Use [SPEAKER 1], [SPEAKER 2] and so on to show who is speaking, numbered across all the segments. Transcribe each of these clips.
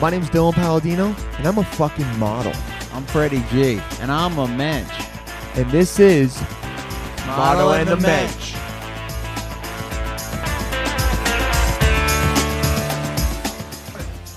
[SPEAKER 1] My name's Dylan Palladino, and I'm a fucking model.
[SPEAKER 2] I'm Freddie G, and I'm a mensch.
[SPEAKER 1] And this is
[SPEAKER 2] Model and the Mensch.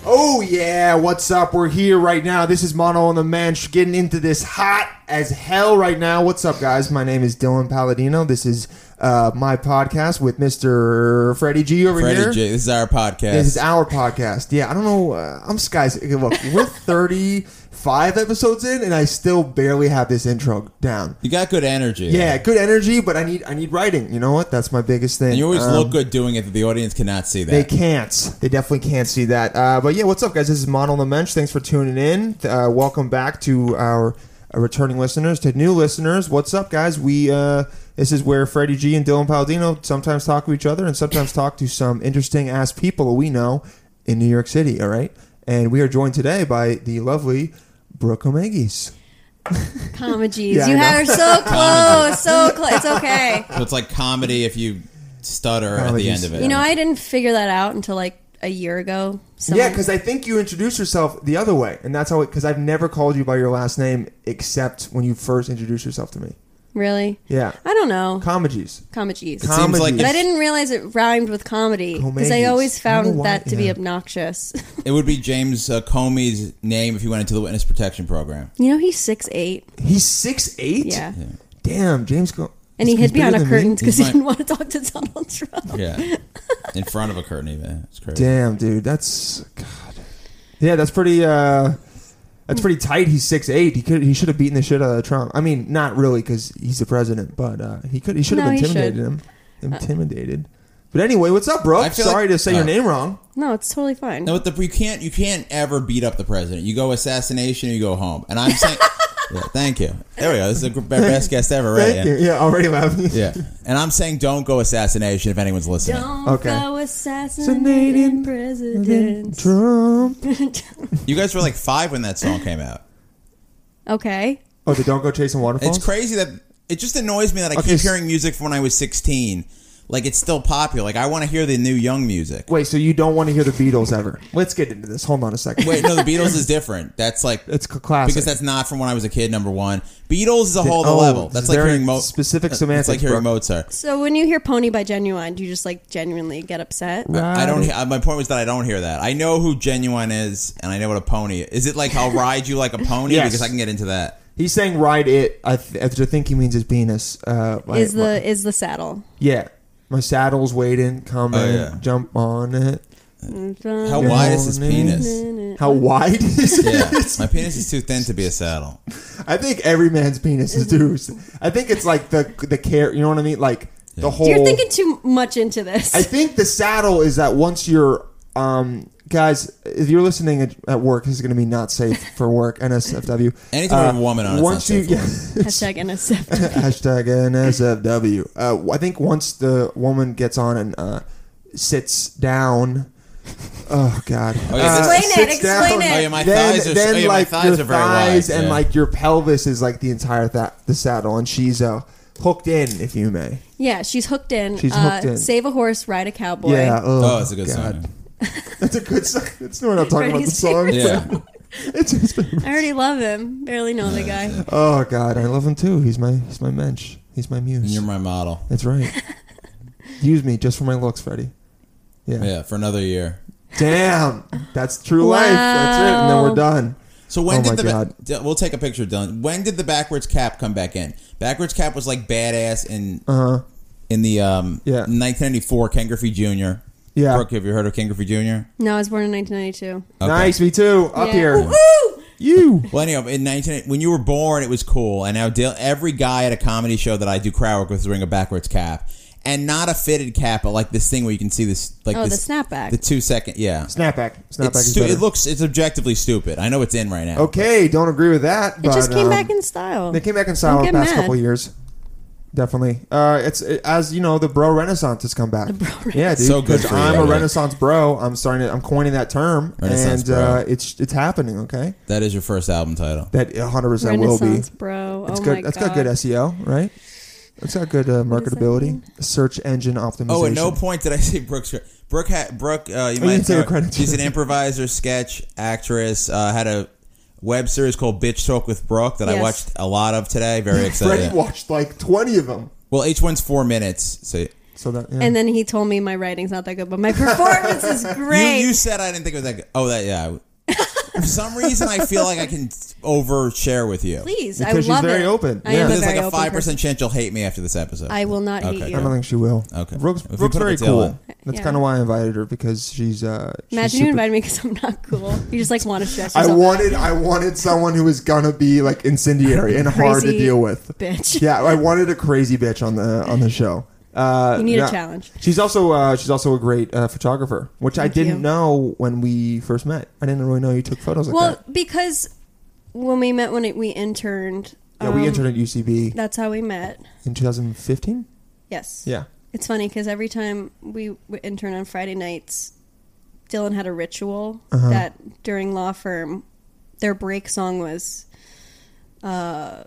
[SPEAKER 1] Oh yeah, what's up? We're here right now. This is Mono on the Mensch getting into this hot as hell right now. What's up, guys? My name is Dylan Palladino. This is uh, my podcast with Mr. Freddie G over
[SPEAKER 3] Freddie
[SPEAKER 1] here.
[SPEAKER 3] J. This is our podcast.
[SPEAKER 1] This is our podcast. Yeah, I don't know. Uh, I'm Skies. okay, Look, we're 35 episodes in, and I still barely have this intro down.
[SPEAKER 3] you got good energy.
[SPEAKER 1] Yeah, good energy, but I need I need writing. You know what? That's my biggest thing.
[SPEAKER 3] And you always
[SPEAKER 1] Um,
[SPEAKER 3] look good doing it, but the audience cannot see that.
[SPEAKER 1] They can't. They definitely can't see that. Uh, but yeah, what's up, guys? This is Mono the Mensch. Thanks for tuning in. Uh, welcome back to our uh, returning listeners, to new listeners. What's up, guys? We uh, this is where Freddie G and Dylan Palladino sometimes talk to each other and sometimes talk to some interesting ass people we know in New York City. All right, and we are joined today by the lovely Brooke Omegis.
[SPEAKER 4] Comedies.
[SPEAKER 1] Yeah, I
[SPEAKER 4] Oh, you
[SPEAKER 1] know. Oh,
[SPEAKER 4] had her so close, so close. It's okay.
[SPEAKER 3] so it's like comedy if you stutter at the
[SPEAKER 1] Comedies.
[SPEAKER 3] end of it.
[SPEAKER 4] You know, I didn't figure that out until like a year ago.
[SPEAKER 1] Yeah, because I think you introduced yourself the other way, and that's how. Because I've never called you by your last name except when you first introduced yourself to me.
[SPEAKER 4] really,
[SPEAKER 1] Yeah.
[SPEAKER 4] I don't know.
[SPEAKER 1] Comedies.
[SPEAKER 4] Comedies.
[SPEAKER 3] It seems like
[SPEAKER 1] Comedy.
[SPEAKER 4] but I
[SPEAKER 3] if-
[SPEAKER 4] didn't realize it rhymed with comedy because I
[SPEAKER 1] Comedies.
[SPEAKER 4] always
[SPEAKER 1] I don't know
[SPEAKER 4] found
[SPEAKER 1] why-
[SPEAKER 4] that to be
[SPEAKER 1] yeah.
[SPEAKER 4] obnoxious.
[SPEAKER 3] it would be James uh, Comey's name if he went into the witness protection program.
[SPEAKER 4] you know, he's six eight.
[SPEAKER 1] He's six eight.
[SPEAKER 4] Yeah.
[SPEAKER 1] Damn, James. Co-
[SPEAKER 4] And he
[SPEAKER 1] he's
[SPEAKER 4] hid behind
[SPEAKER 1] bigger
[SPEAKER 4] a
[SPEAKER 1] than
[SPEAKER 4] curtain
[SPEAKER 1] me?
[SPEAKER 4] because
[SPEAKER 3] He's my-
[SPEAKER 4] he didn't want to talk to Donald Trump.
[SPEAKER 3] Yeah, in front of a curtain. Even it's crazy.
[SPEAKER 1] Damn, dude. That's God. Yeah, that's pretty. uh That's pretty tight. He's six eight. He could. He should have beaten the shit out of Trump. I mean, not really because he's the president, but uh he could. He should have
[SPEAKER 4] No, he should. Uh.
[SPEAKER 1] intimidated him. Intimidated. But anyway, what's up, bro?
[SPEAKER 3] I feel
[SPEAKER 1] Sorry to
[SPEAKER 3] like-
[SPEAKER 1] say your
[SPEAKER 3] Oh.
[SPEAKER 1] name wrong.
[SPEAKER 4] No, it's totally fine.
[SPEAKER 3] No, but the, you can't you can't ever beat up the president. You go assassination, you go home. And I'm saying, yeah, thank you. There we go. This is the gr- best guest ever,
[SPEAKER 1] Thank
[SPEAKER 3] right?
[SPEAKER 1] you. Yeah, already laughing.
[SPEAKER 3] Yeah. yeah. And I'm saying, don't go assassination if anyone's listening.
[SPEAKER 4] Don't
[SPEAKER 1] Okay.
[SPEAKER 4] go assassinating presidents.
[SPEAKER 1] Trump.
[SPEAKER 3] You guys were like five when that song came out.
[SPEAKER 4] okay.
[SPEAKER 1] Oh, the don't go chasing waterfalls.
[SPEAKER 3] It's crazy that it just annoys me that I
[SPEAKER 1] Okay,
[SPEAKER 3] keep
[SPEAKER 1] s-
[SPEAKER 3] hearing music from when I was 16. Like it's still popular. Like I want to hear the new young music.
[SPEAKER 1] Wait, so you don't want to hear the Beatles ever? Let's get into this. Hold on a second.
[SPEAKER 3] Wait, no, the Beatles is different. That's like
[SPEAKER 1] It's a classic.
[SPEAKER 3] because that's not from when I was a kid. Number one, Beatles is a whole other
[SPEAKER 1] oh,
[SPEAKER 3] level.
[SPEAKER 1] this
[SPEAKER 3] That's
[SPEAKER 1] is
[SPEAKER 3] like
[SPEAKER 1] very
[SPEAKER 3] hearing Mo-
[SPEAKER 1] specific
[SPEAKER 3] that's
[SPEAKER 1] semantics,
[SPEAKER 3] like hearing
[SPEAKER 1] bro.
[SPEAKER 3] Mozart.
[SPEAKER 4] So when you hear "Pony" by Genuine, do you just like genuinely get upset?
[SPEAKER 3] I don't.
[SPEAKER 1] Right.
[SPEAKER 3] he- uh, My point was that I don't hear that. I know who Genuine is, and I know what a pony is. Is it like I'll ride you like a pony?
[SPEAKER 1] Yes.
[SPEAKER 3] Because I can get into that.
[SPEAKER 1] He's saying ride it. I, th- I just think he means his penis. Uh, like,
[SPEAKER 4] is the
[SPEAKER 1] my-
[SPEAKER 4] is the saddle?
[SPEAKER 1] yeah? My saddle's waiting. Come
[SPEAKER 3] Oh,
[SPEAKER 1] in,
[SPEAKER 3] yeah.
[SPEAKER 1] jump on it.
[SPEAKER 3] How
[SPEAKER 4] How
[SPEAKER 3] wide is his
[SPEAKER 1] Pony.
[SPEAKER 3] penis?
[SPEAKER 1] How wide is it?
[SPEAKER 3] Yeah, my penis is too thin to be a saddle. Oh,
[SPEAKER 1] I think every man's penis is too. I think it's like the the care. You know what I mean? Like the whole.
[SPEAKER 4] You're thinking too much into this.
[SPEAKER 1] I think the saddle is that once you're, um, guys, if you're listening at, at work, this is going to be not safe for work. NSFW.
[SPEAKER 3] Anytime I have a woman on, it's
[SPEAKER 1] Uh, once
[SPEAKER 3] not safe
[SPEAKER 1] you
[SPEAKER 3] for
[SPEAKER 4] Hashtag NSF.
[SPEAKER 1] Hashtag NSFW. Uh, I think once the woman gets on and uh, sits down. Oh God!
[SPEAKER 3] Oh, yeah,
[SPEAKER 1] Uh,
[SPEAKER 3] this-
[SPEAKER 4] Explain it,
[SPEAKER 1] sits
[SPEAKER 4] explain it.
[SPEAKER 3] Oh, yeah, my
[SPEAKER 1] then,
[SPEAKER 3] thighs are-
[SPEAKER 1] then
[SPEAKER 3] oh, yeah, my
[SPEAKER 1] like
[SPEAKER 3] thighs
[SPEAKER 1] your
[SPEAKER 3] are very
[SPEAKER 1] thighs
[SPEAKER 3] wide,
[SPEAKER 1] and
[SPEAKER 3] yeah.
[SPEAKER 1] like your pelvis is like the entire that the saddle, and she's uh, hooked in, if you may.
[SPEAKER 4] Yeah, she's hooked in.
[SPEAKER 1] She's
[SPEAKER 4] uh,
[SPEAKER 1] hooked in.
[SPEAKER 4] Save a horse, ride a cowboy.
[SPEAKER 1] Yeah.
[SPEAKER 3] Oh, that's a good
[SPEAKER 1] God.
[SPEAKER 3] sign.
[SPEAKER 1] That's a good song. That's not what I'm talking about. The
[SPEAKER 4] Freddie's
[SPEAKER 1] song.
[SPEAKER 4] favorite
[SPEAKER 3] Yeah.
[SPEAKER 1] It's his favorite.
[SPEAKER 4] I already love him. Barely know the guy.
[SPEAKER 1] Oh God, I love him too. He's my he's my mensch. He's my
[SPEAKER 3] And
[SPEAKER 1] muse.
[SPEAKER 3] you're my model.
[SPEAKER 1] That's right. Use me just for my looks, Freddie.
[SPEAKER 3] Yeah, for another year.
[SPEAKER 1] Damn, that's true life. That's it, and then
[SPEAKER 4] Wow.
[SPEAKER 1] we're done.
[SPEAKER 3] So when
[SPEAKER 1] Oh my
[SPEAKER 3] did the
[SPEAKER 1] God.
[SPEAKER 3] ba- D- we'll take a picture, Dylan? When did the backwards cap come back in? Backwards cap was like badass in
[SPEAKER 1] Uh huh.
[SPEAKER 3] in the um
[SPEAKER 1] Yeah.
[SPEAKER 3] 1994 Ken Griffey Jr.
[SPEAKER 1] Yeah.
[SPEAKER 3] Brooke, have you heard of Ken Griffey Jr.?
[SPEAKER 4] No, I was born in 1992.
[SPEAKER 3] Okay.
[SPEAKER 1] Nice, me too. Up
[SPEAKER 4] Yeah.
[SPEAKER 1] here,
[SPEAKER 4] Woohoo!
[SPEAKER 1] you.
[SPEAKER 3] Well, anyhow, in 19 when you were born, it was cool, and now Dil- every guy at a comedy show that I do crowd work with is wearing a backwards cap, and not a fitted cap, but like this thing where you can see this like
[SPEAKER 4] Oh, the
[SPEAKER 3] this,
[SPEAKER 4] snapback.
[SPEAKER 3] the two second, yeah.
[SPEAKER 1] Snapback. Snapback
[SPEAKER 3] It's
[SPEAKER 1] is
[SPEAKER 3] stu-
[SPEAKER 1] better.
[SPEAKER 3] it looks it's objectively stupid. I know it's in right now.
[SPEAKER 1] okay. Don't agree with that.
[SPEAKER 4] it just
[SPEAKER 1] but,
[SPEAKER 4] came
[SPEAKER 1] um,
[SPEAKER 4] back in style.
[SPEAKER 1] They came back in style
[SPEAKER 4] Don't
[SPEAKER 1] the
[SPEAKER 4] get
[SPEAKER 1] past
[SPEAKER 4] mad.
[SPEAKER 1] couple of years. Definitely. Uh, it's it, as you know, the bro renaissance has come back. The
[SPEAKER 4] bro
[SPEAKER 1] yeah, dude.
[SPEAKER 3] So good
[SPEAKER 1] 'cause
[SPEAKER 3] for you,
[SPEAKER 1] I'm a
[SPEAKER 3] Freddie.
[SPEAKER 1] renaissance bro. I'm starting. To, I'm coining that term,
[SPEAKER 3] Renaissance
[SPEAKER 1] and uh,
[SPEAKER 3] bro.
[SPEAKER 1] it's it's happening. Okay,
[SPEAKER 3] That is your first album title.
[SPEAKER 1] that 100 percent will be.
[SPEAKER 4] Renaissance, bro.
[SPEAKER 1] It's
[SPEAKER 4] oh
[SPEAKER 1] good.
[SPEAKER 4] my
[SPEAKER 1] That's
[SPEAKER 4] god.
[SPEAKER 1] got good SEO, right? It's got good uh,
[SPEAKER 4] What does that
[SPEAKER 1] marketability.
[SPEAKER 4] mean?
[SPEAKER 1] Search engine optimization.
[SPEAKER 3] Oh, at no point did I say Brooke's. Brooke, ha- Brooke, uh, you
[SPEAKER 1] Oh, you
[SPEAKER 3] might
[SPEAKER 1] didn't say
[SPEAKER 3] know
[SPEAKER 1] her
[SPEAKER 3] her.
[SPEAKER 1] credits.
[SPEAKER 3] She's an improviser, sketch actress. Uh, had a web series called Bitch Talk with Brooke that I
[SPEAKER 4] Yes.
[SPEAKER 3] watched a lot of today. Very
[SPEAKER 1] Freddie
[SPEAKER 3] excited.
[SPEAKER 1] watched like twenty of them.
[SPEAKER 3] well, each one's four minutes. So
[SPEAKER 1] So that yeah.
[SPEAKER 4] And then he told me my writing's not that good, but my performance is
[SPEAKER 3] you,
[SPEAKER 4] great.
[SPEAKER 3] you said I didn't think it was that. Good. Oh, that yeah. For some reason, I feel like I can overshare with you.
[SPEAKER 4] Please, I
[SPEAKER 1] Because she's
[SPEAKER 4] love
[SPEAKER 1] very
[SPEAKER 4] it.
[SPEAKER 1] open.
[SPEAKER 4] I
[SPEAKER 1] Yeah.
[SPEAKER 4] am a
[SPEAKER 3] There's
[SPEAKER 4] very
[SPEAKER 3] like a
[SPEAKER 4] open
[SPEAKER 3] five
[SPEAKER 4] person.
[SPEAKER 3] percent chance you'll hate me after this episode.
[SPEAKER 4] I will not
[SPEAKER 3] Okay.
[SPEAKER 4] hate
[SPEAKER 1] I don't
[SPEAKER 4] you.
[SPEAKER 1] think she will.
[SPEAKER 3] Okay.
[SPEAKER 1] Brooke's,
[SPEAKER 3] If you
[SPEAKER 1] Brooke's
[SPEAKER 3] put up
[SPEAKER 1] very
[SPEAKER 3] a deal,
[SPEAKER 1] cool.
[SPEAKER 3] then-
[SPEAKER 1] That's
[SPEAKER 4] Yeah.
[SPEAKER 1] kind of why I invited her because she's. Uh, she's
[SPEAKER 4] Imagine
[SPEAKER 1] super-
[SPEAKER 4] you invited me because I'm not cool. You just like want to stress
[SPEAKER 1] I
[SPEAKER 4] yourself.
[SPEAKER 1] wanted I wanted someone who was gonna be like incendiary and hard to
[SPEAKER 4] Crazy.
[SPEAKER 1] deal with.
[SPEAKER 4] bitch.
[SPEAKER 1] Yeah, I wanted a crazy bitch on the on the show. Uh,
[SPEAKER 4] You need
[SPEAKER 1] no.
[SPEAKER 4] a challenge.
[SPEAKER 1] She's also uh, she's also a great uh, photographer, which I
[SPEAKER 4] Thank
[SPEAKER 1] didn't
[SPEAKER 4] you.
[SPEAKER 1] know when we first met. I didn't really know you took photos like
[SPEAKER 4] Well,
[SPEAKER 1] that.
[SPEAKER 4] because when we met, when it, we interned,
[SPEAKER 1] Yeah, we
[SPEAKER 4] um,
[SPEAKER 1] interned at UCB
[SPEAKER 4] That's how we met.
[SPEAKER 1] in 2015.
[SPEAKER 4] Yes.
[SPEAKER 1] Yeah,
[SPEAKER 4] It's funny because every time we would intern on Friday nights, Dylan had a ritual
[SPEAKER 1] Uh-huh.
[SPEAKER 4] that during law firm, their break song was uh,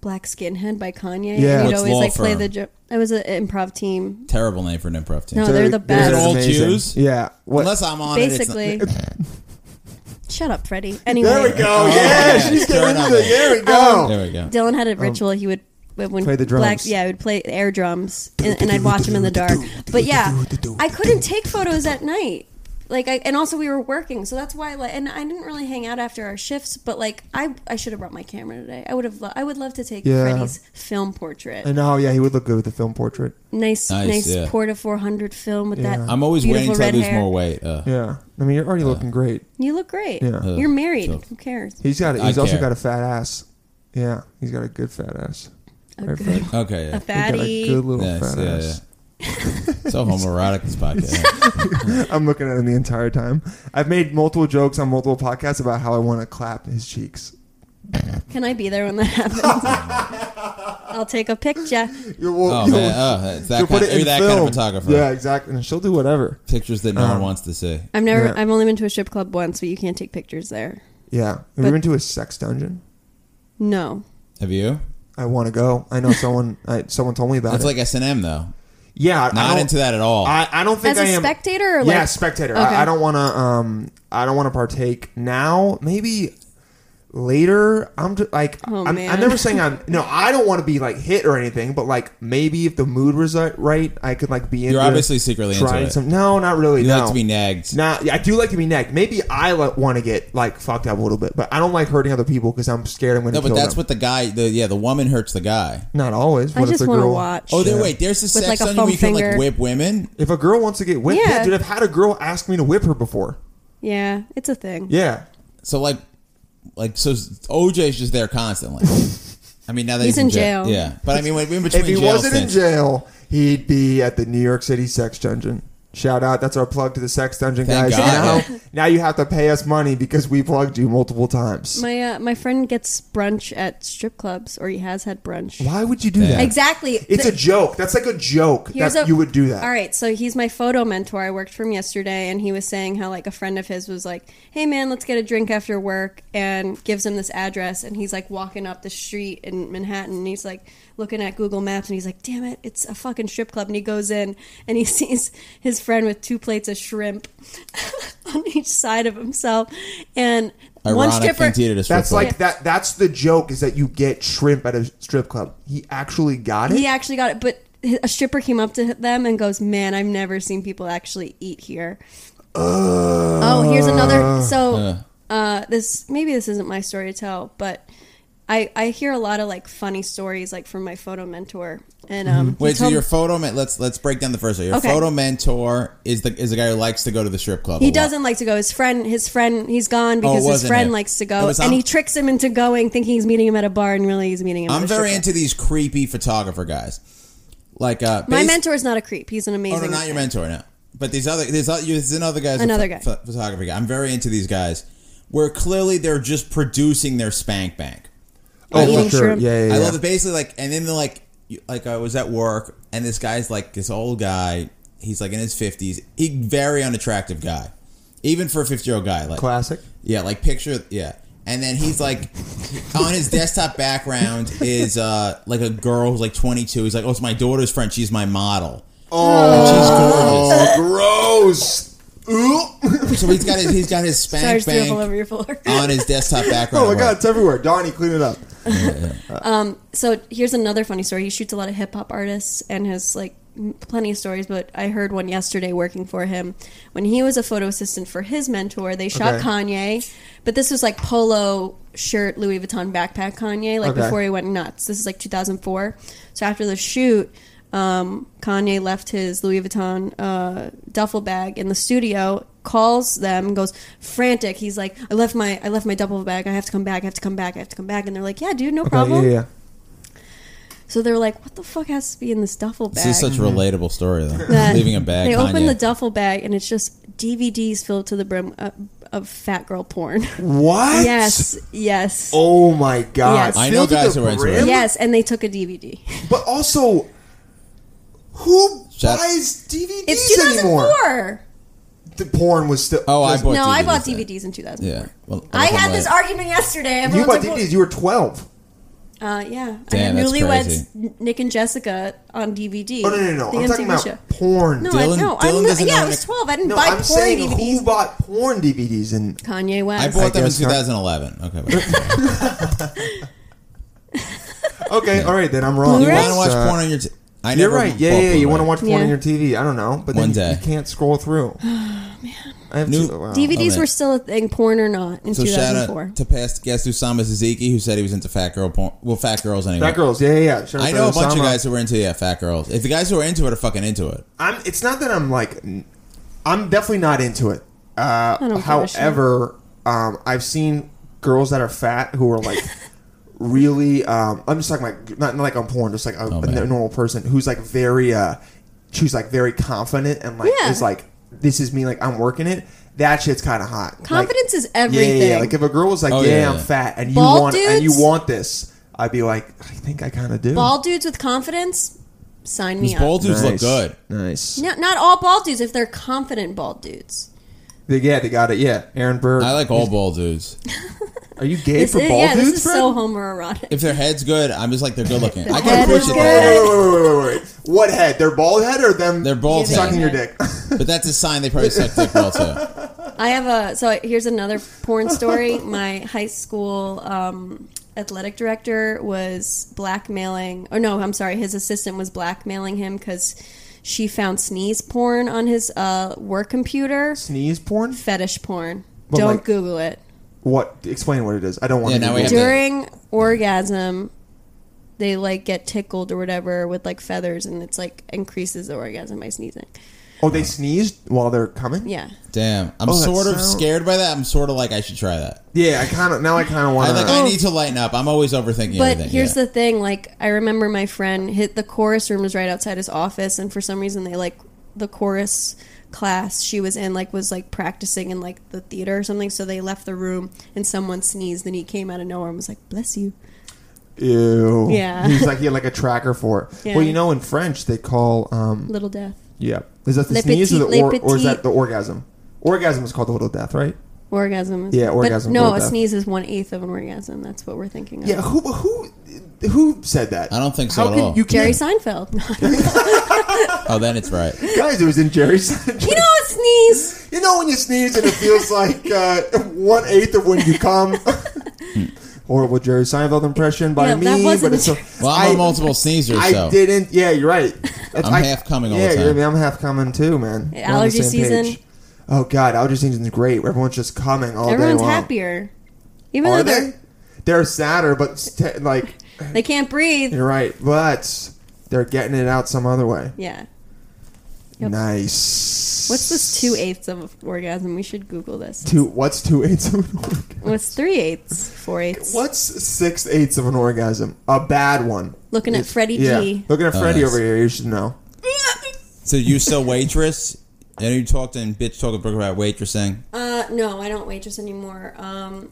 [SPEAKER 4] "Black Skinhead" by Kanye.
[SPEAKER 1] Yeah. What's
[SPEAKER 4] and he'd always
[SPEAKER 3] law
[SPEAKER 4] like play
[SPEAKER 3] firm?
[SPEAKER 4] the. Jo- it was an improv team.
[SPEAKER 3] Terrible name for an improv team.
[SPEAKER 4] No, Oh, they're the best.
[SPEAKER 3] Is it all Jews?
[SPEAKER 1] Yeah. What?
[SPEAKER 3] Unless I'm on
[SPEAKER 4] Basically,
[SPEAKER 3] it. it's
[SPEAKER 4] shut up, Freddie. Anyway,
[SPEAKER 1] there we go. Oh, Yeah,
[SPEAKER 3] Oh, yeah.
[SPEAKER 1] she's
[SPEAKER 3] Sure
[SPEAKER 1] getting
[SPEAKER 3] enough.
[SPEAKER 1] into it. There Oh. we go.
[SPEAKER 3] not- there we we go.
[SPEAKER 4] Dylan had a ritual. He would when
[SPEAKER 1] Um, Play the drums.
[SPEAKER 4] yeah, he would play air drums, and, and I'd watch him in the dark. But yeah, I couldn't take photos at night. Like I, and also we were working, so that's why. Like, and I didn't really hang out after our shifts. But like, I I should have brought my camera today. I would have. Lo- I would love to take
[SPEAKER 1] Yeah.
[SPEAKER 4] Freddie's film portrait.
[SPEAKER 1] And oh yeah, he would look good with the film portrait.
[SPEAKER 4] nice,
[SPEAKER 3] Nice,
[SPEAKER 4] nice,
[SPEAKER 3] yeah.
[SPEAKER 4] Porta 400 film with
[SPEAKER 1] Yeah.
[SPEAKER 4] that.
[SPEAKER 3] I'm always waiting until
[SPEAKER 4] beautiful
[SPEAKER 3] I
[SPEAKER 4] red
[SPEAKER 3] lose
[SPEAKER 4] hair.
[SPEAKER 3] more weight. Uh,
[SPEAKER 1] Yeah, I mean you're already looking great.
[SPEAKER 4] You look great.
[SPEAKER 1] Yeah. Ugh,
[SPEAKER 4] You're married.
[SPEAKER 3] so-
[SPEAKER 4] Who cares?
[SPEAKER 1] He's got.
[SPEAKER 3] I
[SPEAKER 1] He's also
[SPEAKER 3] care.
[SPEAKER 1] got a fat ass. Yeah, he's got a good fat ass.
[SPEAKER 4] A
[SPEAKER 1] Right,
[SPEAKER 4] good-
[SPEAKER 1] Fred?
[SPEAKER 3] Okay. Yeah.
[SPEAKER 4] A
[SPEAKER 1] He got a good
[SPEAKER 4] fatty.
[SPEAKER 1] little
[SPEAKER 3] Nice,
[SPEAKER 1] fat
[SPEAKER 3] yeah,
[SPEAKER 1] ass.
[SPEAKER 3] yeah. so homoerotic this podcast.
[SPEAKER 1] I'm looking at him the entire time. I've made multiple jokes on multiple podcasts about how I want to clap his cheeks.
[SPEAKER 4] Can I be there when that happens? I'll take a picture.
[SPEAKER 1] You will-
[SPEAKER 3] Oh
[SPEAKER 1] you'll-
[SPEAKER 3] man, oh, it's that
[SPEAKER 1] you'll
[SPEAKER 3] kind,
[SPEAKER 1] put it
[SPEAKER 3] you're
[SPEAKER 1] in
[SPEAKER 3] that kind
[SPEAKER 1] film.
[SPEAKER 3] of photographer.
[SPEAKER 1] Yeah, exactly. And she'll do whatever.
[SPEAKER 3] Pictures that no
[SPEAKER 1] Um,
[SPEAKER 3] one wants to see.
[SPEAKER 4] I've never.
[SPEAKER 1] Yeah.
[SPEAKER 4] I've only been to a strip club once, but you can't take pictures there.
[SPEAKER 1] Yeah. Have you
[SPEAKER 4] But-
[SPEAKER 1] been to a sex dungeon?
[SPEAKER 4] No,
[SPEAKER 3] Have you?
[SPEAKER 1] I want to go. I know someone. I, someone told me about
[SPEAKER 3] That's
[SPEAKER 1] it.
[SPEAKER 3] like S and M though.
[SPEAKER 1] yeah, I
[SPEAKER 3] Not
[SPEAKER 1] don't,
[SPEAKER 3] into that at all.
[SPEAKER 1] I, I don't think
[SPEAKER 4] as a
[SPEAKER 1] I am.
[SPEAKER 4] spectator. Or like,
[SPEAKER 1] yeah, spectator.
[SPEAKER 4] Okay.
[SPEAKER 1] I, I don't want to. Um, I don't want to partake now. Maybe later. I'm just like
[SPEAKER 4] Oh,
[SPEAKER 1] I'm,
[SPEAKER 4] man.
[SPEAKER 1] I'm never saying I'm. No, I don't want to be like hit or anything. But like maybe if the mood was uh, right, I could like be.
[SPEAKER 3] You're
[SPEAKER 1] into
[SPEAKER 3] obviously secretly into
[SPEAKER 1] trying
[SPEAKER 3] it.
[SPEAKER 1] some. No, not really.
[SPEAKER 3] you
[SPEAKER 1] no.
[SPEAKER 3] like to be nagged.
[SPEAKER 1] Nah, yeah, I do like to be necked. Maybe I like, want to get like fucked up a little bit, but I don't like hurting other people because I'm scared I'm going to
[SPEAKER 3] No,
[SPEAKER 1] kill
[SPEAKER 3] but that's
[SPEAKER 1] them.
[SPEAKER 3] what the guy. The yeah, the woman hurts the guy.
[SPEAKER 1] Not always.
[SPEAKER 4] I
[SPEAKER 1] What if
[SPEAKER 4] just
[SPEAKER 1] the
[SPEAKER 4] want to
[SPEAKER 1] girl-
[SPEAKER 4] watch.
[SPEAKER 3] Oh, there. Wait, there's a sex
[SPEAKER 4] like, a
[SPEAKER 3] dungeon
[SPEAKER 4] foam
[SPEAKER 3] where you can like
[SPEAKER 4] finger.
[SPEAKER 3] whip women.
[SPEAKER 1] If a girl wants to get whipped, yeah.
[SPEAKER 4] Yeah.
[SPEAKER 1] dude, I've had a girl ask me to whip her before.
[SPEAKER 4] yeah, it's a thing.
[SPEAKER 1] Yeah,
[SPEAKER 3] So like, like so OJ's just there constantly. I mean, now that
[SPEAKER 4] He's in jail.
[SPEAKER 3] Yeah, but I mean, when- in between
[SPEAKER 1] if he
[SPEAKER 3] jail
[SPEAKER 1] wasn't in
[SPEAKER 3] stints-
[SPEAKER 1] jail, he'd be at the New York City sex dungeon. Shout out! That's our plug to the sex dungeon
[SPEAKER 3] Thank
[SPEAKER 1] guys.
[SPEAKER 3] God.
[SPEAKER 1] Now, now you have to pay us money because we plugged you multiple times.
[SPEAKER 4] My uh, my friend gets brunch at strip clubs, or he has had brunch.
[SPEAKER 1] Why would you do that?
[SPEAKER 4] Exactly.
[SPEAKER 1] It's
[SPEAKER 4] The-
[SPEAKER 1] a joke. That's like a joke
[SPEAKER 4] Here's
[SPEAKER 1] that
[SPEAKER 4] a-
[SPEAKER 1] you would do that.
[SPEAKER 4] All right, so he's my photo mentor. I worked from yesterday, and he was saying how like a friend of his was like, "Hey man, let's get a drink after work," and gives him this address, and he's like walking up the street in Manhattan, and he's like looking at Google Maps, and he's like, "Damn it, it's a fucking strip club." And he goes in, and he sees his friend with two plates of shrimp on each side of himself, and one
[SPEAKER 3] Ironic
[SPEAKER 4] stripper.
[SPEAKER 3] thing to eat at a strip
[SPEAKER 1] That's
[SPEAKER 3] club.
[SPEAKER 1] like that. That's the joke is that you get shrimp at a strip club. He actually got it.
[SPEAKER 4] He actually got it, but a stripper came up to them and goes, "Man, I've never seen people actually eat here." oh, here's another. So, uh, this maybe this isn't my story to tell, but I I hear a lot of like funny stories like from my photo mentor, and um, he
[SPEAKER 3] Wait, so
[SPEAKER 4] told-
[SPEAKER 3] your photo men- let's let's break down the first one. Your
[SPEAKER 4] Okay.
[SPEAKER 3] photo mentor is the is the guy who likes to go to the strip club. a
[SPEAKER 4] He
[SPEAKER 3] lot.
[SPEAKER 4] doesn't like to go. His friend, his friend, he's gone because his
[SPEAKER 3] Oh, wasn't
[SPEAKER 4] friend
[SPEAKER 3] it?
[SPEAKER 4] likes to
[SPEAKER 3] It
[SPEAKER 4] go,
[SPEAKER 3] was
[SPEAKER 4] and
[SPEAKER 3] on-
[SPEAKER 4] he tricks him into going, thinking he's meeting him at a bar, and really he's meeting him. at
[SPEAKER 3] I'm
[SPEAKER 4] a strip
[SPEAKER 3] very
[SPEAKER 4] club.
[SPEAKER 3] into these creepy photographer guys. Like uh
[SPEAKER 4] My
[SPEAKER 3] bas-
[SPEAKER 4] mentor is not a creep. He's an amazing.
[SPEAKER 3] Oh no, not your mentor now. But these other there's other there's another guys a
[SPEAKER 4] Another
[SPEAKER 3] pho-
[SPEAKER 4] guy.
[SPEAKER 3] pho- photography guy. I'm very into these guys where clearly they're just producing their spank bank.
[SPEAKER 1] oh,
[SPEAKER 4] Eating shrimp.
[SPEAKER 1] Yeah, yeah,
[SPEAKER 3] I
[SPEAKER 1] yeah.
[SPEAKER 3] love it. Basically, like, and then they're like, you- like I was at work, and this guy's like this old guy. He's like in his fifties. He very unattractive guy, even for a fifty year old guy. Like,
[SPEAKER 1] Classic.
[SPEAKER 3] yeah, like picture, yeah. And then he's like, on his desktop background is uh, like a girl who's like 22. He's like, oh, it's my daughter's friend. She's my model. Oh,
[SPEAKER 1] gross.
[SPEAKER 3] she's gorgeous. So he's got his he's got his spank
[SPEAKER 4] Stars drip all over
[SPEAKER 3] bank
[SPEAKER 4] your floor.
[SPEAKER 3] on his desktop background.
[SPEAKER 1] Oh my god, it's everywhere. Donnie, clean it up.
[SPEAKER 4] so here's another funny story. He shoots a lot of hip hop artists and has like m- plenty of stories. But I heard one yesterday working for him when he was a photo assistant for his mentor. They shot
[SPEAKER 1] Okay.
[SPEAKER 4] Kanye, but this was like polo shirt, Louis Vuitton backpack Kanye, like
[SPEAKER 1] Okay.
[SPEAKER 4] before he went nuts. This is like 2004. So after the shoot, um, Kanye left his Louis Vuitton uh, duffel bag in the studio. Calls them, goes frantic. He's like, "I left my I left my duffel bag. I have to come back. I have to come back. I have to come back." And they're like, "Yeah, dude, no problem."
[SPEAKER 1] yeah, yeah.
[SPEAKER 4] So they were like, "What the fuck has to be in this duffel bag?"
[SPEAKER 3] This is such a relatable story, though.
[SPEAKER 4] That
[SPEAKER 3] Leaving a bag.
[SPEAKER 4] They open
[SPEAKER 3] Kanye.
[SPEAKER 4] the duffel bag, and it's just DVDs filled to the brim of, of fat girl porn.
[SPEAKER 1] What?
[SPEAKER 4] yes, yes,
[SPEAKER 1] Oh my god.
[SPEAKER 4] Yes. I
[SPEAKER 3] know
[SPEAKER 1] Filled to
[SPEAKER 3] guys
[SPEAKER 1] the
[SPEAKER 3] who are into
[SPEAKER 1] brim?
[SPEAKER 3] it.
[SPEAKER 4] yes. And they took a DVD.
[SPEAKER 1] But also, who
[SPEAKER 3] Shut-
[SPEAKER 1] buys DVDs
[SPEAKER 4] It's
[SPEAKER 1] anymore?
[SPEAKER 4] 2004.
[SPEAKER 1] The porn was still.
[SPEAKER 3] Oh, I bought
[SPEAKER 4] No, I bought
[SPEAKER 3] DVDs then.
[SPEAKER 4] DVDs in 2004.
[SPEAKER 3] Yeah. Well,
[SPEAKER 4] I had this
[SPEAKER 3] like-
[SPEAKER 4] argument yesterday.
[SPEAKER 1] You
[SPEAKER 4] Everyone's
[SPEAKER 1] bought
[SPEAKER 4] like, well-
[SPEAKER 1] DVDs. You were twelve.
[SPEAKER 4] Uh, yeah,
[SPEAKER 3] Damn,
[SPEAKER 4] I had
[SPEAKER 3] that's
[SPEAKER 4] Newlyweds Nick and Jessica on DVD.
[SPEAKER 1] Oh no, no, no!
[SPEAKER 4] The
[SPEAKER 1] I'm talking
[SPEAKER 4] MTV
[SPEAKER 1] about
[SPEAKER 4] show.
[SPEAKER 1] porn.
[SPEAKER 4] No,
[SPEAKER 3] Dylan-
[SPEAKER 4] I, no,
[SPEAKER 3] Dylan
[SPEAKER 4] I'm,
[SPEAKER 3] doesn't
[SPEAKER 4] yeah,
[SPEAKER 3] know
[SPEAKER 4] I was
[SPEAKER 3] Nick-
[SPEAKER 4] 12. I didn't
[SPEAKER 1] No,
[SPEAKER 4] buy
[SPEAKER 1] I'm
[SPEAKER 4] porn
[SPEAKER 1] saying
[SPEAKER 4] DVDs.
[SPEAKER 1] who bought porn DVDs and
[SPEAKER 4] Kanye West.
[SPEAKER 3] I bought them in
[SPEAKER 1] guess not.
[SPEAKER 3] 2011. Okay. But you
[SPEAKER 1] okay, all right, then I'm wrong. Uh,
[SPEAKER 4] Blu-ray?
[SPEAKER 3] want to watch porn on your. T- I
[SPEAKER 1] You're
[SPEAKER 3] never
[SPEAKER 1] right. Yeah,
[SPEAKER 3] bought
[SPEAKER 1] yeah. You
[SPEAKER 3] Blu-ray.
[SPEAKER 1] want to watch porn
[SPEAKER 4] Yeah.
[SPEAKER 1] on your TV? I don't know, but then
[SPEAKER 3] One
[SPEAKER 1] you,
[SPEAKER 3] day.
[SPEAKER 1] you can't scroll through. Man, I have
[SPEAKER 3] New-
[SPEAKER 1] to. Wow.
[SPEAKER 4] DVDs
[SPEAKER 3] Okay.
[SPEAKER 4] were still a thing, porn or not, in
[SPEAKER 3] Oh, So shout
[SPEAKER 4] 2004.
[SPEAKER 3] out to past guest Usama Saziki, who said he was into fat girl porn. Well, fat girls anyway.
[SPEAKER 1] Fat girls. Yeah, yeah. yeah. Shout out
[SPEAKER 3] I
[SPEAKER 1] to
[SPEAKER 3] know a bunch
[SPEAKER 1] Osama.
[SPEAKER 3] of guys who are into yeah fat girls. If the guys who are into it are fucking into it,
[SPEAKER 1] I'm. It's not that I'm like. n- I'm definitely not into it.
[SPEAKER 4] I
[SPEAKER 1] Uh,
[SPEAKER 4] don't give a shit.
[SPEAKER 1] however, um, I've seen girls that are fat who are like really. Um, I'm just talking like not, not like on porn, just like a, a
[SPEAKER 3] Oh, man.
[SPEAKER 1] normal person who's like very. Uh, she's like very confident and like
[SPEAKER 4] Yeah.
[SPEAKER 1] is like this is me. Like I'm working it. That shit's kind of hot. Like,
[SPEAKER 4] Confidence is
[SPEAKER 1] yeah, yeah,
[SPEAKER 4] everything.
[SPEAKER 1] yeah. Like if a girl was like,
[SPEAKER 3] Oh,
[SPEAKER 1] yeah,
[SPEAKER 3] yeah,
[SPEAKER 1] I'm
[SPEAKER 3] yeah.
[SPEAKER 1] fat," and you
[SPEAKER 4] Bald
[SPEAKER 1] want and you
[SPEAKER 4] dudes?
[SPEAKER 1] want this, I'd be like, "I think I kind of do."
[SPEAKER 4] bald dudes with confidence, sign me
[SPEAKER 3] these
[SPEAKER 4] up.
[SPEAKER 3] bald dudes look
[SPEAKER 1] Nice.
[SPEAKER 3] good.
[SPEAKER 1] Nice.
[SPEAKER 4] No, not all bald dudes, if they're confident bald dudes.
[SPEAKER 1] They, yeah, they got it. Yeah, Aaron Burr.
[SPEAKER 3] I like all bald dudes.
[SPEAKER 1] Are you gay
[SPEAKER 4] This
[SPEAKER 1] for
[SPEAKER 4] is,
[SPEAKER 1] bald
[SPEAKER 4] yeah,
[SPEAKER 1] dudes,
[SPEAKER 4] this is
[SPEAKER 1] Brad?
[SPEAKER 4] so homoerotic.
[SPEAKER 3] If their head's good, I'm just like they're good looking. I
[SPEAKER 4] head
[SPEAKER 3] can push
[SPEAKER 4] is
[SPEAKER 3] it.
[SPEAKER 1] Wait,
[SPEAKER 4] good.
[SPEAKER 3] Though.
[SPEAKER 1] wait, wait, wait, wait, wait, wait. What head? Their bald head or them?
[SPEAKER 3] Their bald
[SPEAKER 4] Yeah,
[SPEAKER 1] sucking your
[SPEAKER 3] head,
[SPEAKER 4] head.
[SPEAKER 1] dick.
[SPEAKER 3] but that's a sign they probably suck dick well too.
[SPEAKER 4] I have a so here's another porn story. My high school um, athletic director was blackmailing, or no, I'm sorry, his assistant was blackmailing him because she found sneeze porn on his uh, work computer,
[SPEAKER 1] Sneeze porn?
[SPEAKER 4] fetish porn.
[SPEAKER 1] But,
[SPEAKER 4] Don't
[SPEAKER 1] like-
[SPEAKER 4] Google it.
[SPEAKER 1] What? Explain what it is. I don't want
[SPEAKER 3] Yeah,
[SPEAKER 1] to.
[SPEAKER 3] now we
[SPEAKER 1] Google
[SPEAKER 3] have
[SPEAKER 1] it.
[SPEAKER 3] to-
[SPEAKER 4] during orgasm they like get tickled or whatever with like feathers and it's like increases the orgasm by sneezing
[SPEAKER 1] oh, they sneezed while they're coming.
[SPEAKER 4] yeah
[SPEAKER 3] Damn, I'm
[SPEAKER 1] Oh, that
[SPEAKER 3] sort of
[SPEAKER 1] sound-
[SPEAKER 3] scared by that. I'm sort of like I should try that.
[SPEAKER 1] Yeah, I kind of now I kind of
[SPEAKER 3] I
[SPEAKER 1] want
[SPEAKER 3] like
[SPEAKER 1] to.
[SPEAKER 3] I need to lighten up. I'm always overthinking.
[SPEAKER 4] but
[SPEAKER 3] everything,
[SPEAKER 4] here's
[SPEAKER 3] yeah.
[SPEAKER 4] the thing like i remember my friend hit the chorus room was right outside his office and for some reason they like the chorus class she was in like was like practicing in like the theater or something so they left the room and someone sneezed and he came out of nowhere and was like bless you
[SPEAKER 1] Ew.
[SPEAKER 4] Yeah.
[SPEAKER 1] He's like he had like a tracker for it.
[SPEAKER 4] Yeah.
[SPEAKER 1] Well, you know, in French they call um.
[SPEAKER 4] little death
[SPEAKER 1] Yeah. Is that the
[SPEAKER 4] Le
[SPEAKER 1] sneeze or the
[SPEAKER 4] petit, le
[SPEAKER 1] or, or is that
[SPEAKER 4] petit.
[SPEAKER 1] the orgasm? Orgasm is called the little death, right?
[SPEAKER 4] orgasm is
[SPEAKER 1] Yeah, orgasm,
[SPEAKER 4] but no
[SPEAKER 1] little
[SPEAKER 4] a
[SPEAKER 1] death.
[SPEAKER 4] sneeze is one eighth of an orgasm that's what we're thinking of
[SPEAKER 1] Yeah. Who who who said that?
[SPEAKER 3] I don't think so
[SPEAKER 1] How
[SPEAKER 3] at
[SPEAKER 1] can-
[SPEAKER 3] all.
[SPEAKER 1] You
[SPEAKER 4] Jerry
[SPEAKER 1] can't,
[SPEAKER 4] Seinfeld.
[SPEAKER 3] oh, then it's right.
[SPEAKER 1] guys. It was in Jerry's.
[SPEAKER 4] you know, sneeze.
[SPEAKER 1] You know when you sneeze and it feels like uh, one eighth of when you come. Horrible Jerry Seinfeld impression by
[SPEAKER 4] Yeah,
[SPEAKER 1] me,
[SPEAKER 4] that wasn't
[SPEAKER 1] but it's so,
[SPEAKER 3] Well, I'm I, am a multiple sneezer,
[SPEAKER 1] I
[SPEAKER 3] so
[SPEAKER 1] didn't. Yeah, you're right. That's-
[SPEAKER 3] I'm
[SPEAKER 1] I-
[SPEAKER 3] half coming all the
[SPEAKER 1] yeah,
[SPEAKER 3] time.
[SPEAKER 1] you're- I mean, I'm half coming too, man. We're on the
[SPEAKER 4] allergy
[SPEAKER 1] same
[SPEAKER 4] season.
[SPEAKER 1] page. Oh God, allergy season's great. Everyone's just coming all
[SPEAKER 4] Everyone's
[SPEAKER 1] day long.
[SPEAKER 4] happier. Even
[SPEAKER 1] Are
[SPEAKER 4] though
[SPEAKER 1] they?
[SPEAKER 4] they're,
[SPEAKER 1] They're sadder, but st- like
[SPEAKER 4] they they can not breathe.
[SPEAKER 1] you're right. But they're getting it out some other way.
[SPEAKER 4] Yeah. Yep.
[SPEAKER 1] Nice.
[SPEAKER 4] What's this two eighths of orgasm? We should Google this.
[SPEAKER 1] Two. What's two eighths of an orgasm?
[SPEAKER 4] What's three eighths? Four eighths.
[SPEAKER 1] What's six eighths of an orgasm? A bad one.
[SPEAKER 4] Looking at Freddie G.
[SPEAKER 1] Looking at
[SPEAKER 3] Oh,
[SPEAKER 1] Freddie
[SPEAKER 3] nice.
[SPEAKER 1] over here, you should know.
[SPEAKER 3] So you still waitress? I know you talked in bitch talk with Brooke about waitressing.
[SPEAKER 4] Uh, no, I don't waitress anymore. Um,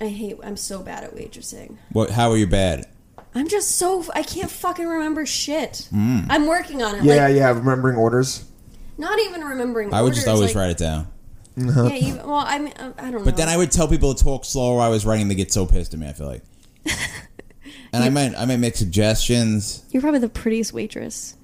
[SPEAKER 4] I hate. I'm so bad at waitressing.
[SPEAKER 3] What? How are you bad?
[SPEAKER 4] I'm just so. I can't fucking remember shit. I'm working on it.
[SPEAKER 1] Yeah,
[SPEAKER 4] Like,
[SPEAKER 1] yeah, remembering orders.
[SPEAKER 4] not even remembering.
[SPEAKER 3] I would just always
[SPEAKER 4] orders, like, oh.
[SPEAKER 3] write it down.
[SPEAKER 4] Yeah, even, well, I mean, uh, I I don't know.
[SPEAKER 3] But then I would tell people to talk slower. I was writing, they get so pissed at me. I feel like, and I might, I might make suggestions.
[SPEAKER 4] You're probably the prettiest waitress.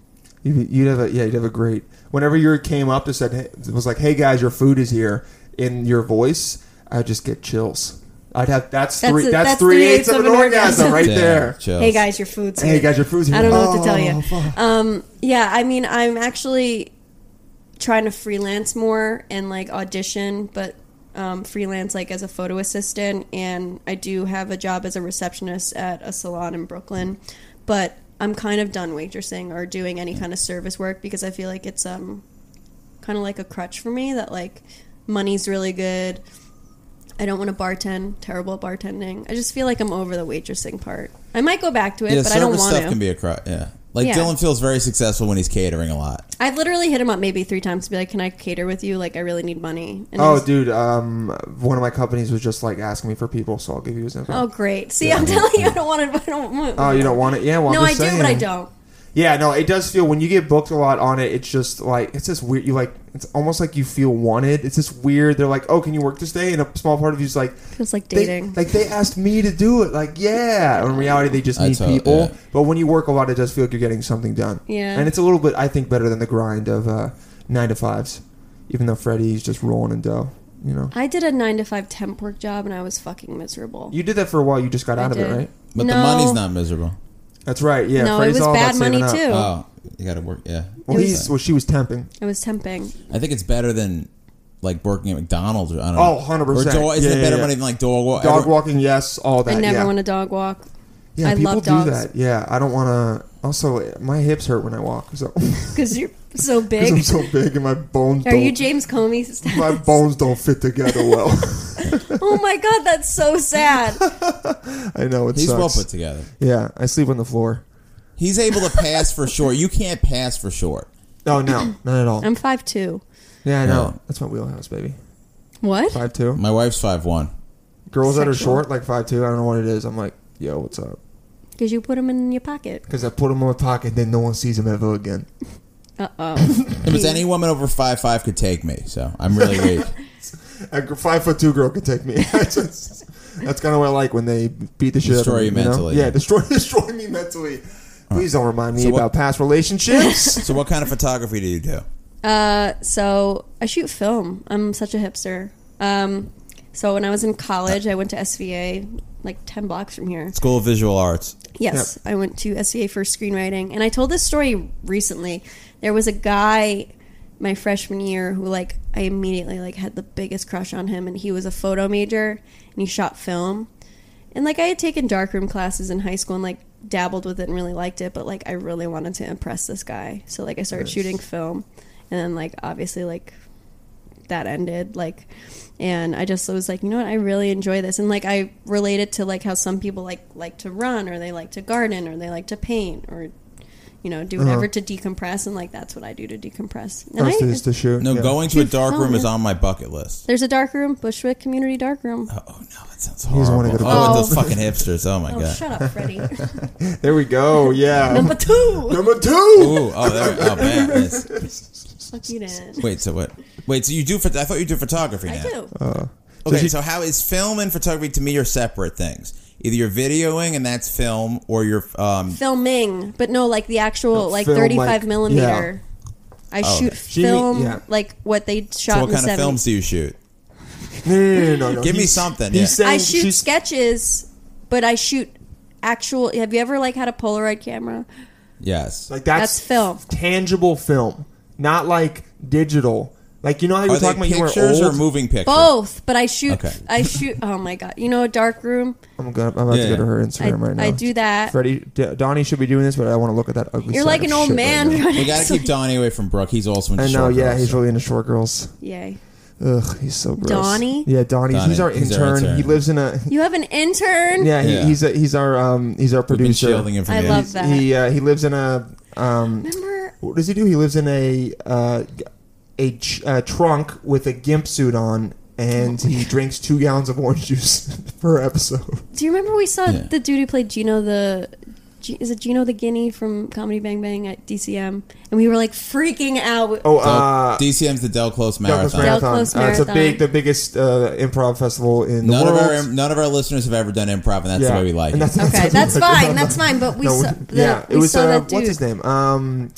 [SPEAKER 1] You- You'd have a yeah, you'd have a great. Whenever you came up and said it was like, "Hey guys, your food is here," in your voice, I just get chills. I'd have that's
[SPEAKER 4] That's
[SPEAKER 1] three
[SPEAKER 4] a-
[SPEAKER 1] that's,
[SPEAKER 4] that's
[SPEAKER 1] three eighths of an orgasm right
[SPEAKER 3] Damn,
[SPEAKER 1] there.
[SPEAKER 3] chills.
[SPEAKER 4] Hey guys, your food's here.
[SPEAKER 1] Hey guys, your food's here.
[SPEAKER 4] I don't know what to tell
[SPEAKER 1] Oh,
[SPEAKER 4] you.
[SPEAKER 1] fuck.
[SPEAKER 4] Um, yeah, I mean, I'm actually trying to freelance more and like audition, but um, freelance like as a photo assistant, and I do have a job as a receptionist at a salon in Brooklyn, but I'm kind of done waitressing or doing any kind of service work because I feel like it's um kind of like a crutch for me that like money's really good. I don't want to bartend. Terrible at bartending. I just feel like I'm over the waitressing part. I might go back to it,
[SPEAKER 3] yeah,
[SPEAKER 4] but I don't
[SPEAKER 3] service
[SPEAKER 4] want
[SPEAKER 3] stuff
[SPEAKER 4] to.
[SPEAKER 3] can be a cru Yeah, like
[SPEAKER 4] Yeah.
[SPEAKER 3] Dylan feels very successful when he's catering a lot.
[SPEAKER 4] I've literally hit him up maybe three times to be like, "Can I cater with you? Like, I really need money." And
[SPEAKER 1] Oh,
[SPEAKER 4] he's-
[SPEAKER 1] dude, um, one of my companies was just like asking me for people, so I'll give you his info.
[SPEAKER 4] oh, great. See, I'm telling you, I don't want to. I don't want.
[SPEAKER 1] Oh, you don't want it? Yeah, well,
[SPEAKER 4] no,
[SPEAKER 1] I'm
[SPEAKER 4] I
[SPEAKER 1] just
[SPEAKER 4] do, but I
[SPEAKER 1] saying.
[SPEAKER 4] don't.
[SPEAKER 1] Yeah, no, it does feel when you get booked a lot on it. It's just like it's just weird. You like it's almost like you feel wanted. It's just weird. They're like, oh, can you work this day? And a small part of you's like,
[SPEAKER 4] Feels like
[SPEAKER 1] they-
[SPEAKER 4] dating.
[SPEAKER 1] like they asked me to do it. Like, yeah. In reality, they just
[SPEAKER 3] I
[SPEAKER 1] need
[SPEAKER 3] tell-
[SPEAKER 1] people.
[SPEAKER 3] yeah.
[SPEAKER 1] But when you work a lot, it does feel like you're getting something done.
[SPEAKER 4] Yeah.
[SPEAKER 1] and it's a little bit, I think, better than the grind of uh, nine to fives. Even though Freddie's just rolling in dough, you know.
[SPEAKER 4] I did a nine to five temp work job, and I was fucking miserable.
[SPEAKER 1] You did that for a while. You just got
[SPEAKER 4] I
[SPEAKER 1] out of
[SPEAKER 4] did.
[SPEAKER 1] it, right?
[SPEAKER 3] But the
[SPEAKER 4] No.
[SPEAKER 3] money's not miserable.
[SPEAKER 1] That's right. Yeah.
[SPEAKER 4] no, it
[SPEAKER 1] Freddie's
[SPEAKER 4] was
[SPEAKER 1] all about
[SPEAKER 4] bad money
[SPEAKER 1] saving up.
[SPEAKER 4] too.
[SPEAKER 3] Oh, you got to work. Yeah,
[SPEAKER 1] Well, he's well, she was temping.
[SPEAKER 4] I was temping.
[SPEAKER 3] I think it's better than like working at McDonald's. Or, I don't
[SPEAKER 1] Oh,
[SPEAKER 3] know.
[SPEAKER 1] 100%.
[SPEAKER 3] Or dog, isn't
[SPEAKER 1] Yeah,
[SPEAKER 3] it
[SPEAKER 1] yeah,
[SPEAKER 3] better
[SPEAKER 1] yeah.
[SPEAKER 3] money than like dog walk?
[SPEAKER 1] Dog
[SPEAKER 3] everyone-
[SPEAKER 1] walking, yes, all that.
[SPEAKER 4] I never
[SPEAKER 1] yeah.
[SPEAKER 4] want to dog walk.
[SPEAKER 1] Yeah,
[SPEAKER 4] I
[SPEAKER 1] people
[SPEAKER 4] love
[SPEAKER 1] do
[SPEAKER 4] dogs.
[SPEAKER 1] that. Yeah, I don't want to. Also, my hips hurt when I walk, so
[SPEAKER 4] because you're so
[SPEAKER 1] because
[SPEAKER 4] big.
[SPEAKER 1] I'm so big and my bones.
[SPEAKER 4] Are
[SPEAKER 1] don't,
[SPEAKER 4] you James Comey's?
[SPEAKER 1] My bones don't fit together well.
[SPEAKER 4] oh my god, that's so sad.
[SPEAKER 1] I know it
[SPEAKER 3] He's
[SPEAKER 1] sucks.
[SPEAKER 3] well put together.
[SPEAKER 1] Yeah, I sleep on the floor.
[SPEAKER 3] He's able to pass for short. You can't pass for short.
[SPEAKER 1] Oh no, not at all.
[SPEAKER 4] I'm five two.
[SPEAKER 1] yeah, I know.
[SPEAKER 3] Yeah.
[SPEAKER 1] That's my wheelhouse, baby.
[SPEAKER 4] What?
[SPEAKER 1] Five two.
[SPEAKER 3] My wife's five one.
[SPEAKER 1] Girls that are
[SPEAKER 4] Sexual.
[SPEAKER 1] short, like five two. I don't know what it is. I'm like, yo, what's up?
[SPEAKER 4] Because you put them in your pocket.
[SPEAKER 1] Because I put them in my pocket, then no one sees them ever again.
[SPEAKER 4] Uh oh.
[SPEAKER 3] If it's any woman over five five could take me, so I'm really weak.
[SPEAKER 1] A gr- five foot two girl could take me. I just- that's kind of what I like when they beat the shit
[SPEAKER 3] Destroy
[SPEAKER 1] out of me,
[SPEAKER 3] you
[SPEAKER 1] know?
[SPEAKER 3] mentally.
[SPEAKER 1] Yeah, destroy destroy me mentally. Please don't remind me
[SPEAKER 3] So what-
[SPEAKER 1] about past relationships.
[SPEAKER 3] so what kind of photography do you do?
[SPEAKER 4] Uh, so I shoot film. I'm such a hipster. Um, so when I was in college, I went to SVA, like ten blocks from here.
[SPEAKER 3] School of Visual Arts.
[SPEAKER 4] Yes, I went to SVA for screenwriting, and I told this story recently. There was a guy my freshman year who like I immediately like had the biggest crush on him, and he was a photo major and he shot film. And like I had taken darkroom classes in high school and like dabbled with it and really liked it, but like I really wanted to impress this guy, so like I started shooting film, and then like obviously like that ended like and i just was like you know what i really enjoy this and like i relate it to like how some people like like to run or they like to garden or they like to paint or you know do whatever to decompress and like that's what i do to decompress and
[SPEAKER 1] Uh-huh. First
[SPEAKER 4] I,
[SPEAKER 1] is to shoot.
[SPEAKER 3] No,
[SPEAKER 1] yeah.
[SPEAKER 3] going to a dark room is
[SPEAKER 4] yeah.
[SPEAKER 3] on my bucket list.
[SPEAKER 4] there's a dark room bushwick community dark room
[SPEAKER 3] Oh, oh, no, that sounds
[SPEAKER 1] doesn't
[SPEAKER 3] horrible.
[SPEAKER 1] wanna go to
[SPEAKER 3] oh, with
[SPEAKER 4] Oh.
[SPEAKER 3] the fucking hipsters. Oh my
[SPEAKER 4] oh
[SPEAKER 3] god.
[SPEAKER 4] shut up freddie
[SPEAKER 1] There we go. Yeah.
[SPEAKER 4] number two
[SPEAKER 1] Number two.
[SPEAKER 3] Ooh, oh, there, oh man. that's-
[SPEAKER 4] fuck you Dan.
[SPEAKER 3] Wait, so what? Wait, so you do? phot- I thought you do photography.
[SPEAKER 4] i
[SPEAKER 3] now.
[SPEAKER 4] do
[SPEAKER 3] Okay,
[SPEAKER 1] she-
[SPEAKER 3] so how is film and photography to me are separate things? Either you're videoing and that's film, or you're um,
[SPEAKER 4] filming but no like the actual like
[SPEAKER 1] film,
[SPEAKER 4] 35
[SPEAKER 1] like-
[SPEAKER 4] millimeter i shoot
[SPEAKER 1] She-
[SPEAKER 4] film
[SPEAKER 1] yeah.
[SPEAKER 4] like what they
[SPEAKER 3] Oh.
[SPEAKER 4] shot
[SPEAKER 3] so
[SPEAKER 4] in
[SPEAKER 3] what
[SPEAKER 4] the
[SPEAKER 3] kind of
[SPEAKER 4] 70s
[SPEAKER 3] films do you shoot?
[SPEAKER 1] No, no, no, no, no.
[SPEAKER 3] Give me
[SPEAKER 1] He's-
[SPEAKER 3] something,
[SPEAKER 1] he's
[SPEAKER 3] yeah.
[SPEAKER 1] saying
[SPEAKER 4] I shoot
[SPEAKER 1] she's-
[SPEAKER 4] sketches, but I shoot actual. Have you ever like had a Polaroid camera?
[SPEAKER 3] Yes.
[SPEAKER 1] like that's,
[SPEAKER 4] That's film.
[SPEAKER 1] Tangible film, not like digital. Like you know how you were
[SPEAKER 3] are they
[SPEAKER 1] talking about you were
[SPEAKER 3] pictures
[SPEAKER 1] old.
[SPEAKER 3] or moving pictures?
[SPEAKER 4] Both, but I shoot.
[SPEAKER 3] Okay.
[SPEAKER 4] I shoot. Oh my god! You know, a dark room.
[SPEAKER 1] I'm gonna. I'm about
[SPEAKER 3] Yeah,
[SPEAKER 1] to go to
[SPEAKER 3] yeah.
[SPEAKER 1] her
[SPEAKER 4] I,
[SPEAKER 1] Instagram right now.
[SPEAKER 4] I do that.
[SPEAKER 1] Freddie, D- Donnie should be doing this, but I want to look at that ugly.
[SPEAKER 4] You're
[SPEAKER 1] side
[SPEAKER 4] like
[SPEAKER 1] of
[SPEAKER 4] an old
[SPEAKER 1] shit
[SPEAKER 4] man.
[SPEAKER 1] Right now.
[SPEAKER 4] Right
[SPEAKER 3] We gotta keep Donnie away from Brooke. He's also into
[SPEAKER 1] I know.
[SPEAKER 3] short
[SPEAKER 1] Yeah,
[SPEAKER 3] girls,
[SPEAKER 1] he's
[SPEAKER 3] so-
[SPEAKER 1] really into short girls.
[SPEAKER 4] Yay!
[SPEAKER 1] Ugh, he's so gross.
[SPEAKER 4] Donnie?
[SPEAKER 1] Yeah, Donnie.
[SPEAKER 3] Donnie,
[SPEAKER 1] He's our
[SPEAKER 3] he's
[SPEAKER 1] intern.
[SPEAKER 3] our intern.
[SPEAKER 1] He lives in a.
[SPEAKER 4] You have an intern.
[SPEAKER 1] Yeah, he,
[SPEAKER 3] Yeah.
[SPEAKER 1] he's a, he's our um he's our
[SPEAKER 3] We've been
[SPEAKER 1] producer.
[SPEAKER 3] shielding him from
[SPEAKER 4] I
[SPEAKER 3] the
[SPEAKER 4] love that.
[SPEAKER 1] He uh, he lives in a um
[SPEAKER 4] Remember?
[SPEAKER 1] what does he do? He lives in a uh, a ch- uh, trunk with a gimp suit on, and
[SPEAKER 3] Oh.
[SPEAKER 1] he drinks two gallons of orange juice per episode.
[SPEAKER 4] Do you remember we saw
[SPEAKER 3] Yeah.
[SPEAKER 4] the dude who played Gino the G- is it Gino the Guinea from Comedy Bang Bang at DCM? And we were like freaking out.
[SPEAKER 1] Oh, uh,
[SPEAKER 3] DCM's the Del Close
[SPEAKER 1] Del Close
[SPEAKER 3] Marathon.
[SPEAKER 1] Marathon.
[SPEAKER 4] Del Close
[SPEAKER 1] Uh, it's a big,
[SPEAKER 4] Marathon.
[SPEAKER 1] the biggest uh, improv festival in the
[SPEAKER 3] None of
[SPEAKER 1] world.
[SPEAKER 3] our none of our listeners have ever done improv, and that's the way we like
[SPEAKER 1] And
[SPEAKER 3] it.
[SPEAKER 1] that's-
[SPEAKER 4] Okay, that's
[SPEAKER 1] what-
[SPEAKER 4] fine. That's fine. But we
[SPEAKER 1] No,
[SPEAKER 4] saw,
[SPEAKER 1] we-
[SPEAKER 4] the,
[SPEAKER 1] yeah, it
[SPEAKER 4] we
[SPEAKER 1] was
[SPEAKER 4] saw
[SPEAKER 1] uh,
[SPEAKER 4] that dude.
[SPEAKER 1] what's his name? Um,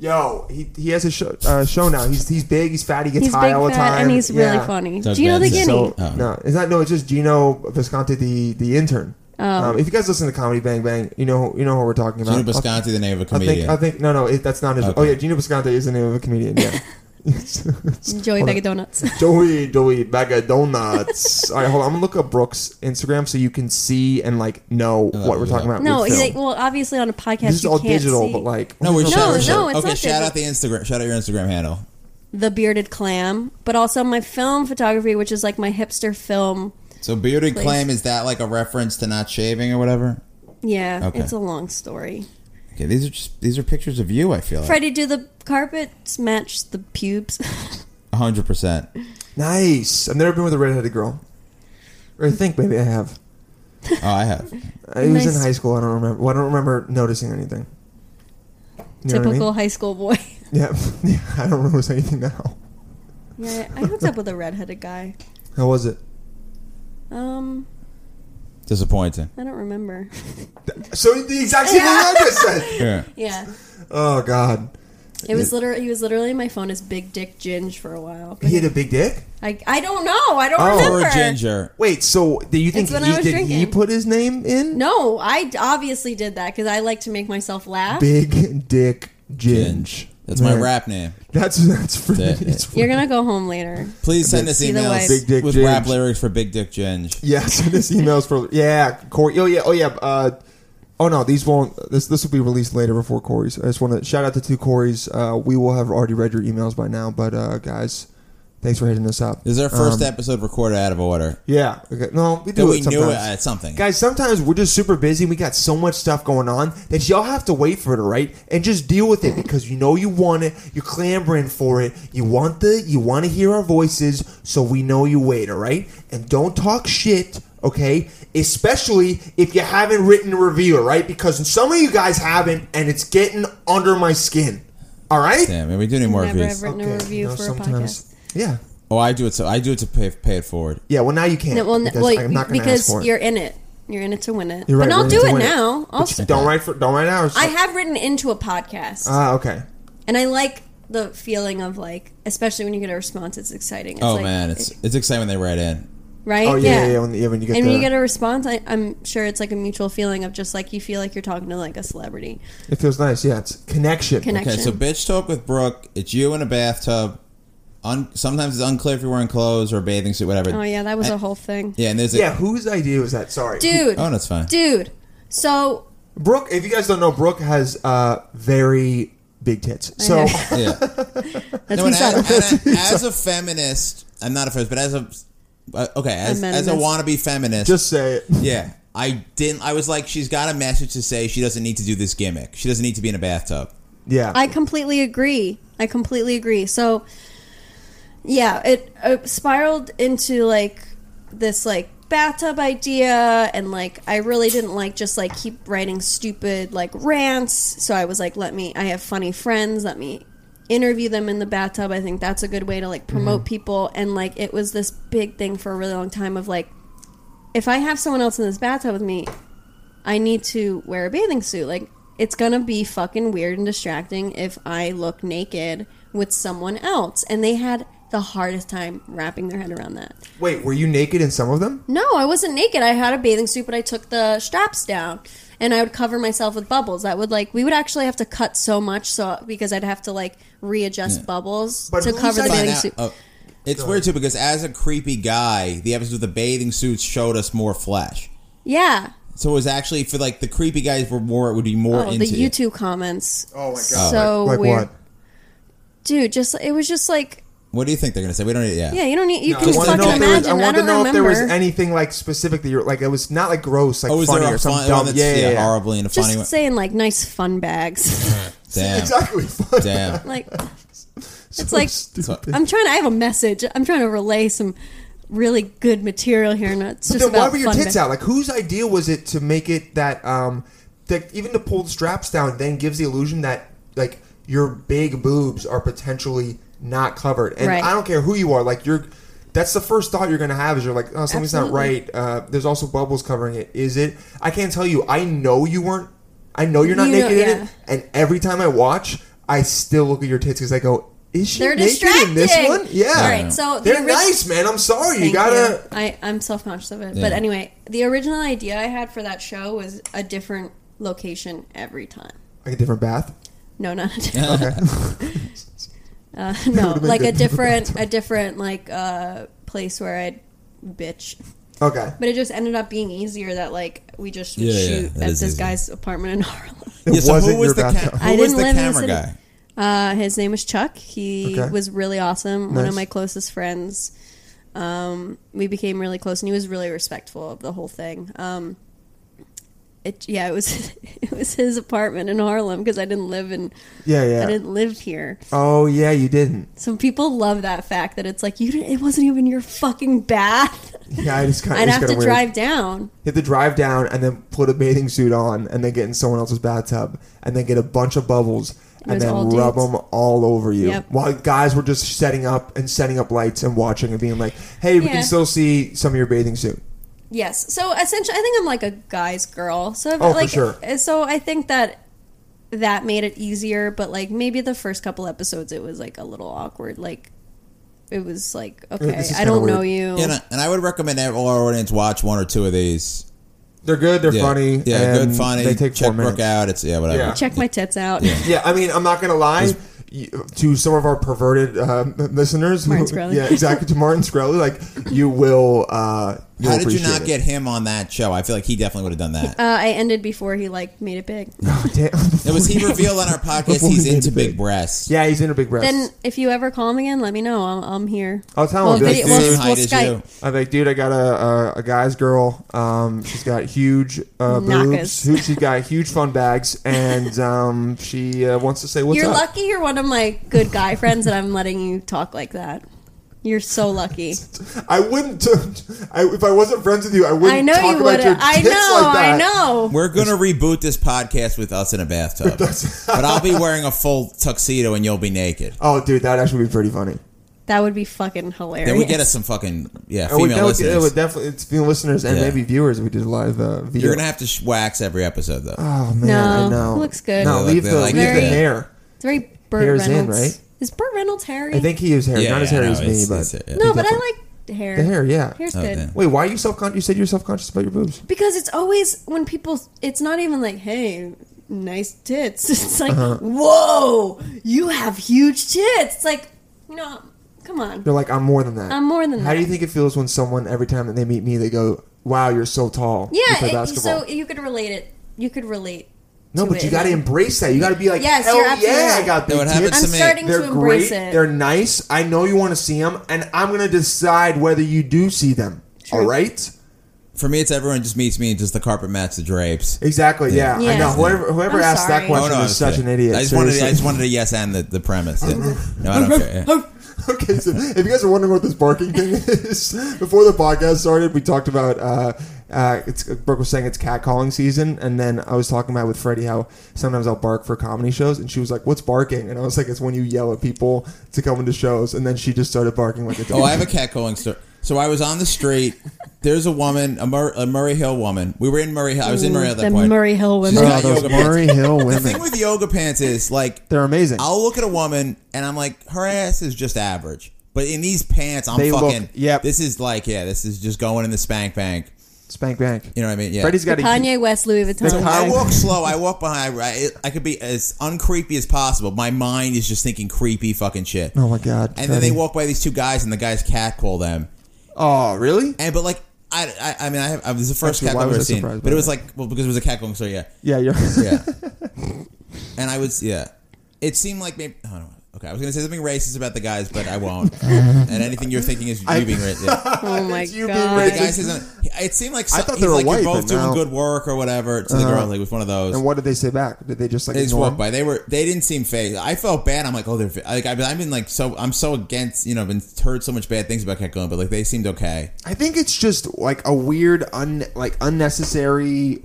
[SPEAKER 1] yo, he he has a show, uh, show now. He's he's big. He's fat. He gets
[SPEAKER 4] He's
[SPEAKER 1] high
[SPEAKER 4] big
[SPEAKER 1] all the
[SPEAKER 4] fat
[SPEAKER 1] time,
[SPEAKER 4] and he's really
[SPEAKER 1] Yeah.
[SPEAKER 4] funny.
[SPEAKER 3] Doug
[SPEAKER 4] Gino the
[SPEAKER 3] Benson.
[SPEAKER 4] Guinea.
[SPEAKER 1] So
[SPEAKER 3] Oh.
[SPEAKER 1] no, it's not. No, it's just Gino Visconti, the the intern.
[SPEAKER 4] Oh.
[SPEAKER 1] Um, if you guys listen to Comedy Bang Bang, you know you know who we're talking about.
[SPEAKER 3] Gino
[SPEAKER 1] I'll-
[SPEAKER 3] Bisconti, the name of a
[SPEAKER 1] I
[SPEAKER 3] comedian.
[SPEAKER 1] think I think no no it, that's not his.
[SPEAKER 3] Okay.
[SPEAKER 1] Oh yeah, Gino Bisconti is the name of a comedian. Yeah.
[SPEAKER 4] Joey
[SPEAKER 1] Hold
[SPEAKER 4] Bag of Donuts.
[SPEAKER 1] Joey Joey bag of donuts. All right, hold on. I'm gonna look up Brooks' Instagram so you can see and like know
[SPEAKER 3] Oh,
[SPEAKER 1] what we're
[SPEAKER 3] yeah.
[SPEAKER 1] talking about.
[SPEAKER 4] no,
[SPEAKER 1] with
[SPEAKER 4] he's
[SPEAKER 1] film.
[SPEAKER 4] like, well, obviously on a podcast,
[SPEAKER 1] this is
[SPEAKER 4] you
[SPEAKER 1] all
[SPEAKER 4] can't
[SPEAKER 1] digital,
[SPEAKER 4] see.
[SPEAKER 1] but like oh
[SPEAKER 3] no, we're
[SPEAKER 1] no,
[SPEAKER 4] No,
[SPEAKER 3] shout- we're
[SPEAKER 4] no,
[SPEAKER 3] shout-
[SPEAKER 4] it's
[SPEAKER 3] okay.
[SPEAKER 4] not
[SPEAKER 3] Shout
[SPEAKER 4] that
[SPEAKER 3] out the Instagram. Shout out your Instagram handle.
[SPEAKER 4] the bearded clam, but also my film photography, which is like my hipster film.
[SPEAKER 3] So bearded
[SPEAKER 4] Please.
[SPEAKER 3] claim is that like a reference to not shaving or whatever?
[SPEAKER 4] Yeah,
[SPEAKER 3] Okay.
[SPEAKER 4] it's a long story.
[SPEAKER 3] Okay, these are just these are pictures of you. I feel like
[SPEAKER 4] Freddie, do the carpets match the pubes?
[SPEAKER 3] hundred percent. Oh,
[SPEAKER 1] nice. I've never been with a redheaded girl. Or I think maybe I have.
[SPEAKER 3] Oh, I have.
[SPEAKER 1] I was in
[SPEAKER 4] Nice.
[SPEAKER 1] high school. I don't remember. Well, I don't remember noticing anything. You know what I
[SPEAKER 4] Typical
[SPEAKER 1] mean?
[SPEAKER 4] high school boy.
[SPEAKER 1] Yeah, yeah. I don't notice anything now.
[SPEAKER 4] yeah, I hooked up with a redheaded guy.
[SPEAKER 1] How was it?
[SPEAKER 4] Um,
[SPEAKER 3] Disappointing.
[SPEAKER 4] I don't remember.
[SPEAKER 1] So the exact same thing I just said.
[SPEAKER 3] Yeah.
[SPEAKER 4] Yeah,
[SPEAKER 1] Oh God,
[SPEAKER 4] it was literally he was literally my phone as Big Dick Ginge for a while. But
[SPEAKER 1] he had a big dick.
[SPEAKER 4] I I don't know. I don't
[SPEAKER 1] Oh.
[SPEAKER 3] Or
[SPEAKER 4] remember.
[SPEAKER 3] a ginger.
[SPEAKER 1] Wait, so do you think
[SPEAKER 4] It's when I
[SPEAKER 1] he,
[SPEAKER 4] was
[SPEAKER 1] did he
[SPEAKER 4] drinking.
[SPEAKER 1] put his name in?
[SPEAKER 4] No, I d- obviously did that because I like to make myself laugh.
[SPEAKER 1] Big Dick Ginge.
[SPEAKER 3] That's my
[SPEAKER 1] Man,
[SPEAKER 3] rap name.
[SPEAKER 1] That's that's for
[SPEAKER 3] That-
[SPEAKER 1] it's for-
[SPEAKER 4] You're gonna go home later.
[SPEAKER 3] Please send us
[SPEAKER 4] Either way.
[SPEAKER 3] emails
[SPEAKER 1] Big Dick
[SPEAKER 3] with
[SPEAKER 1] Ginge.
[SPEAKER 3] rap lyrics for Big Dick Ginge.
[SPEAKER 1] Yeah, send us emails for yeah, Corey. Oh yeah, oh yeah. Uh, oh no, these won't. This this will be released later before Corey's. I just want to shout out to two Corey's. Uh, we will have already read your emails by now, but uh, guys, thanks for hitting us up.
[SPEAKER 3] This is our first
[SPEAKER 1] Um,
[SPEAKER 3] episode recorded out of order.
[SPEAKER 1] Yeah. Okay. No, we do
[SPEAKER 3] That we
[SPEAKER 1] it
[SPEAKER 3] knew
[SPEAKER 1] sometimes.
[SPEAKER 3] it at something.
[SPEAKER 1] Guys, sometimes we're just super busy. We got so much stuff going on that y'all have to wait for it, all right? And just deal with it because you know you want it. You're clamoring for it. You want the. You want to hear our voices, so we know you wait, all right? And don't talk shit, okay? Especially if you haven't written a review, all right? Because some of you guys haven't, and it's getting under my skin, all right?
[SPEAKER 3] Damn, man, we do need more
[SPEAKER 4] Never
[SPEAKER 3] reviews.
[SPEAKER 4] have written
[SPEAKER 1] Okay,
[SPEAKER 4] a review
[SPEAKER 1] you know,
[SPEAKER 4] for a podcast.
[SPEAKER 1] Yeah.
[SPEAKER 3] Oh, I do it. So I do it to pay, pay it forward.
[SPEAKER 1] Yeah. Well, now you can't.
[SPEAKER 4] No, well, n-
[SPEAKER 1] because
[SPEAKER 4] well,
[SPEAKER 1] I'm not going to ask
[SPEAKER 4] because
[SPEAKER 1] for it.
[SPEAKER 4] you're in it. You're in it to win it.
[SPEAKER 1] You're right,
[SPEAKER 4] but
[SPEAKER 1] we're
[SPEAKER 4] I'll
[SPEAKER 1] in
[SPEAKER 4] do
[SPEAKER 1] it to
[SPEAKER 4] it
[SPEAKER 1] win it.
[SPEAKER 4] now. I'll s-
[SPEAKER 1] don't write for. Don't write ours.
[SPEAKER 4] I have written into a podcast,
[SPEAKER 1] Ah, okay.
[SPEAKER 4] and I like the feeling of like, especially when you get a response. It's exciting. It's
[SPEAKER 3] Oh
[SPEAKER 4] like,
[SPEAKER 3] man, it's it's exciting when they write in.
[SPEAKER 4] right.
[SPEAKER 1] Oh yeah, yeah. yeah, when, yeah when you get
[SPEAKER 4] and
[SPEAKER 1] the,
[SPEAKER 4] when you get a response, I, I'm sure it's like a mutual feeling of just like you feel like you're talking to like a celebrity.
[SPEAKER 1] it feels nice. Yeah, it's connection.
[SPEAKER 4] Connection.
[SPEAKER 3] Okay, so bitch talk with Brooke. It's you in a bathtub. Un- sometimes it's unclear if you're wearing clothes or a bathing suit, whatever.
[SPEAKER 4] Oh yeah, that was
[SPEAKER 3] And-
[SPEAKER 4] a whole thing,
[SPEAKER 3] Yeah, and there's a,
[SPEAKER 1] Yeah, whose idea was that? Sorry,
[SPEAKER 4] dude.
[SPEAKER 3] Oh, that's fine.
[SPEAKER 4] dude. So
[SPEAKER 1] Brooke. If you guys don't know, Brooke has uh, very big tits. So
[SPEAKER 4] know.
[SPEAKER 3] Yeah. No,
[SPEAKER 4] that's me
[SPEAKER 3] and
[SPEAKER 4] said.
[SPEAKER 3] as, and I- as a feminist, I'm not a feminist, but as a uh, okay, as,
[SPEAKER 4] A
[SPEAKER 3] as a
[SPEAKER 4] meninist.
[SPEAKER 3] wannabe feminist,
[SPEAKER 1] just say it.
[SPEAKER 3] yeah, I didn't. I was like, she's got a message to say. She doesn't need to do this gimmick. She doesn't need to be in a bathtub.
[SPEAKER 1] Yeah,
[SPEAKER 4] I completely agree. I completely agree. So, yeah, it uh, spiraled into like this like bathtub idea, and like I really didn't like just like keep writing stupid like rants. So I was like, let me. I have funny friends. Let me interview them in the bathtub. I think that's a good way to like promote people. And like it was this big thing for a really long time of like, if I have someone else in this bathtub with me, I need to wear a bathing suit. Like, it's gonna be fucking weird and distracting if I look naked with someone else. And they had the hardest time wrapping their head around that.
[SPEAKER 1] wait, were you naked in some of them?
[SPEAKER 4] No, I wasn't naked. I had a bathing suit, but I took the straps down and I would cover myself with bubbles. That would like, we would actually have to cut so much so because I'd have to like readjust bubbles
[SPEAKER 1] But
[SPEAKER 4] to
[SPEAKER 1] who's
[SPEAKER 4] cover
[SPEAKER 1] that-
[SPEAKER 4] the
[SPEAKER 3] Find
[SPEAKER 4] bathing
[SPEAKER 3] out-
[SPEAKER 4] suit.
[SPEAKER 3] oh, it's weird too because as a creepy guy, the episode with the bathing suits showed us more flesh.
[SPEAKER 4] Yeah.
[SPEAKER 3] So it was actually for like the creepy guys were more. It would be more
[SPEAKER 4] Oh,
[SPEAKER 3] into
[SPEAKER 4] the
[SPEAKER 3] it.
[SPEAKER 4] YouTube comments.
[SPEAKER 1] Oh my God.
[SPEAKER 4] So
[SPEAKER 1] like
[SPEAKER 4] weird.
[SPEAKER 1] what?
[SPEAKER 4] Dude, just, it was just like,
[SPEAKER 3] What do you think they're gonna say? We don't. need Yeah.
[SPEAKER 4] yeah, you don't need, you
[SPEAKER 1] I
[SPEAKER 4] can
[SPEAKER 1] wanna
[SPEAKER 4] fucking
[SPEAKER 1] know if there was-
[SPEAKER 4] imagine. I,
[SPEAKER 1] wanna
[SPEAKER 4] don't
[SPEAKER 1] know
[SPEAKER 4] remember.
[SPEAKER 1] if there was anything like specific that you're like. It was not like gross, like
[SPEAKER 3] Oh, is
[SPEAKER 1] funny
[SPEAKER 3] there
[SPEAKER 1] or
[SPEAKER 3] a
[SPEAKER 1] some
[SPEAKER 3] fun, oh,
[SPEAKER 1] dumb.
[SPEAKER 3] that's,
[SPEAKER 1] yeah, yeah, yeah.
[SPEAKER 3] horribly in a funny
[SPEAKER 4] just
[SPEAKER 3] way.
[SPEAKER 4] saying like nice fun bags
[SPEAKER 3] Damn.
[SPEAKER 1] Exactly. Fun.
[SPEAKER 3] Damn.
[SPEAKER 4] like
[SPEAKER 1] it's
[SPEAKER 4] like-
[SPEAKER 1] stupid.
[SPEAKER 4] i'm trying to i have a message i'm trying to relay some really good material here and it's just
[SPEAKER 1] Then
[SPEAKER 4] about
[SPEAKER 1] why were your
[SPEAKER 4] fun
[SPEAKER 1] tits
[SPEAKER 4] ba-
[SPEAKER 1] out? Like whose idea was it to make it that um the, even the pulled straps down then gives the illusion that like your big boobs are potentially not covered. And
[SPEAKER 4] Right.
[SPEAKER 1] I don't care who you are, like you're. That's the first thought you're going to have is you're like, oh, something's not
[SPEAKER 4] Absolutely.
[SPEAKER 1] right. Uh, there's also bubbles covering it. Is it? I can't tell you. I know you weren't. I know you're not
[SPEAKER 4] You know-
[SPEAKER 1] naked in
[SPEAKER 4] yeah.
[SPEAKER 1] it. And every time I watch, I still look at your tits because I go, is she
[SPEAKER 4] They're
[SPEAKER 1] naked
[SPEAKER 4] distracting.
[SPEAKER 1] in this one? Yeah.
[SPEAKER 4] All right. So
[SPEAKER 1] They're
[SPEAKER 4] the orig-
[SPEAKER 1] nice, man. I'm sorry. Oh, you
[SPEAKER 4] Thank
[SPEAKER 1] gotta.
[SPEAKER 4] you. I I'm self conscious of it,
[SPEAKER 3] Yeah.
[SPEAKER 4] but anyway, the original idea I had for that show was a different location every time.
[SPEAKER 1] Like a different bath.
[SPEAKER 4] No, not a different. uh, no,
[SPEAKER 1] been
[SPEAKER 4] like a
[SPEAKER 1] good.
[SPEAKER 4] different a different like uh, place where I'd bitch.
[SPEAKER 1] Okay.
[SPEAKER 4] But it just ended up being easier that like we just would
[SPEAKER 3] Yeah, yeah,
[SPEAKER 4] shoot
[SPEAKER 3] that
[SPEAKER 4] at
[SPEAKER 3] is
[SPEAKER 4] this
[SPEAKER 3] easy.
[SPEAKER 4] guy's apartment in Harlem.
[SPEAKER 1] It
[SPEAKER 3] Yeah, so who
[SPEAKER 1] wasn't
[SPEAKER 3] was
[SPEAKER 1] your
[SPEAKER 3] the
[SPEAKER 1] bathtub.
[SPEAKER 3] ca- who
[SPEAKER 4] I
[SPEAKER 3] was the
[SPEAKER 4] didn't live in the
[SPEAKER 3] camera
[SPEAKER 4] city.
[SPEAKER 3] guy?
[SPEAKER 4] Uh, his name was Chuck. He
[SPEAKER 1] Okay.
[SPEAKER 4] was really awesome. One
[SPEAKER 1] Nice.
[SPEAKER 4] of my closest friends. Um, we became really close, and he was really respectful of the whole thing. Um, it yeah, it was it was his apartment in Harlem because I didn't live in
[SPEAKER 1] Yeah,
[SPEAKER 4] I
[SPEAKER 1] yeah.
[SPEAKER 4] didn't live here.
[SPEAKER 1] Oh yeah, you didn't.
[SPEAKER 4] Some people love that fact that it's like you didn't, it wasn't even your fucking bath.
[SPEAKER 1] Yeah, I just kind
[SPEAKER 4] I'd
[SPEAKER 1] of
[SPEAKER 4] have to
[SPEAKER 1] weird.
[SPEAKER 4] drive down.
[SPEAKER 1] Hit the drive down and then put a bathing suit on and then get in someone else's bathtub and then get a bunch of bubbles and
[SPEAKER 4] was
[SPEAKER 1] then
[SPEAKER 4] all
[SPEAKER 1] rub
[SPEAKER 4] dudes.
[SPEAKER 1] them all over you.
[SPEAKER 4] Yep.
[SPEAKER 1] While guys were just setting up and setting up lights and watching and being like, "Hey, we
[SPEAKER 4] Yeah.
[SPEAKER 1] can still see some of your bathing suit."
[SPEAKER 4] Yes. So essentially, I think I'm like a guy's girl. So I've,
[SPEAKER 1] Oh, for
[SPEAKER 4] like, eh,
[SPEAKER 1] sure.
[SPEAKER 4] so I think that that made it easier. But like maybe the first couple episodes, it was like a little awkward. Like it was like okay,
[SPEAKER 1] Uh, this is
[SPEAKER 4] I don't
[SPEAKER 1] kinda
[SPEAKER 4] know
[SPEAKER 1] weird.
[SPEAKER 4] you.
[SPEAKER 3] And I, and I would recommend all our audience watch one or two of these.
[SPEAKER 1] They're good. They're
[SPEAKER 3] Yeah.
[SPEAKER 1] funny.
[SPEAKER 3] Yeah,
[SPEAKER 1] and
[SPEAKER 3] good, funny.
[SPEAKER 1] They take
[SPEAKER 3] Check
[SPEAKER 1] four minutes.
[SPEAKER 3] Brooke out. It's yeah, whatever.
[SPEAKER 1] Yeah.
[SPEAKER 4] Check my tits out.
[SPEAKER 1] Yeah, I mean, I'm not gonna lie. y- To some of our perverted uh, listeners, who-
[SPEAKER 4] Martin Shkreli.
[SPEAKER 1] yeah, exactly. To Martin Shkreli, like you will. Uh, you'll
[SPEAKER 3] How did you
[SPEAKER 1] appreciate
[SPEAKER 3] not
[SPEAKER 1] it.
[SPEAKER 3] get him on that show? I feel like he definitely would have done that.
[SPEAKER 4] Uh, I ended before he like made it big.
[SPEAKER 1] Oh, damn.
[SPEAKER 3] It was he revealed on our podcast
[SPEAKER 1] Before we
[SPEAKER 3] he's
[SPEAKER 1] made
[SPEAKER 3] into
[SPEAKER 1] it big.
[SPEAKER 3] big breasts.
[SPEAKER 1] Yeah, he's in a big breast.
[SPEAKER 4] Then if you ever call him again, let me know. I'm, I'm here.
[SPEAKER 1] I'll tell
[SPEAKER 4] Well,
[SPEAKER 1] him. I'll be like,
[SPEAKER 4] video- well,
[SPEAKER 1] dude,
[SPEAKER 3] Same height
[SPEAKER 4] we'll
[SPEAKER 3] as
[SPEAKER 4] Skype.
[SPEAKER 3] you.
[SPEAKER 1] I'm like, dude, I got a a, a guy's girl. Um, she's got huge uh, boobs.
[SPEAKER 4] Knockers.
[SPEAKER 1] Who- She's got huge fun bags, and um, she uh, wants to say what's
[SPEAKER 4] you're
[SPEAKER 1] up.
[SPEAKER 4] lucky. You're one of my good guy friends that I'm letting you talk like that. You're so lucky.
[SPEAKER 1] I wouldn't. I, if I wasn't friends with you, I wouldn't
[SPEAKER 4] I know
[SPEAKER 1] talk
[SPEAKER 4] you
[SPEAKER 1] about
[SPEAKER 4] would.
[SPEAKER 1] your
[SPEAKER 4] I
[SPEAKER 1] tits
[SPEAKER 4] know.
[SPEAKER 1] like that.
[SPEAKER 4] I know.
[SPEAKER 3] We're gonna reboot this podcast with us in a bathtub, but I'll be wearing a full tuxedo and you'll be naked.
[SPEAKER 1] Oh, dude, that'd actually be pretty funny.
[SPEAKER 4] That would be fucking hilarious.
[SPEAKER 3] Then we get us some fucking yeah
[SPEAKER 1] It would,
[SPEAKER 3] female
[SPEAKER 1] that would-
[SPEAKER 3] listeners.
[SPEAKER 1] It would definitely it's female listeners and
[SPEAKER 3] Yeah.
[SPEAKER 1] maybe viewers. if We did a live uh, video.
[SPEAKER 3] You're gonna have to sh- wax every episode though.
[SPEAKER 1] oh man,
[SPEAKER 4] No,
[SPEAKER 1] I know.
[SPEAKER 4] it looks good.
[SPEAKER 1] No,
[SPEAKER 3] Yeah,
[SPEAKER 1] leave
[SPEAKER 3] like
[SPEAKER 1] the
[SPEAKER 3] that, like
[SPEAKER 1] leave the
[SPEAKER 3] that.
[SPEAKER 1] hair.
[SPEAKER 4] It's very Burt
[SPEAKER 1] Hair's in,
[SPEAKER 4] Reynolds.
[SPEAKER 1] right?
[SPEAKER 4] Is Burt Reynolds hairy?
[SPEAKER 1] I think he is hair,
[SPEAKER 3] Yeah,
[SPEAKER 1] not as
[SPEAKER 3] yeah,
[SPEAKER 1] hairy
[SPEAKER 3] no,
[SPEAKER 1] as me,
[SPEAKER 3] it's-
[SPEAKER 1] but
[SPEAKER 3] it's- yeah.
[SPEAKER 4] no, but
[SPEAKER 1] definitely-
[SPEAKER 4] I like hair.
[SPEAKER 1] the hair. Yeah.
[SPEAKER 4] Hair's
[SPEAKER 3] Oh,
[SPEAKER 4] good.
[SPEAKER 3] yeah.
[SPEAKER 1] Wait, why are you self conscious? You said you're self conscious about your boobs.
[SPEAKER 4] Because it's always when people. It's not even like, hey, nice tits. It's like,
[SPEAKER 1] Uh-huh.
[SPEAKER 4] whoa, you have huge tits. It's like, no, come on.
[SPEAKER 1] You're like, I'm more than that.
[SPEAKER 4] I'm more than
[SPEAKER 1] How do you
[SPEAKER 4] that.
[SPEAKER 1] think it feels when someone every time that they meet me, they go, "Wow, you're so tall." You play
[SPEAKER 4] Yeah, it,
[SPEAKER 1] basketball.
[SPEAKER 4] so you could relate it. You could relate.
[SPEAKER 1] no,
[SPEAKER 4] to
[SPEAKER 1] but you
[SPEAKER 4] it.
[SPEAKER 1] got to embrace that. You got to be like,
[SPEAKER 4] Yes,
[SPEAKER 1] "Hell
[SPEAKER 4] you're absolutely
[SPEAKER 1] yeah, I
[SPEAKER 4] right.
[SPEAKER 1] got
[SPEAKER 3] No,
[SPEAKER 1] big
[SPEAKER 3] it happens
[SPEAKER 4] I'm
[SPEAKER 3] to me.
[SPEAKER 4] starting
[SPEAKER 1] They're
[SPEAKER 4] to embrace
[SPEAKER 1] great.
[SPEAKER 4] it.
[SPEAKER 1] They're nice. I know you want to see them, and I'm gonna decide whether you do see them.
[SPEAKER 4] True.
[SPEAKER 1] All right.
[SPEAKER 3] For me, it's everyone just meets me and just the carpet match the drapes.
[SPEAKER 1] Exactly. Yeah, I
[SPEAKER 4] Yeah.
[SPEAKER 1] know. Whoever whoever
[SPEAKER 4] I'm
[SPEAKER 1] asked that
[SPEAKER 4] sorry.
[SPEAKER 1] question
[SPEAKER 3] I
[SPEAKER 1] is
[SPEAKER 3] was
[SPEAKER 1] such
[SPEAKER 3] kidding.
[SPEAKER 1] an idiot.
[SPEAKER 3] Oh, I just wanted, to, I
[SPEAKER 1] seriously.
[SPEAKER 3] just wanted to yes and the, the premise. Yeah. No, I don't care. Yeah.
[SPEAKER 1] okay, so if you guys are wondering what this barking thing is, before the podcast started, we talked about. Uh, uh, it's Brooke was saying it's catcalling season, and then I was talking about with Freddie how sometimes I'll bark for comedy shows, and she was like, "What's barking?" And I was like, "It's when you yell at people to come into shows," and then she just started barking like a dog.
[SPEAKER 3] Oh, I have a catcalling story. So I was on the street. There's a woman, a, Mur- a Murray Hill woman. We were in Murray Hill. I was in Murray Hill at
[SPEAKER 4] the
[SPEAKER 3] that point.
[SPEAKER 4] Murray Hill
[SPEAKER 3] She's
[SPEAKER 4] women.
[SPEAKER 1] Oh,
[SPEAKER 3] got
[SPEAKER 1] those
[SPEAKER 3] yoga pants.
[SPEAKER 1] Murray Hill
[SPEAKER 3] The thing
[SPEAKER 1] women.
[SPEAKER 3] with yoga pants is like
[SPEAKER 1] They're amazing.
[SPEAKER 3] I'll look at a woman and I'm like, her ass is just average. But in these pants, I'm
[SPEAKER 1] They look-
[SPEAKER 3] fucking.
[SPEAKER 1] yep.
[SPEAKER 3] This is like, yeah, this is just going in the spank bank.
[SPEAKER 1] Spank bank.
[SPEAKER 3] You know what I mean? Yeah.
[SPEAKER 1] Freddie's got a
[SPEAKER 4] Kanye West, Louis Vuitton.
[SPEAKER 1] Kanye-
[SPEAKER 3] I walk slow. I walk behind. I, I could be as uncreepy as possible. My mind is just thinking creepy fucking shit.
[SPEAKER 1] Oh my god.
[SPEAKER 3] And then they
[SPEAKER 1] Freddie.
[SPEAKER 3] walk by these two guys, and the guys catcall them.
[SPEAKER 1] Oh, really?
[SPEAKER 3] And but like, I, I, I mean, I, have, I was the first
[SPEAKER 1] Actually,
[SPEAKER 3] catcall
[SPEAKER 1] why was
[SPEAKER 3] I've ever
[SPEAKER 1] I
[SPEAKER 3] seen.
[SPEAKER 1] surprised
[SPEAKER 3] But
[SPEAKER 1] by
[SPEAKER 3] it was
[SPEAKER 1] that?
[SPEAKER 3] like, well, because it was a catcalling. So yeah,
[SPEAKER 1] Yeah, you're.
[SPEAKER 3] yeah. and I was yeah. It seemed like maybe I don't know. Okay, I was gonna say something racist about the guys, but I won't. and anything you're thinking is you being racist. Yeah.
[SPEAKER 4] Oh my
[SPEAKER 1] It's you being
[SPEAKER 3] The
[SPEAKER 4] god.
[SPEAKER 1] racist.
[SPEAKER 3] guy says something- it seemed like some,
[SPEAKER 1] thought they
[SPEAKER 3] he's
[SPEAKER 1] were
[SPEAKER 3] like
[SPEAKER 1] white,
[SPEAKER 3] you're both
[SPEAKER 1] but
[SPEAKER 3] doing
[SPEAKER 1] now- Uh-huh.
[SPEAKER 3] good work or whatever to the girl. Like it was one of those.
[SPEAKER 1] And what did they say back? Did they just like
[SPEAKER 3] They just
[SPEAKER 1] ignore
[SPEAKER 3] walked by. They were. They didn't seem phased. I felt bad. I'm like, oh, they're like. I've, I've been like so. I'm so against. You know, I've been heard so much bad things about Kekulin, but like they seemed okay.
[SPEAKER 1] I think it's just like a weird, un like unnecessary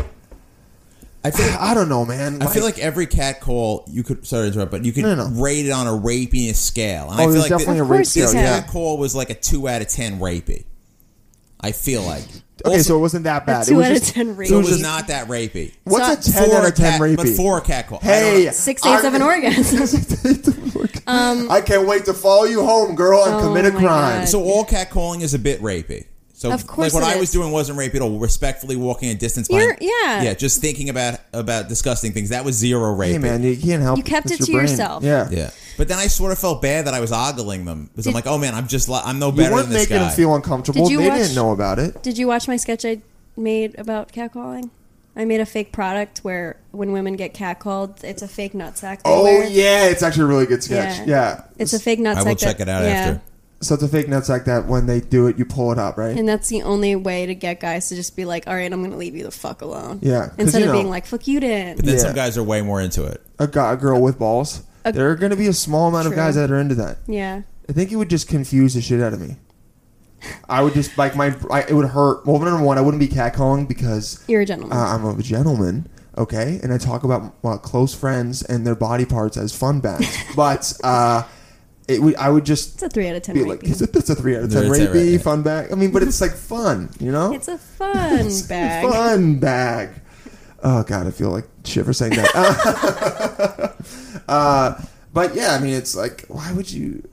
[SPEAKER 3] I feel like,
[SPEAKER 1] I don't know, man.
[SPEAKER 3] I feel like every cat call you could sorry to interrupt, but you could
[SPEAKER 1] No, no, no.
[SPEAKER 3] rate it on a rapiness scale. And
[SPEAKER 1] oh,
[SPEAKER 3] I feel
[SPEAKER 1] there's
[SPEAKER 3] like
[SPEAKER 1] definitely
[SPEAKER 3] thi-
[SPEAKER 1] a rape
[SPEAKER 4] course you
[SPEAKER 1] scale.
[SPEAKER 4] can.
[SPEAKER 1] Yeah.
[SPEAKER 3] Cat call was like a two out of ten rapey. I feel like
[SPEAKER 1] Okay,
[SPEAKER 3] Also,
[SPEAKER 1] so it wasn't that bad.
[SPEAKER 4] two
[SPEAKER 1] it was
[SPEAKER 4] out of
[SPEAKER 1] just-
[SPEAKER 4] 10
[SPEAKER 3] so it
[SPEAKER 4] rapey.
[SPEAKER 3] was not that rapey.
[SPEAKER 1] What's a
[SPEAKER 4] It's
[SPEAKER 1] ten
[SPEAKER 3] For
[SPEAKER 1] out
[SPEAKER 3] a
[SPEAKER 1] of ten
[SPEAKER 3] cat,
[SPEAKER 1] rapey?
[SPEAKER 3] but for a cat call. I don't
[SPEAKER 1] hey,
[SPEAKER 3] know.
[SPEAKER 4] Six days of an orgasm.
[SPEAKER 1] orgasm. I can't wait to follow you home, girl, and
[SPEAKER 4] Oh
[SPEAKER 1] commit a
[SPEAKER 4] my
[SPEAKER 1] crime.
[SPEAKER 4] God.
[SPEAKER 3] So all cat calling is a bit rapey. So
[SPEAKER 4] Of course
[SPEAKER 3] like what
[SPEAKER 4] it
[SPEAKER 3] I was
[SPEAKER 4] is.
[SPEAKER 3] doing wasn't rapey at all. Respectfully walking a distance
[SPEAKER 4] You're-
[SPEAKER 3] behind.
[SPEAKER 4] yeah.
[SPEAKER 3] Yeah, just thinking about about disgusting things. That was zero rapey.
[SPEAKER 1] Hey, man, you can't help.
[SPEAKER 4] You kept
[SPEAKER 1] it's
[SPEAKER 4] it
[SPEAKER 1] your
[SPEAKER 4] to
[SPEAKER 1] brain.
[SPEAKER 4] yourself.
[SPEAKER 1] Yeah,
[SPEAKER 3] Yeah. But then I sort of felt bad that I was ogling them because I'm
[SPEAKER 4] Did-
[SPEAKER 3] like, oh man, I'm just li- I'm no
[SPEAKER 1] You
[SPEAKER 3] better
[SPEAKER 1] weren't
[SPEAKER 3] than this
[SPEAKER 1] making
[SPEAKER 3] guy.
[SPEAKER 1] them feel uncomfortable.
[SPEAKER 4] Did you
[SPEAKER 1] They
[SPEAKER 4] watch-
[SPEAKER 1] didn't know about it.
[SPEAKER 4] Did you watch my sketch I made about catcalling? I made a fake product where when women get catcalled, it's a fake nutsack. They
[SPEAKER 1] Oh
[SPEAKER 4] wear.
[SPEAKER 1] yeah, it's actually a really good sketch. Yeah,
[SPEAKER 4] It's a fake nutsack.
[SPEAKER 3] I will
[SPEAKER 4] that-
[SPEAKER 3] check it out
[SPEAKER 4] yeah.
[SPEAKER 3] after.
[SPEAKER 1] So it's a fake nuts like that. When they do it, you pull it up, right?
[SPEAKER 4] And that's the only way to get guys to just be like, all right, I'm going to leave you the fuck alone.
[SPEAKER 1] Yeah, 'cause
[SPEAKER 4] Instead
[SPEAKER 1] you
[SPEAKER 4] of
[SPEAKER 1] know-
[SPEAKER 4] being like, fuck you didn't.
[SPEAKER 3] But then
[SPEAKER 1] Yeah.
[SPEAKER 3] some guys are way more into it.
[SPEAKER 1] A, guy, a girl with balls.
[SPEAKER 4] A-
[SPEAKER 1] there are going to be a small amount of
[SPEAKER 4] True.
[SPEAKER 1] guys that are into that.
[SPEAKER 4] Yeah.
[SPEAKER 1] I think it would just confuse the shit out of me. I would just like my. I, it would hurt. Well, number one, I wouldn't be catcalling because
[SPEAKER 4] You're a gentleman.
[SPEAKER 1] uh, I'm a gentleman, okay? And I talk about well, close friends and their body parts as fun bags. but uh, it would. I would just
[SPEAKER 4] it's a 3 out of 10
[SPEAKER 1] be
[SPEAKER 4] rapey.
[SPEAKER 1] like, is it, that's a three out of ten
[SPEAKER 3] It's a-
[SPEAKER 1] rapey
[SPEAKER 3] right, yeah.
[SPEAKER 1] fun bag. I mean, but it's like fun, you know?
[SPEAKER 4] It's a fun bag.
[SPEAKER 1] Fun bag. Oh god, I feel like shit for saying that. uh, but yeah, I mean, it's like, why would you?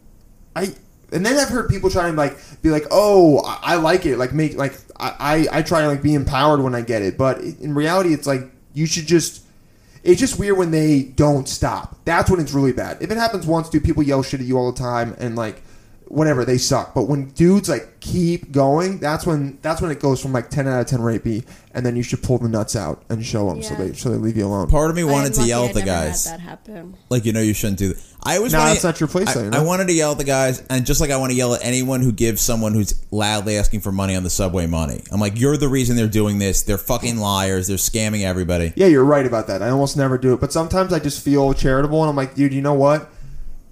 [SPEAKER 1] I and then I've heard people try and like be like, oh, I, I like it. Like make like I, I I try and like be empowered when I get it. But in reality, it's like you should just. It's just weird when they don't stop. That's when it's really bad. If it happens once, dude, people yell shit at you all the time and like whatever, they suck. But when dudes like keep going, that's when that's when it goes from like ten out of ten rapey, and then you should pull the nuts out and show them so
[SPEAKER 4] Yeah.
[SPEAKER 1] they so they leave you alone.
[SPEAKER 3] Part of me
[SPEAKER 4] I am
[SPEAKER 3] wanted to
[SPEAKER 4] lucky
[SPEAKER 3] yell
[SPEAKER 4] I
[SPEAKER 3] at the
[SPEAKER 4] never had
[SPEAKER 3] guys.
[SPEAKER 4] that happen.
[SPEAKER 3] Like, you know, you shouldn't do that. I always
[SPEAKER 1] No,
[SPEAKER 3] wanted-
[SPEAKER 1] that's not your place,
[SPEAKER 3] I,
[SPEAKER 1] though, you know?
[SPEAKER 3] I wanted to yell at the guys, and just like I want to yell at anyone who gives someone who's loudly asking for money on the subway money. I'm like, you're the reason they're doing this. They're fucking liars. They're scamming everybody.
[SPEAKER 1] Yeah, you're right about that. I almost never do it, but sometimes I just feel charitable, and I'm like, dude, you know what?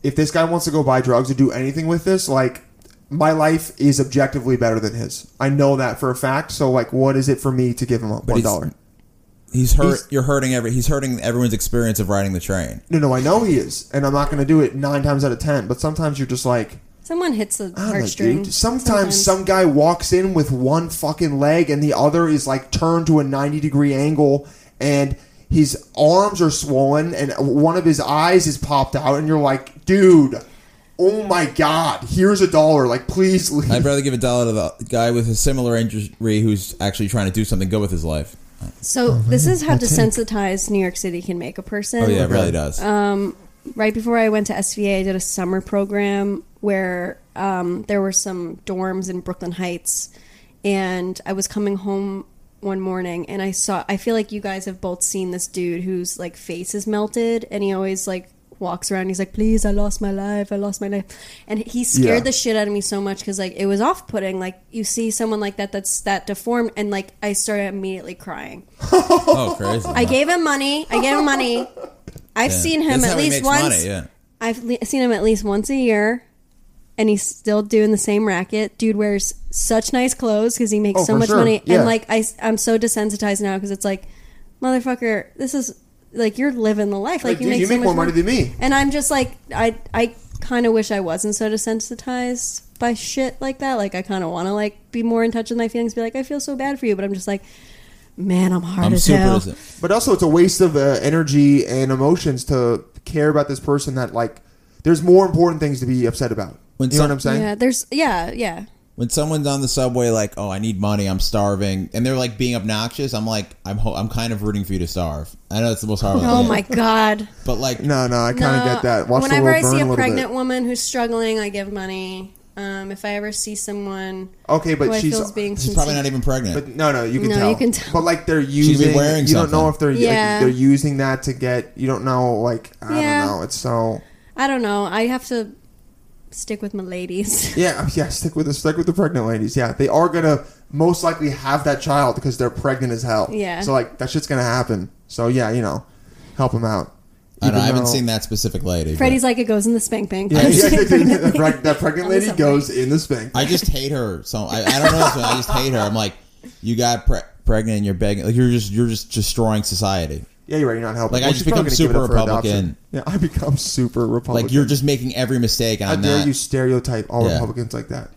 [SPEAKER 1] If this guy wants to go buy drugs or do anything with this, like, my life is objectively better than his. I know that for a fact. So, like, what is it for me to give him up one
[SPEAKER 3] he's-
[SPEAKER 1] dollar?
[SPEAKER 3] He's hurt.
[SPEAKER 1] He's-
[SPEAKER 3] you're hurting every. He's hurting everyone's experience of riding the train.
[SPEAKER 1] No, no, I know he is, and I'm not going to do it nine times out of ten. But sometimes you're just like,
[SPEAKER 4] Someone hits the
[SPEAKER 1] I don't know,
[SPEAKER 4] heartstring.
[SPEAKER 1] Ah, dude. Sometimes, some guy walks in with one fucking leg and the other is like turned to a 90 degree angle and his arms are swollen and one of his eyes is popped out and you're like, dude, oh my god, here's a dollar. Like, please leave.
[SPEAKER 3] I'd rather give a dollar to the guy with a similar injury who's actually trying to do something good with his life.
[SPEAKER 4] So this is how desensitized New York City can make a person.
[SPEAKER 3] Oh yeah, it really does.
[SPEAKER 4] right before I went to SVA, I did a summer program where um, there were some dorms in Brooklyn Heights, and I was coming home one morning and I saw. I feel like you guys have both seen this dude whose like face is melted, and he always like walks around. He's like, "Please, I lost my life. I lost my life," and he scared
[SPEAKER 1] Yeah.
[SPEAKER 4] the shit out of me so much because like it was off putting. Like you see someone like that that's that deformed, and like I started immediately crying.
[SPEAKER 3] oh, crazy.
[SPEAKER 4] I gave him money. I gave him money. I've seen him at least once.
[SPEAKER 3] yeah.
[SPEAKER 4] I've le- seen him at least once a year, and he's still doing the same racket. Dude wears such nice clothes because he makes
[SPEAKER 1] Oh,
[SPEAKER 4] so
[SPEAKER 1] for
[SPEAKER 4] much
[SPEAKER 1] sure.
[SPEAKER 4] money.
[SPEAKER 1] Yeah.
[SPEAKER 4] And like I, am so desensitized now because it's like, motherfucker, this is like you're living the life.
[SPEAKER 1] Like,
[SPEAKER 4] Like, you
[SPEAKER 1] dude,
[SPEAKER 4] make
[SPEAKER 1] you
[SPEAKER 4] so
[SPEAKER 1] make
[SPEAKER 4] much
[SPEAKER 1] more money than me.
[SPEAKER 4] And I'm just like, I, I kind of wish I wasn't so desensitized by shit like that. Like I kind of want to like be more in touch with my feelings. Be like, I feel so bad for you, but I'm just like, man, I'm hard
[SPEAKER 3] I'm
[SPEAKER 4] as
[SPEAKER 3] super.
[SPEAKER 4] hell.
[SPEAKER 3] dis-
[SPEAKER 1] But also, it's a waste of uh, energy and emotions to care about this person that, like, there's more important things to be upset about.
[SPEAKER 3] When
[SPEAKER 1] you know
[SPEAKER 3] some-
[SPEAKER 1] what I'm saying?
[SPEAKER 4] Yeah, there's yeah, yeah.
[SPEAKER 3] When someone's on the subway, like, oh, I need money, I'm starving, and they're like being obnoxious, I'm like, I'm, ho- I'm kind of rooting for you to starve. I know it's the most horrible.
[SPEAKER 4] Oh
[SPEAKER 3] thing.
[SPEAKER 4] my god.
[SPEAKER 3] But like,
[SPEAKER 1] No, no, I kind of
[SPEAKER 4] No,
[SPEAKER 1] get that. Watch the
[SPEAKER 4] whenever
[SPEAKER 1] world
[SPEAKER 4] I
[SPEAKER 1] burn
[SPEAKER 4] see
[SPEAKER 1] a
[SPEAKER 4] a
[SPEAKER 1] little bit.
[SPEAKER 4] pregnant woman who's struggling, I give money. Um, if I ever see someone
[SPEAKER 1] Okay, but
[SPEAKER 4] who I
[SPEAKER 1] she's-
[SPEAKER 4] feel is being
[SPEAKER 3] she's probably not
[SPEAKER 4] sensitive-
[SPEAKER 3] even pregnant.
[SPEAKER 1] But no, no, you can
[SPEAKER 4] No,
[SPEAKER 1] tell.
[SPEAKER 4] you can tell.
[SPEAKER 1] But like they're using,
[SPEAKER 3] She's been wearing
[SPEAKER 1] you don't know
[SPEAKER 3] something.
[SPEAKER 1] if they're
[SPEAKER 4] Yeah.
[SPEAKER 1] like, they're using that to get. You don't know, like I
[SPEAKER 4] Yeah.
[SPEAKER 1] don't know. It's so
[SPEAKER 4] I don't know. I have to stick with my ladies.
[SPEAKER 1] yeah, oh, yeah. Stick with the stick with the pregnant ladies. Yeah, they are gonna most likely have that child because they're pregnant as hell.
[SPEAKER 4] Yeah.
[SPEAKER 1] So like that shit's gonna happen. So yeah, you know, help them out.
[SPEAKER 3] I, don't know, I haven't
[SPEAKER 1] though-
[SPEAKER 3] seen that specific lady. but
[SPEAKER 4] Freddie's like it goes in the spank bank.
[SPEAKER 1] Yeah, yeah, yeah, that, preg- that
[SPEAKER 4] On
[SPEAKER 1] pregnant
[SPEAKER 4] the
[SPEAKER 1] lady
[SPEAKER 4] subway.
[SPEAKER 1] goes in the spank.
[SPEAKER 3] I just hate her. So I, I don't know. this one, I just hate her. I'm like, you got pre- pregnant and you're begging. Like you're just you're just destroying society.
[SPEAKER 1] Yeah, you're right. You're not helping.
[SPEAKER 3] Like, I
[SPEAKER 1] Well,
[SPEAKER 3] just
[SPEAKER 1] she's probably
[SPEAKER 3] become
[SPEAKER 1] gonna give it
[SPEAKER 3] super
[SPEAKER 1] up for adoption.
[SPEAKER 3] Republican.
[SPEAKER 1] Yeah, I become super Republican.
[SPEAKER 3] Like you're just making every mistake. And
[SPEAKER 1] How
[SPEAKER 3] I'm
[SPEAKER 1] dare
[SPEAKER 3] not.
[SPEAKER 1] you stereotype all
[SPEAKER 3] Yeah.
[SPEAKER 1] Republicans like that?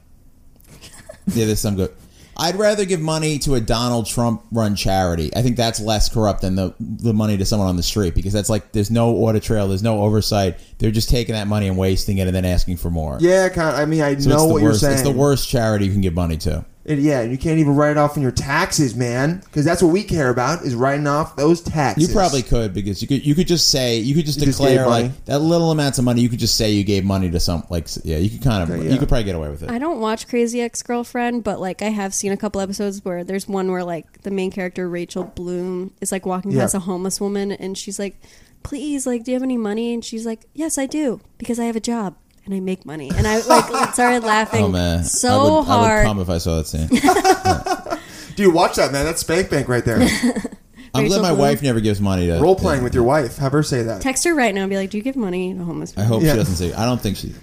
[SPEAKER 3] Yeah, there's some good. I'd rather give money to a Donald Trump run charity. I think that's less corrupt than the the money to someone on the street because that's like there's no audit trail, there's no oversight. They're just taking that money and wasting it and then asking for more.
[SPEAKER 1] Yeah, kind of, I mean, I
[SPEAKER 3] So it's
[SPEAKER 1] know
[SPEAKER 3] the
[SPEAKER 1] what
[SPEAKER 3] worst.
[SPEAKER 1] you're saying.
[SPEAKER 3] It's the worst charity you can give money to.
[SPEAKER 1] And yeah, you can't even write it off in your taxes, man, because that's what we care about is writing off those
[SPEAKER 3] You
[SPEAKER 1] taxes.
[SPEAKER 3] probably could because you could you could just say you could just
[SPEAKER 1] You just
[SPEAKER 3] declare
[SPEAKER 1] gave money.
[SPEAKER 3] like that little amounts of money. You could just say you gave money to some like s- yeah. You could kind of
[SPEAKER 1] Okay, yeah.
[SPEAKER 3] you could probably get away with it.
[SPEAKER 4] I don't watch Crazy Ex Girlfriend, but like I have seen a couple episodes where there's one where like the main character Rachel Bloom is like walking
[SPEAKER 1] Yeah.
[SPEAKER 4] past a homeless woman and she's like, "Please, like, do you have any money?" And she's like, "Yes, I do because I have a job and I make money." And I like started laughing
[SPEAKER 3] oh man, I
[SPEAKER 4] so
[SPEAKER 3] would, I would
[SPEAKER 4] hard.
[SPEAKER 3] come if I saw that scene.
[SPEAKER 1] Dude, watch that, man. That's Spank Bank right there.
[SPEAKER 3] I'm glad
[SPEAKER 4] Rachel
[SPEAKER 3] my
[SPEAKER 4] Bloom.
[SPEAKER 3] wife never gives money to
[SPEAKER 1] Role playing with your wife. Have her say that.
[SPEAKER 4] Text her right now and be like, "Do you give money to homeless?"
[SPEAKER 3] I hope
[SPEAKER 1] Yeah.
[SPEAKER 3] she doesn't see. I don't think she.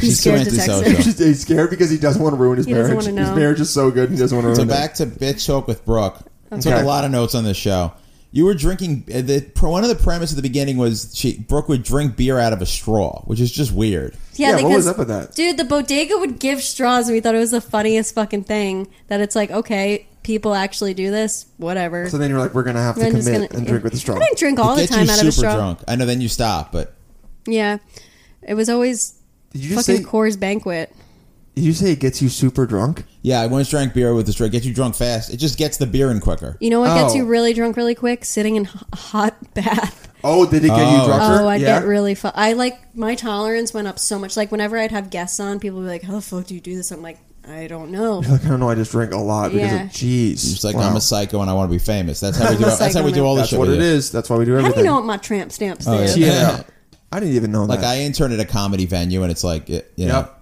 [SPEAKER 3] She's too
[SPEAKER 4] scared to text
[SPEAKER 3] antisocial.
[SPEAKER 4] her.
[SPEAKER 1] He's he's scared because he doesn't want to ruin his
[SPEAKER 4] He doesn't
[SPEAKER 1] marriage.
[SPEAKER 4] wanna
[SPEAKER 1] His
[SPEAKER 4] know.
[SPEAKER 1] marriage is so good, he doesn't want to ruin
[SPEAKER 3] So
[SPEAKER 1] it.
[SPEAKER 3] back to bitch talk with Brooke. Took
[SPEAKER 1] Okay.
[SPEAKER 3] a lot of notes on this show. You were drinking. uh, The pr- one of the premise at the beginning was she Brooke would drink beer out of a straw, which is just weird.
[SPEAKER 1] Yeah,
[SPEAKER 4] Yeah,
[SPEAKER 1] what
[SPEAKER 4] because,
[SPEAKER 1] was up with that?
[SPEAKER 4] Dude, the bodega would give straws, and we thought it was the funniest fucking thing. That it's like, okay, people actually do this. Whatever.
[SPEAKER 1] So then you're like, we're gonna have to
[SPEAKER 4] I'm
[SPEAKER 1] commit
[SPEAKER 4] just gonna-
[SPEAKER 1] and drink with the straw.
[SPEAKER 4] I didn't drink all the
[SPEAKER 3] Get
[SPEAKER 4] time
[SPEAKER 3] you
[SPEAKER 4] out
[SPEAKER 3] super
[SPEAKER 4] of a straw.
[SPEAKER 3] drunk. I know. Then you stop, but
[SPEAKER 4] Yeah, it was always
[SPEAKER 1] Did you just
[SPEAKER 4] fucking
[SPEAKER 1] say?
[SPEAKER 4] Coors Banquet.
[SPEAKER 1] Did you say it gets you super drunk?
[SPEAKER 3] yeah, I once drank beer with the straw. Get you drunk fast. It just gets the beer in quicker.
[SPEAKER 4] You know what gets
[SPEAKER 1] Oh.
[SPEAKER 4] you really drunk really quick? Sitting in h- a hot bath.
[SPEAKER 1] Oh, did it get you
[SPEAKER 3] Oh.
[SPEAKER 1] drunker?
[SPEAKER 4] Oh, I
[SPEAKER 1] yeah.
[SPEAKER 4] get really. Fu- I like my tolerance went up so much. Like whenever I'd have guests on, people would be like, "How the fuck do you do this?" I'm like, I don't know.
[SPEAKER 1] Like, I don't know. I just drank a lot because
[SPEAKER 4] Yeah.
[SPEAKER 1] of jeez.
[SPEAKER 3] It's like
[SPEAKER 1] Wow.
[SPEAKER 3] I'm a psycho and I want to be famous. That's how we do.
[SPEAKER 4] a
[SPEAKER 3] that's how we do all this
[SPEAKER 1] That's
[SPEAKER 3] shit.
[SPEAKER 1] what
[SPEAKER 3] we
[SPEAKER 1] it
[SPEAKER 3] do.
[SPEAKER 1] is. That's why we do
[SPEAKER 4] How
[SPEAKER 1] everything.
[SPEAKER 4] do you know what my tramp stamps
[SPEAKER 3] Oh,
[SPEAKER 4] is?
[SPEAKER 3] yeah.
[SPEAKER 1] Yeah. I didn't even know
[SPEAKER 3] Like
[SPEAKER 1] that.
[SPEAKER 3] I interned at a comedy venue, and it's like it, you know,
[SPEAKER 1] Yep.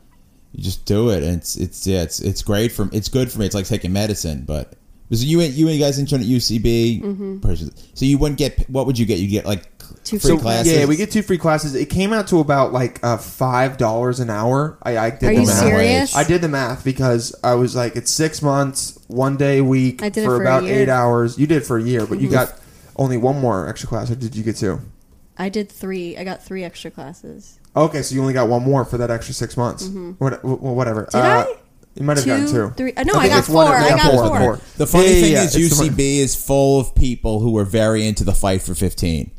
[SPEAKER 3] you just do it, and it's it's yeah, it's it's great for it's good for me. It's like taking medicine, but because you you and you guys interned at UCB, person- so you wouldn't get what would you get? You get like
[SPEAKER 4] Mm-hmm. Two
[SPEAKER 3] free
[SPEAKER 4] free
[SPEAKER 3] classes.
[SPEAKER 4] classes.
[SPEAKER 1] Yeah, we get two free classes. It came out to about like uh, five dollars an hour. I, I did
[SPEAKER 4] Are
[SPEAKER 1] the
[SPEAKER 4] you
[SPEAKER 1] math.
[SPEAKER 4] serious?
[SPEAKER 1] I did the math because I was like, it's six months, one day a week
[SPEAKER 4] I did it
[SPEAKER 1] for
[SPEAKER 4] for a
[SPEAKER 1] about
[SPEAKER 4] year. Mm-hmm.
[SPEAKER 1] eight hours. You did for a year, but you got only one more extra class. Or did you get two?
[SPEAKER 4] I did three. I got three extra classes.
[SPEAKER 1] Okay, so you only got one more for that extra six months. What, well, whatever. Did
[SPEAKER 4] Mm-hmm. I?
[SPEAKER 1] You might have gotten two.
[SPEAKER 4] three. uh, no,
[SPEAKER 1] Okay,
[SPEAKER 4] I got
[SPEAKER 1] it's one-
[SPEAKER 4] four.
[SPEAKER 1] yeah,
[SPEAKER 4] I got
[SPEAKER 1] four,
[SPEAKER 4] four.
[SPEAKER 1] four.
[SPEAKER 3] The funny
[SPEAKER 1] Yeah, yeah,
[SPEAKER 3] thing
[SPEAKER 1] yeah,
[SPEAKER 3] is,
[SPEAKER 1] it's the one-
[SPEAKER 3] UCB is full of people who were very into the fight for fifteen.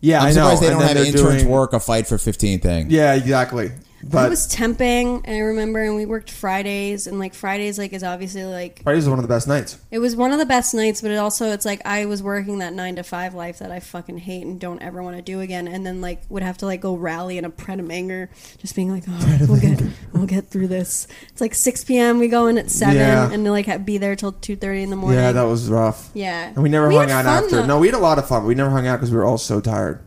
[SPEAKER 1] Yeah, I
[SPEAKER 3] I'm
[SPEAKER 1] know.
[SPEAKER 3] surprised they
[SPEAKER 1] And
[SPEAKER 3] don't
[SPEAKER 1] then
[SPEAKER 3] have
[SPEAKER 1] they're
[SPEAKER 3] interns
[SPEAKER 1] doing-
[SPEAKER 3] work a fight for fifteen thing.
[SPEAKER 1] Yeah, exactly.
[SPEAKER 4] I
[SPEAKER 1] But
[SPEAKER 4] was temping, and I remember, and we worked Fridays, and like Fridays, like is obviously like
[SPEAKER 1] Fridays is one of the best nights.
[SPEAKER 4] it was one of the best nights, but it also it's like I was working that nine to five life that I fucking hate and don't ever want to do again, and then like would have to like go rally in a Prenamanger, just being like, oh, we'll get we'll get through this. It's like six p.m. We go in at seven,
[SPEAKER 1] Yeah.
[SPEAKER 4] and like ha- be there till two thirty in the morning.
[SPEAKER 1] Yeah, that was rough.
[SPEAKER 4] yeah,
[SPEAKER 1] And we never hung
[SPEAKER 4] had
[SPEAKER 1] out
[SPEAKER 4] fun,
[SPEAKER 1] after.
[SPEAKER 4] though.
[SPEAKER 1] No, we had a lot of fun. but We never hung out because we were all so tired,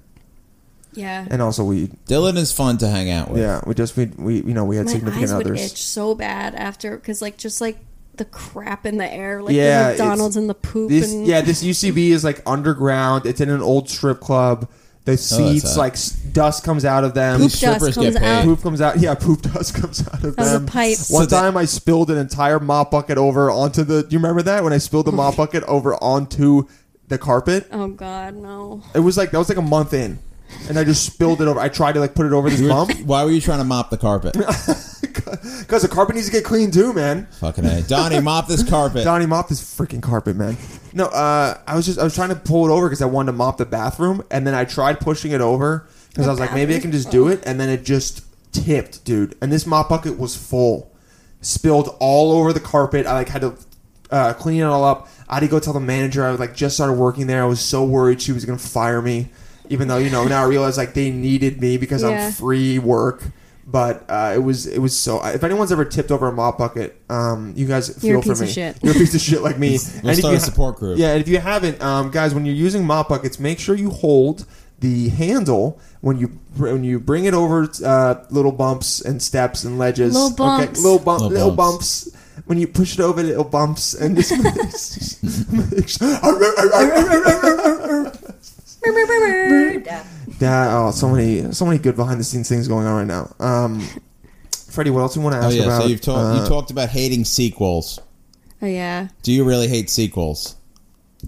[SPEAKER 4] yeah,
[SPEAKER 1] and also we
[SPEAKER 3] Dylan is fun to hang out with.
[SPEAKER 1] Yeah, we just we, we you know we had
[SPEAKER 4] my
[SPEAKER 1] significant
[SPEAKER 4] eyes would
[SPEAKER 1] others.
[SPEAKER 4] itch so bad after because like just like the crap in the air like
[SPEAKER 1] Yeah,
[SPEAKER 4] the mcdonald's and the poop
[SPEAKER 1] This
[SPEAKER 4] and
[SPEAKER 1] yeah, this UCB is like underground. It's in an old strip club.
[SPEAKER 3] Oh,
[SPEAKER 1] The seats
[SPEAKER 3] hot.
[SPEAKER 1] like s- dust comes out of them.
[SPEAKER 3] These
[SPEAKER 4] Poop dust
[SPEAKER 3] strippers
[SPEAKER 4] comes
[SPEAKER 3] get paid.
[SPEAKER 4] out.
[SPEAKER 1] Poop comes out. Yeah, poop dust comes out of
[SPEAKER 4] Out of the
[SPEAKER 1] them.
[SPEAKER 4] pipes.
[SPEAKER 1] um, One
[SPEAKER 3] So that-
[SPEAKER 1] time I spilled an entire mop bucket over onto the. Do you remember that when I spilled the mop bucket over onto the carpet?
[SPEAKER 4] oh god no
[SPEAKER 1] It was like that was like a month in, and I just spilled it over. I tried to like put it over this
[SPEAKER 3] You were-
[SPEAKER 1] bump
[SPEAKER 3] Why were you trying to mop the carpet?
[SPEAKER 1] because the carpet needs to get clean too, man.
[SPEAKER 3] Fucking A. Donnie, mop this carpet.
[SPEAKER 1] Donnie mop this freaking carpet, man. No, uh, I was just I was trying to pull it over because I wanted to mop the bathroom, and then I tried pushing it over because I was like, maybe I can just do it, and then it just tipped, dude. And this mop bucket was full, spilled all over the carpet. I like had to uh, clean it all up. I had to go tell the manager. I was like just started working there. I was so worried she was gonna fire me, even though you know now I realize like they needed me because
[SPEAKER 4] Yeah.
[SPEAKER 1] I'm free work. But uh, it was it was so. If anyone's ever tipped over a mop bucket, um, you guys feel
[SPEAKER 4] You're a
[SPEAKER 1] for
[SPEAKER 4] piece
[SPEAKER 1] me.
[SPEAKER 4] of shit.
[SPEAKER 1] You're a piece of shit like me. And
[SPEAKER 3] We'll
[SPEAKER 1] if
[SPEAKER 3] start
[SPEAKER 1] you
[SPEAKER 3] a support group.
[SPEAKER 1] Yeah, and if you haven't, um, guys, when you're using mop buckets, make sure you hold the handle when you when you bring it over uh, little bumps and steps and ledges.
[SPEAKER 4] Little bumps.
[SPEAKER 1] little bump,
[SPEAKER 3] Little
[SPEAKER 1] little bumps. When you push it over, little bumps and just. yeah, oh, so many, so many good behind the scenes things going on right now. Um, Freddie, what else do you want to ask
[SPEAKER 3] Oh yeah,
[SPEAKER 1] about?
[SPEAKER 3] so you've talked
[SPEAKER 1] uh,
[SPEAKER 3] you talked about hating sequels.
[SPEAKER 4] oh yeah
[SPEAKER 3] Do you really hate sequels?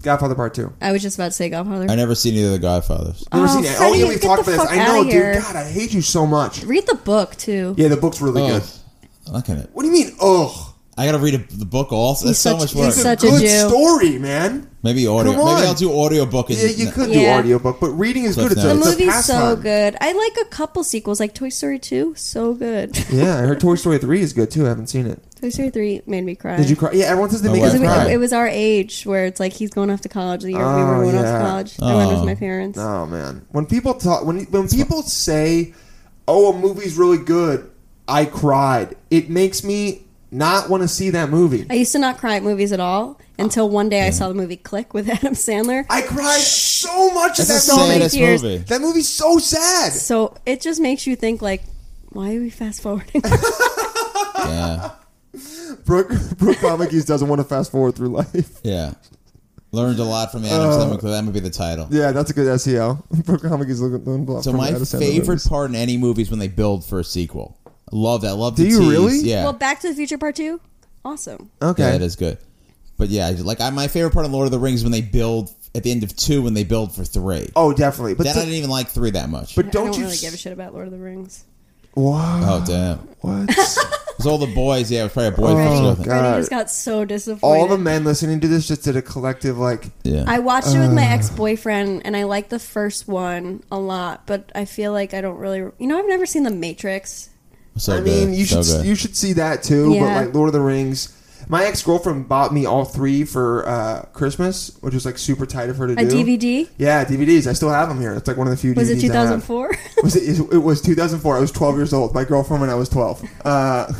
[SPEAKER 1] Godfather Part Two.
[SPEAKER 4] I was just about to say Godfather.
[SPEAKER 3] I never seen either of the Godfathers.
[SPEAKER 1] You ever
[SPEAKER 4] Oh,
[SPEAKER 1] seen it? oh
[SPEAKER 4] Freddie,
[SPEAKER 1] yeah, we've
[SPEAKER 4] get
[SPEAKER 1] talked about
[SPEAKER 4] the
[SPEAKER 1] this.
[SPEAKER 4] fuck
[SPEAKER 1] I know,
[SPEAKER 4] outta
[SPEAKER 1] dude.
[SPEAKER 4] here.
[SPEAKER 1] God, I hate you so much.
[SPEAKER 4] Read the book too.
[SPEAKER 1] Yeah, the book's really
[SPEAKER 3] Oh,
[SPEAKER 1] good.
[SPEAKER 3] look at it.
[SPEAKER 1] What do you mean? Ugh,
[SPEAKER 3] I gotta read a, the book also. That's
[SPEAKER 4] He's
[SPEAKER 3] so
[SPEAKER 4] such-
[SPEAKER 3] much
[SPEAKER 4] he's
[SPEAKER 3] work.
[SPEAKER 1] it's
[SPEAKER 4] such
[SPEAKER 1] a
[SPEAKER 4] a
[SPEAKER 1] good
[SPEAKER 4] Jew.
[SPEAKER 1] story, man.
[SPEAKER 3] Maybe audio.
[SPEAKER 1] Come on.
[SPEAKER 3] Maybe I'll do audiobook. As
[SPEAKER 1] Yeah, you could do
[SPEAKER 4] Yeah.
[SPEAKER 1] audiobook, but reading is
[SPEAKER 3] Cliff
[SPEAKER 1] good. It's a,
[SPEAKER 4] the
[SPEAKER 3] notes.
[SPEAKER 1] it's a
[SPEAKER 4] movie's so
[SPEAKER 1] pastime.
[SPEAKER 4] good. I like a couple sequels, like Toy Story Two, so good.
[SPEAKER 1] Yeah, I heard Toy Story three is good too. I haven't seen it.
[SPEAKER 4] Toy Story Three made me cry.
[SPEAKER 1] Did you cry? Yeah, everyone says they
[SPEAKER 3] Oh,
[SPEAKER 1] make
[SPEAKER 3] wow.
[SPEAKER 1] us
[SPEAKER 4] Because
[SPEAKER 3] Did
[SPEAKER 4] it,
[SPEAKER 1] cry.
[SPEAKER 4] it, was our age where it's like he's going off to college the year we
[SPEAKER 1] Oh,
[SPEAKER 4] were going off
[SPEAKER 1] yeah.
[SPEAKER 4] to college. I went
[SPEAKER 3] Oh.
[SPEAKER 4] with my parents.
[SPEAKER 1] Oh man, when people talk, when when people say, "Oh, a movie's really good," I cried. It makes me not want to see that movie.
[SPEAKER 4] I used to not cry at movies at all until one day I saw the movie Click with Adam Sandler.
[SPEAKER 1] I cried so much at
[SPEAKER 3] That's
[SPEAKER 1] that
[SPEAKER 3] the
[SPEAKER 4] so many
[SPEAKER 3] saddest
[SPEAKER 4] tears.
[SPEAKER 3] movie.
[SPEAKER 1] That movie's so sad.
[SPEAKER 4] So it just makes you think like, why are we fast forwarding?
[SPEAKER 3] Yeah,
[SPEAKER 1] Brooke Brooke Mamikis doesn't want to fast forward through life.
[SPEAKER 3] yeah. Learned a lot from
[SPEAKER 1] Uh,
[SPEAKER 3] Adam Sandler. That might be the title.
[SPEAKER 1] Yeah, that's a good SEO. Brooke Mamikis looking looking
[SPEAKER 3] So
[SPEAKER 1] from
[SPEAKER 3] my
[SPEAKER 1] Adam Sandler
[SPEAKER 3] favorite
[SPEAKER 1] movies.
[SPEAKER 3] part in any movie is when they build for a sequel. I love that. I love
[SPEAKER 1] Do
[SPEAKER 3] the
[SPEAKER 1] you
[SPEAKER 3] tease.
[SPEAKER 1] really?
[SPEAKER 3] Yeah.
[SPEAKER 4] Well, Back to the Future Part Two, awesome.
[SPEAKER 1] Okay,
[SPEAKER 3] Yeah, that is good. But yeah, I- like I, my favorite part of Lord of the Rings is when they build at the end of two when they build for three.
[SPEAKER 1] oh definitely. But
[SPEAKER 3] then
[SPEAKER 1] so-
[SPEAKER 3] I didn't even like three that much.
[SPEAKER 1] but
[SPEAKER 4] I
[SPEAKER 1] don't
[SPEAKER 4] don't
[SPEAKER 1] you
[SPEAKER 4] really
[SPEAKER 1] s-
[SPEAKER 4] give a shit about Lord of the Rings.
[SPEAKER 1] Wow.
[SPEAKER 3] oh damn!
[SPEAKER 1] What?
[SPEAKER 3] It was all the boys. Yeah, it was probably a boys'
[SPEAKER 4] Freddie,
[SPEAKER 3] oh,
[SPEAKER 1] God.
[SPEAKER 4] Freddie just got so disappointed.
[SPEAKER 1] All the men listening to this just did a collective like.
[SPEAKER 3] Yeah.
[SPEAKER 4] I watched it with
[SPEAKER 1] Uh.
[SPEAKER 4] my ex boyfriend, and I liked the first one a lot, but I feel like I don't really. You know, I've never seen The Matrix.
[SPEAKER 3] so
[SPEAKER 1] I mean,
[SPEAKER 3] good.
[SPEAKER 1] you
[SPEAKER 3] so
[SPEAKER 1] should
[SPEAKER 3] good.
[SPEAKER 1] you should see that too.
[SPEAKER 4] Yeah.
[SPEAKER 1] But like Lord of the Rings, my ex girlfriend bought me all three for uh, Christmas, which was like super tight of her to
[SPEAKER 4] A
[SPEAKER 1] do.
[SPEAKER 4] DVD?
[SPEAKER 1] Yeah, DVDs. I still have them here. It's like one of the few.
[SPEAKER 4] Was
[SPEAKER 1] DVDs
[SPEAKER 4] it
[SPEAKER 1] I have.
[SPEAKER 4] 2004?
[SPEAKER 1] was it, it was 2004. I was 12 years old. My girlfriend when I was 12. Uh,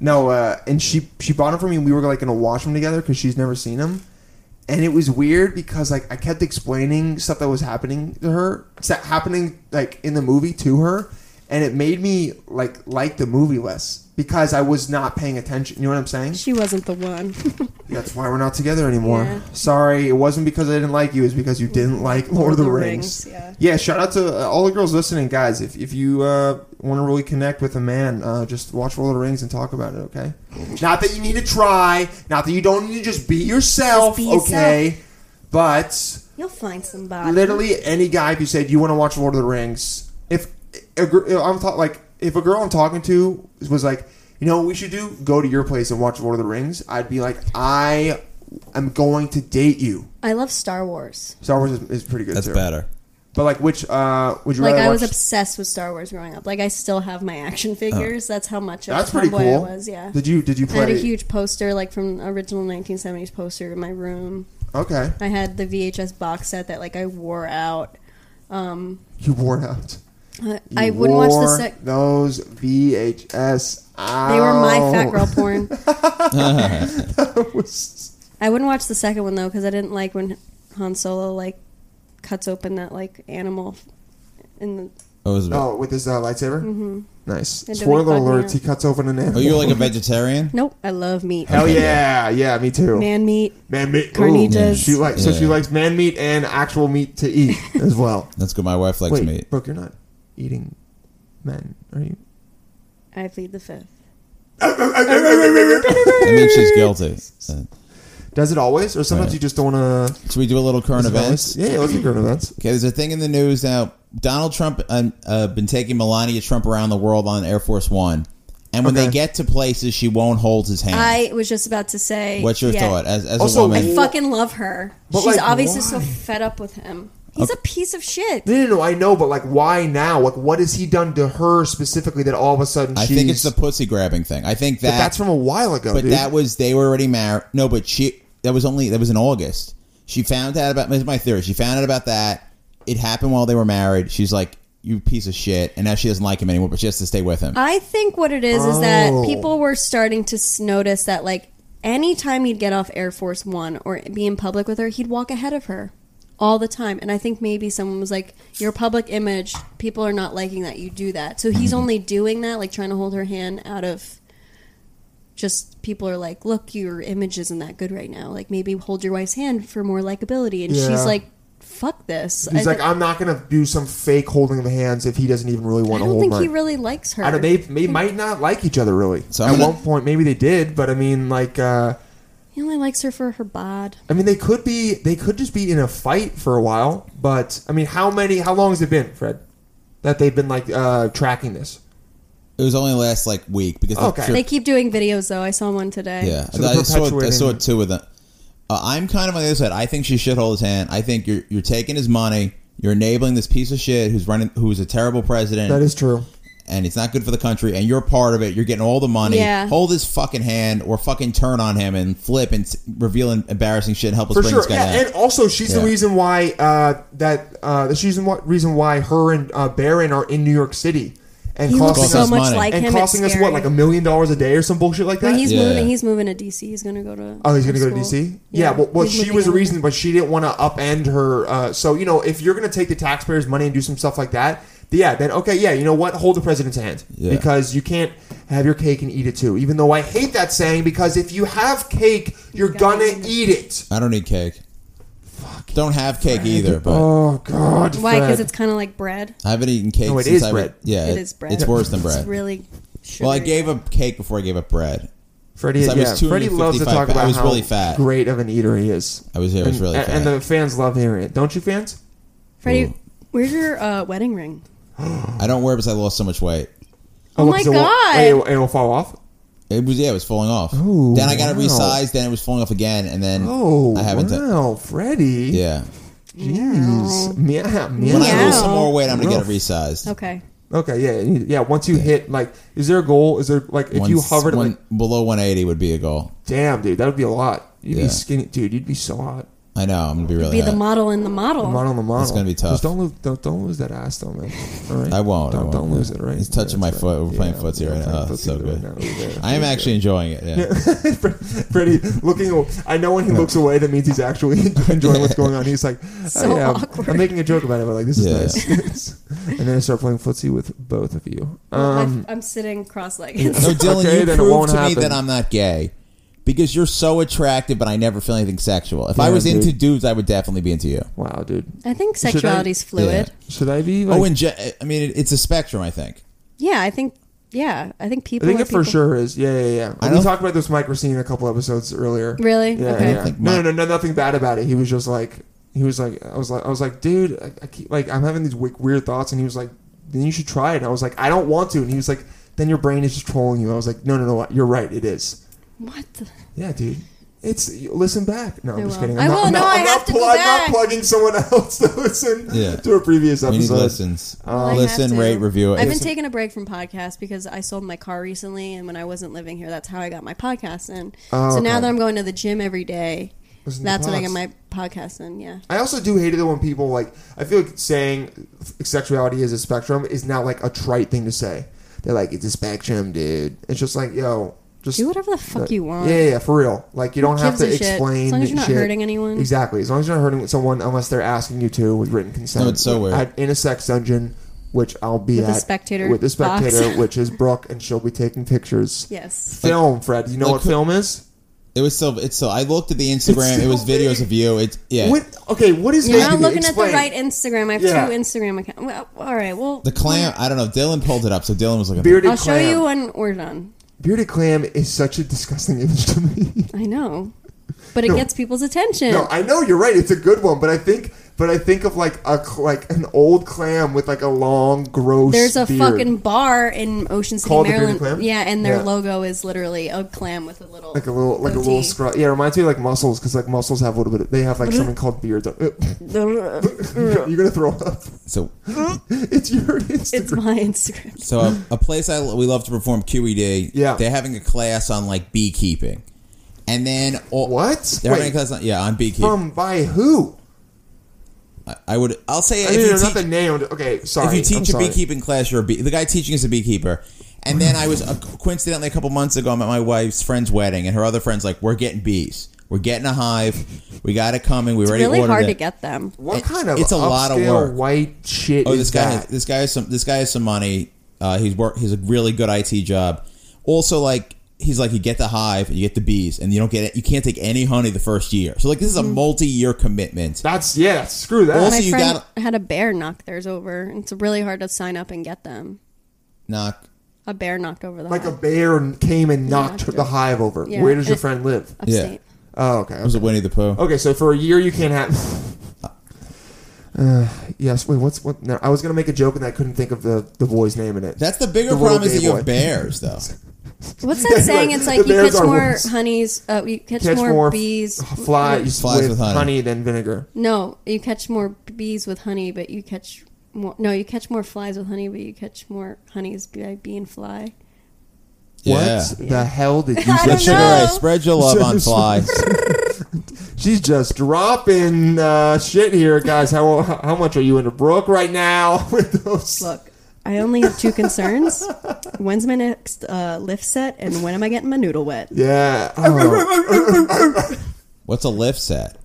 [SPEAKER 1] no, uh, and she she bought them for me, and we were like gonna watch them together because she's never seen them. And it was weird because like I kept explaining stuff that was happening to her, sa- happening like in the movie to her, and it made me like like the movie less because I was not paying attention. You know what I'm saying?
[SPEAKER 4] she wasn't the one.
[SPEAKER 1] That's why we're not together anymore.
[SPEAKER 4] Yeah.
[SPEAKER 1] Sorry, it wasn't because I didn't like you. It's because you didn't like Lord, of the, Rings.
[SPEAKER 4] yeah.
[SPEAKER 1] shout out to uh, all the girls listening, guys. If, if you uh, want to really connect with a man, uh, just watch Lord of the Rings and talk about it, okay? not that you need to try. Not that you don't need to just be yourself,
[SPEAKER 4] Just be yourself.
[SPEAKER 1] okay? But
[SPEAKER 4] You'll find somebody.
[SPEAKER 1] literally any guy if you said you want to watch Lord of the Rings, if a, gr- I'm ta- like if a girl I'm talking to was like, you know, what we should do go to your place and watch Lord of the Rings, I'd be like, I am going to date you.
[SPEAKER 4] I love Star Wars.
[SPEAKER 1] Star Wars is, is pretty good.
[SPEAKER 3] That's
[SPEAKER 1] too.
[SPEAKER 3] better.
[SPEAKER 1] But like, which uh, would you
[SPEAKER 4] Like
[SPEAKER 1] rather
[SPEAKER 4] I was
[SPEAKER 1] watch? Oh.
[SPEAKER 4] obsessed with Star Wars growing up. Like I still have my action figures. That's how much of
[SPEAKER 1] That's
[SPEAKER 4] a
[SPEAKER 1] pretty
[SPEAKER 4] tomboy
[SPEAKER 1] cool.
[SPEAKER 4] I was. Yeah.
[SPEAKER 1] Did you did you
[SPEAKER 4] I
[SPEAKER 1] play?
[SPEAKER 4] had a huge poster, like from original 1970s poster in my room.
[SPEAKER 1] okay,
[SPEAKER 4] I had the VHS box set that like I wore out. Um,
[SPEAKER 1] you wore out.
[SPEAKER 4] I-
[SPEAKER 1] You
[SPEAKER 4] I wouldn't watch the
[SPEAKER 1] wore
[SPEAKER 4] sec-
[SPEAKER 1] those VHS. Out.
[SPEAKER 4] They were my
[SPEAKER 1] Oh.
[SPEAKER 4] fat girl porn.
[SPEAKER 1] That was-
[SPEAKER 4] I wouldn't watch the second one though because I didn't like when Han Solo like cuts open that like animal. In the
[SPEAKER 3] What was it?
[SPEAKER 1] oh, with his uh, lightsaber. Mm-hmm. Nice.
[SPEAKER 4] It
[SPEAKER 1] Spoiler
[SPEAKER 4] didn't fuck me
[SPEAKER 1] alert:
[SPEAKER 4] up.
[SPEAKER 1] He cuts open an animal.
[SPEAKER 3] Oh, you're like a vegetarian?
[SPEAKER 4] nope, I love meat.
[SPEAKER 1] Hell
[SPEAKER 3] Okay,
[SPEAKER 1] yeah, yeah, me too. Man,
[SPEAKER 4] Man meat.
[SPEAKER 1] meat,
[SPEAKER 4] Carnitas.
[SPEAKER 1] Ooh, She likes so she
[SPEAKER 3] Yeah.
[SPEAKER 1] likes man meat and actual meat to eat as well.
[SPEAKER 3] That's good. My wife likes
[SPEAKER 1] Wait,
[SPEAKER 3] meat.
[SPEAKER 1] Brooke, you're not eating men, are you?
[SPEAKER 4] I plead the fifth.
[SPEAKER 3] I mean, she's guilty. So
[SPEAKER 1] Does it always, or sometimes
[SPEAKER 3] Right.
[SPEAKER 1] you just don't want to?
[SPEAKER 3] should we do a little current events?
[SPEAKER 1] Yeah, let's do current events.
[SPEAKER 3] Okay, there's a thing in the news now. Donald Trump um, uh, been taking Melania Trump around the world on Air Force One, and when
[SPEAKER 1] Okay.
[SPEAKER 3] they get to places, she won't hold his hand.
[SPEAKER 4] I was just about to say.
[SPEAKER 3] What's your
[SPEAKER 4] yeah,
[SPEAKER 3] thought as, as
[SPEAKER 1] Also,
[SPEAKER 3] a woman?
[SPEAKER 4] I fucking love her.
[SPEAKER 1] But,
[SPEAKER 4] She's
[SPEAKER 1] like,
[SPEAKER 4] obviously so
[SPEAKER 1] why?
[SPEAKER 4] fed up with him. He's a piece of shit.
[SPEAKER 1] No, no, no, I know, but like, why now? Like, what has he done to her specifically that all of a sudden
[SPEAKER 3] I
[SPEAKER 1] she's?
[SPEAKER 3] think it's the pussy grabbing thing. I think that
[SPEAKER 1] but that's from a while ago.
[SPEAKER 3] But
[SPEAKER 1] dude.
[SPEAKER 3] that was they were already married. No, but she that was only that was in August. She found out about this is my theory. She found out about that. It happened while they were married. She's like, "You piece of shit," and now she doesn't like him anymore. But she has to stay with him.
[SPEAKER 4] I think what it is is that
[SPEAKER 1] Oh.
[SPEAKER 4] people were starting to s- notice that like anytime he'd get off Air Force One or be in public with her, he'd walk ahead of her all the time. And I think maybe someone was like, "Your public image, people are not liking that you do that." So
[SPEAKER 1] Mm-hmm.
[SPEAKER 4] he's only doing that, like trying to hold her hand out of. Just people are like, look, your image isn't that good right now. Like maybe hold your wife's hand for more likability, and
[SPEAKER 1] Yeah.
[SPEAKER 4] she's like, "Fuck this."
[SPEAKER 1] he's
[SPEAKER 4] I
[SPEAKER 1] like,
[SPEAKER 4] thi-
[SPEAKER 1] I'm not gonna do some fake holding of hands if he doesn't even really
[SPEAKER 4] I
[SPEAKER 1] want to
[SPEAKER 4] don't
[SPEAKER 1] hold
[SPEAKER 4] think
[SPEAKER 1] mine.
[SPEAKER 4] he really likes her.
[SPEAKER 1] I don't, they they might not like each other really.
[SPEAKER 3] So
[SPEAKER 1] At
[SPEAKER 3] I'm gonna-
[SPEAKER 1] one point, maybe they did, but I mean, like, uh,
[SPEAKER 4] He only likes her for her bod.
[SPEAKER 1] I mean, they could be. They could just be in a fight for a while. But I mean, how many? How long has it been, Fred? That they've been like uh, tracking this.
[SPEAKER 3] It was only last like week because the-
[SPEAKER 1] Okay.
[SPEAKER 3] sure-
[SPEAKER 4] They keep doing videos though. I saw one today.
[SPEAKER 3] yeah,
[SPEAKER 1] So they're
[SPEAKER 3] I, saw, I
[SPEAKER 1] perpetuating-
[SPEAKER 3] saw two of them. Uh, I'm kind of on the other side. I think she should hold his hand. I think you're you're taking his money. You're enabling this piece of shit who's running, who's a terrible president,
[SPEAKER 1] That is true.
[SPEAKER 3] and it's not good for the country. And you're part of it. You're getting all the money.
[SPEAKER 4] Yeah.
[SPEAKER 3] Hold his fucking hand, or fucking turn on him and flip and s- reveal en- embarrassing shit. And help us
[SPEAKER 1] For
[SPEAKER 3] bring
[SPEAKER 1] sure,
[SPEAKER 3] this guy
[SPEAKER 1] yeah,
[SPEAKER 3] down.
[SPEAKER 1] and also she's the
[SPEAKER 3] Yeah.
[SPEAKER 1] reason why uh, that uh, she's the wa- reason why her and uh, Barron are in New York City and
[SPEAKER 4] He looks
[SPEAKER 3] Costs
[SPEAKER 4] so
[SPEAKER 3] us
[SPEAKER 1] costing
[SPEAKER 4] much
[SPEAKER 3] money.
[SPEAKER 4] like
[SPEAKER 1] us, and
[SPEAKER 4] him. it's
[SPEAKER 1] costing us what
[SPEAKER 4] scary.
[SPEAKER 1] like a million dollars a day or some bullshit like that.
[SPEAKER 4] Well, he's
[SPEAKER 3] Yeah.
[SPEAKER 4] moving. He's moving to DC. He's gonna go to.
[SPEAKER 1] Oh, he's gonna go to
[SPEAKER 4] school.
[SPEAKER 1] DC. Yeah, well, well
[SPEAKER 4] He's
[SPEAKER 1] she
[SPEAKER 4] moving
[SPEAKER 1] was the
[SPEAKER 4] out.
[SPEAKER 1] reason, but she didn't want to upend her. Uh, so you know, if you're gonna take the taxpayers' money and do some stuff like that, th- yeah, then okay, yeah, you know what? Hold the president's hand
[SPEAKER 3] Yeah.
[SPEAKER 1] because you can't have your cake and eat it too. Even though I hate that saying because if you have cake, you're
[SPEAKER 4] gotta
[SPEAKER 1] gonna eat it.
[SPEAKER 3] I don't need cake. Don't have cake either, but
[SPEAKER 1] Oh God,
[SPEAKER 4] Why?
[SPEAKER 1] Fred.
[SPEAKER 4] Because it's kind of like bread.
[SPEAKER 3] I haven't eaten cake.
[SPEAKER 1] No, it
[SPEAKER 3] since
[SPEAKER 1] is
[SPEAKER 3] I
[SPEAKER 1] bread.
[SPEAKER 3] yeah,
[SPEAKER 4] It is bread.
[SPEAKER 3] It's worse than
[SPEAKER 4] It's
[SPEAKER 3] bread.
[SPEAKER 4] really. Sugary.
[SPEAKER 3] Well, I gave up cake before I gave up bread.
[SPEAKER 1] Freddie.
[SPEAKER 3] Because I was
[SPEAKER 1] Yeah, Freddie loves to
[SPEAKER 3] 255
[SPEAKER 1] talk
[SPEAKER 3] fat. I
[SPEAKER 1] about
[SPEAKER 3] was
[SPEAKER 1] how
[SPEAKER 3] really fat.
[SPEAKER 1] great of an eater he is.
[SPEAKER 3] I was, I
[SPEAKER 1] and,
[SPEAKER 3] was really
[SPEAKER 1] and,
[SPEAKER 3] fat.
[SPEAKER 1] and the fans love hearing it, don't you, fans?
[SPEAKER 4] Freddie,
[SPEAKER 3] Ooh.
[SPEAKER 4] where's your uh, wedding ring?
[SPEAKER 3] I don't wear it because I lost so much weight.
[SPEAKER 4] Oh,
[SPEAKER 1] look,
[SPEAKER 4] my
[SPEAKER 1] so it won't-
[SPEAKER 4] God.
[SPEAKER 1] wait, it, will- it will fall off.
[SPEAKER 3] It was yeah, it was falling off.
[SPEAKER 1] Ooh,
[SPEAKER 3] then I got
[SPEAKER 1] wow.
[SPEAKER 3] it resized. Then it was falling off again, and then
[SPEAKER 1] Oh,
[SPEAKER 3] I haven't. done-
[SPEAKER 1] wow, Freddie.
[SPEAKER 3] yeah,
[SPEAKER 1] Jeez. Meow.
[SPEAKER 3] when I
[SPEAKER 1] Meow.
[SPEAKER 3] lose some more weight, I'm gonna get
[SPEAKER 1] Oof.
[SPEAKER 3] it resized.
[SPEAKER 4] Okay.
[SPEAKER 1] Okay, yeah, you- yeah. Once you hit, like, is there a goal? Is there like, if you
[SPEAKER 3] Once-
[SPEAKER 1] hovered,
[SPEAKER 3] one-
[SPEAKER 1] like,
[SPEAKER 3] below 180 would be a goal.
[SPEAKER 1] damn, dude, that would be a lot. You'd
[SPEAKER 3] Yeah.
[SPEAKER 1] be skinny, dude. You'd be so hot.
[SPEAKER 3] I know I'm gonna be really.
[SPEAKER 4] Be the
[SPEAKER 3] hot.
[SPEAKER 4] model in the model.
[SPEAKER 1] Model on the model.
[SPEAKER 3] gonna be tough.
[SPEAKER 1] Just don't lose, don't, don't lose that ass, though, man. All right,
[SPEAKER 3] I won't, I
[SPEAKER 1] Don't,
[SPEAKER 3] won't.
[SPEAKER 1] don't lose it, right?
[SPEAKER 3] It's touching my
[SPEAKER 1] that's
[SPEAKER 3] foot. We're playing footsie
[SPEAKER 1] we're
[SPEAKER 3] right now.
[SPEAKER 1] playing
[SPEAKER 3] Oh, it's so
[SPEAKER 1] footsie
[SPEAKER 3] good.
[SPEAKER 1] right now. We're there.
[SPEAKER 3] I am actually enjoying it. Yeah.
[SPEAKER 1] Freddie looking. aw- I know when he looks away, that means he's actually enjoying what's going on. He's like,
[SPEAKER 4] So
[SPEAKER 1] oh, yeah,
[SPEAKER 4] awkward.
[SPEAKER 1] I'm making a joke about it, but like, this is
[SPEAKER 3] Yeah.
[SPEAKER 1] nice. and then I start playing footsie with both of you.
[SPEAKER 4] Well,
[SPEAKER 1] Um,
[SPEAKER 4] I, am sitting cross-legged.
[SPEAKER 3] No, Dylan,
[SPEAKER 1] Okay,
[SPEAKER 3] you
[SPEAKER 1] then it
[SPEAKER 3] proved
[SPEAKER 1] won't
[SPEAKER 3] to
[SPEAKER 1] happen.
[SPEAKER 3] me that I'm not gay because you're so attractive, but I never feel anything sexual. If I
[SPEAKER 1] Yeah,
[SPEAKER 3] was into
[SPEAKER 1] dude.
[SPEAKER 3] dudes, I would definitely be into you.
[SPEAKER 1] wow, dude.
[SPEAKER 4] I think sexuality's fluid.
[SPEAKER 1] Should I be? Like,
[SPEAKER 3] Oh, and Je- I mean, it, it's a spectrum. I think.
[SPEAKER 4] Yeah. I think. Yeah, I think
[SPEAKER 1] I
[SPEAKER 4] people.
[SPEAKER 1] think
[SPEAKER 4] are
[SPEAKER 1] it for
[SPEAKER 4] people.
[SPEAKER 1] sure is. Yeah, yeah, yeah. We
[SPEAKER 3] don't-
[SPEAKER 1] talked about this micro scene a couple episodes earlier.
[SPEAKER 4] Really?
[SPEAKER 1] Yeah,
[SPEAKER 4] Okay.
[SPEAKER 1] yeah.
[SPEAKER 3] Like
[SPEAKER 1] No,
[SPEAKER 3] my-
[SPEAKER 1] no, no, nothing bad about it. He was just like, he was like, I was like, I was like, dude, I, I keep like, I'm having these we- weird thoughts, and he was like, then you should try it. And I was like, I don't want to, and he was like, then your brain is just trolling you. I was like, no, no, no, you're right, it is.
[SPEAKER 4] What? The?
[SPEAKER 1] Yeah, dude. It's you listen back. No, I'm
[SPEAKER 4] I
[SPEAKER 1] just
[SPEAKER 4] will.
[SPEAKER 1] kidding.
[SPEAKER 4] I
[SPEAKER 1] I'm
[SPEAKER 4] will.
[SPEAKER 1] I'm
[SPEAKER 4] No, I
[SPEAKER 1] I'm
[SPEAKER 4] have to
[SPEAKER 1] pl-
[SPEAKER 4] go
[SPEAKER 1] I'm
[SPEAKER 4] back.
[SPEAKER 1] not plugging someone else to listen
[SPEAKER 3] Yeah.
[SPEAKER 1] to a previous
[SPEAKER 3] We need
[SPEAKER 1] episode.
[SPEAKER 3] listens. Uh,
[SPEAKER 4] Well, Oh, I have
[SPEAKER 3] Listen,
[SPEAKER 4] to.
[SPEAKER 3] rate, review.
[SPEAKER 4] I've been
[SPEAKER 3] It's-
[SPEAKER 4] taking a break from podcasts because I sold my car recently, and when I wasn't living here, that's how I got my podcasts in.
[SPEAKER 1] Oh,
[SPEAKER 4] so now
[SPEAKER 1] okay.
[SPEAKER 4] that I'm going to the gym every day,
[SPEAKER 1] Listen to
[SPEAKER 4] that's when I get
[SPEAKER 1] pods.
[SPEAKER 4] my podcasts in. Yeah.
[SPEAKER 1] I also do hate it when people like. I feel like saying sexuality is a spectrum is now like a trite thing to say. They're like, it's a spectrum, dude. It's just like, yo, just
[SPEAKER 4] Do whatever the fuck you want.
[SPEAKER 1] Yeah, yeah, yeah, for real. Like you don't have
[SPEAKER 4] gives
[SPEAKER 1] to
[SPEAKER 4] a shit?
[SPEAKER 1] explain.
[SPEAKER 4] As long as you're not
[SPEAKER 1] shit.
[SPEAKER 4] hurting anyone.
[SPEAKER 1] Exactly. As long as you're not hurting someone, unless they're asking you to with written consent.
[SPEAKER 3] No, it's so weird.
[SPEAKER 1] At- in a sex dungeon, which I'll be
[SPEAKER 4] With a
[SPEAKER 1] at
[SPEAKER 4] spectator
[SPEAKER 1] with the spectator,
[SPEAKER 4] box.
[SPEAKER 1] which is Brooke, and she'll be taking pictures.
[SPEAKER 4] Yes.
[SPEAKER 1] Film, Fred. You know
[SPEAKER 3] Like,
[SPEAKER 1] what film is?
[SPEAKER 3] It was still. It's still. I looked at the Instagram.
[SPEAKER 1] It's
[SPEAKER 3] It was
[SPEAKER 1] still
[SPEAKER 3] videos
[SPEAKER 1] big.
[SPEAKER 3] of you. It's yeah.
[SPEAKER 1] What? Okay, what is
[SPEAKER 4] You're
[SPEAKER 1] making
[SPEAKER 4] not
[SPEAKER 1] it?
[SPEAKER 4] looking at
[SPEAKER 1] Explain.
[SPEAKER 4] the right Instagram. I have
[SPEAKER 1] Yeah.
[SPEAKER 4] two Instagram accounts. Well, all right. Well,
[SPEAKER 3] The clam. I don't know. Dylan pulled it up, so Dylan was looking. Beard.
[SPEAKER 1] Bearded
[SPEAKER 4] I'll show
[SPEAKER 1] clam.
[SPEAKER 4] you when we're done.
[SPEAKER 1] Bearded clam is such a disgusting image to me.
[SPEAKER 4] I know, but it
[SPEAKER 1] No.
[SPEAKER 4] gets people's attention.
[SPEAKER 1] no, I know you're right. It's a good one, but I think, but I think of like a cl- like an old clam with like a long, gross.
[SPEAKER 4] There's a
[SPEAKER 1] beard.
[SPEAKER 4] fucking bar in Ocean City,
[SPEAKER 1] Called the
[SPEAKER 4] Maryland.
[SPEAKER 1] Bearded Clam?
[SPEAKER 4] Yeah, and their
[SPEAKER 1] Yeah.
[SPEAKER 4] logo is literally a clam with a little
[SPEAKER 1] like a little like a little
[SPEAKER 4] goatee.
[SPEAKER 1] scrub. Yeah, it reminds me of like muscles because like muscles have a little bit. Of, they have like something called beards. on-
[SPEAKER 4] Mm.
[SPEAKER 1] You're gonna throw up.
[SPEAKER 3] So
[SPEAKER 1] It's your
[SPEAKER 4] It's
[SPEAKER 1] Instagram.
[SPEAKER 4] my Instagram.
[SPEAKER 3] So a, a place I we love to perform QED.
[SPEAKER 1] Yeah.
[SPEAKER 3] they're having a class on like beekeeping, and then all,
[SPEAKER 1] What?
[SPEAKER 3] they're having
[SPEAKER 1] Wait.
[SPEAKER 3] a class on yeah on beekeeping.
[SPEAKER 1] From by who?
[SPEAKER 3] I, I would I'll say
[SPEAKER 1] I
[SPEAKER 3] if,
[SPEAKER 1] mean,
[SPEAKER 3] you
[SPEAKER 1] they're not the
[SPEAKER 3] teach,
[SPEAKER 1] name. Okay, sorry.
[SPEAKER 3] if you
[SPEAKER 1] I'm
[SPEAKER 3] teach a
[SPEAKER 1] sorry.
[SPEAKER 3] beekeeping class, you're a bee, the guy teaching is a beekeeper. And then I was uh, coincidentally a couple months ago I'm at my wife's friend's wedding, and her other friend's like, "We're getting bees. We're getting a hive. We got it coming. We already
[SPEAKER 4] Really
[SPEAKER 3] ordered
[SPEAKER 4] hard
[SPEAKER 3] it."
[SPEAKER 4] to get them.
[SPEAKER 1] What
[SPEAKER 3] it-
[SPEAKER 1] kind of
[SPEAKER 3] it's a lot of
[SPEAKER 1] upscale
[SPEAKER 3] work.
[SPEAKER 1] white shit
[SPEAKER 3] Oh,
[SPEAKER 1] is
[SPEAKER 3] this guy,
[SPEAKER 1] that?
[SPEAKER 3] has, this guy has some. This guy has some money. Uh, he's work. He's a really good IT job. Also, like he's like you get the hive and you get the bees, and you don't get it. You can't take any honey the first year. So like this is
[SPEAKER 4] Mm-hmm.
[SPEAKER 3] a multi-year commitment.
[SPEAKER 1] That's yeah. Screw that.
[SPEAKER 3] Also-
[SPEAKER 4] My
[SPEAKER 3] you
[SPEAKER 4] friend
[SPEAKER 3] gotta-
[SPEAKER 4] had a bear knock theirs over. and It's really hard to sign up and get them.
[SPEAKER 3] Knock.
[SPEAKER 4] A bear knocked over the
[SPEAKER 1] like a
[SPEAKER 4] hive.
[SPEAKER 1] bear and came and knocked
[SPEAKER 4] Knocked
[SPEAKER 1] the hive over.
[SPEAKER 4] Yeah.
[SPEAKER 1] Where does your
[SPEAKER 4] It-
[SPEAKER 1] friend live?
[SPEAKER 4] upstate.
[SPEAKER 3] Yeah.
[SPEAKER 1] Oh, okay.
[SPEAKER 3] was it Winnie the Pooh?
[SPEAKER 1] Okay, so for a year you can't have. Uh, yes. Wait. What's what? No, I was gonna make a joke and I couldn't think of the the boy's name in it.
[SPEAKER 3] That's the bigger
[SPEAKER 1] The little
[SPEAKER 3] problem is that
[SPEAKER 1] gay
[SPEAKER 3] you
[SPEAKER 1] boy.
[SPEAKER 3] have bears, though.
[SPEAKER 4] What's that saying? It's like
[SPEAKER 1] The
[SPEAKER 4] you
[SPEAKER 1] bears
[SPEAKER 4] catch
[SPEAKER 1] are
[SPEAKER 4] more
[SPEAKER 1] worse.
[SPEAKER 4] honeys, uh, you catch,
[SPEAKER 1] Catch
[SPEAKER 4] more,
[SPEAKER 1] more
[SPEAKER 4] bees.
[SPEAKER 1] flies,
[SPEAKER 3] Flies
[SPEAKER 1] with,
[SPEAKER 3] with
[SPEAKER 1] honey.
[SPEAKER 3] honey.
[SPEAKER 1] than vinegar.
[SPEAKER 4] No, you catch more bees with honey, but you catch more. No, you catch more flies with honey, but you catch more honeys by bee and fly.
[SPEAKER 3] Yeah.
[SPEAKER 1] What the hell did you
[SPEAKER 4] I
[SPEAKER 1] just
[SPEAKER 4] don't
[SPEAKER 3] Sugar
[SPEAKER 4] know.
[SPEAKER 1] say?
[SPEAKER 3] Ray, spread your love on flies.
[SPEAKER 1] She's just dropping uh, shit here, guys. How how much are you into Brooke right now with those?
[SPEAKER 4] Look, I only have two concerns. When's my next uh, lift set, and when am I getting my noodle wet?
[SPEAKER 1] Yeah. Oh.
[SPEAKER 3] What's a lift set?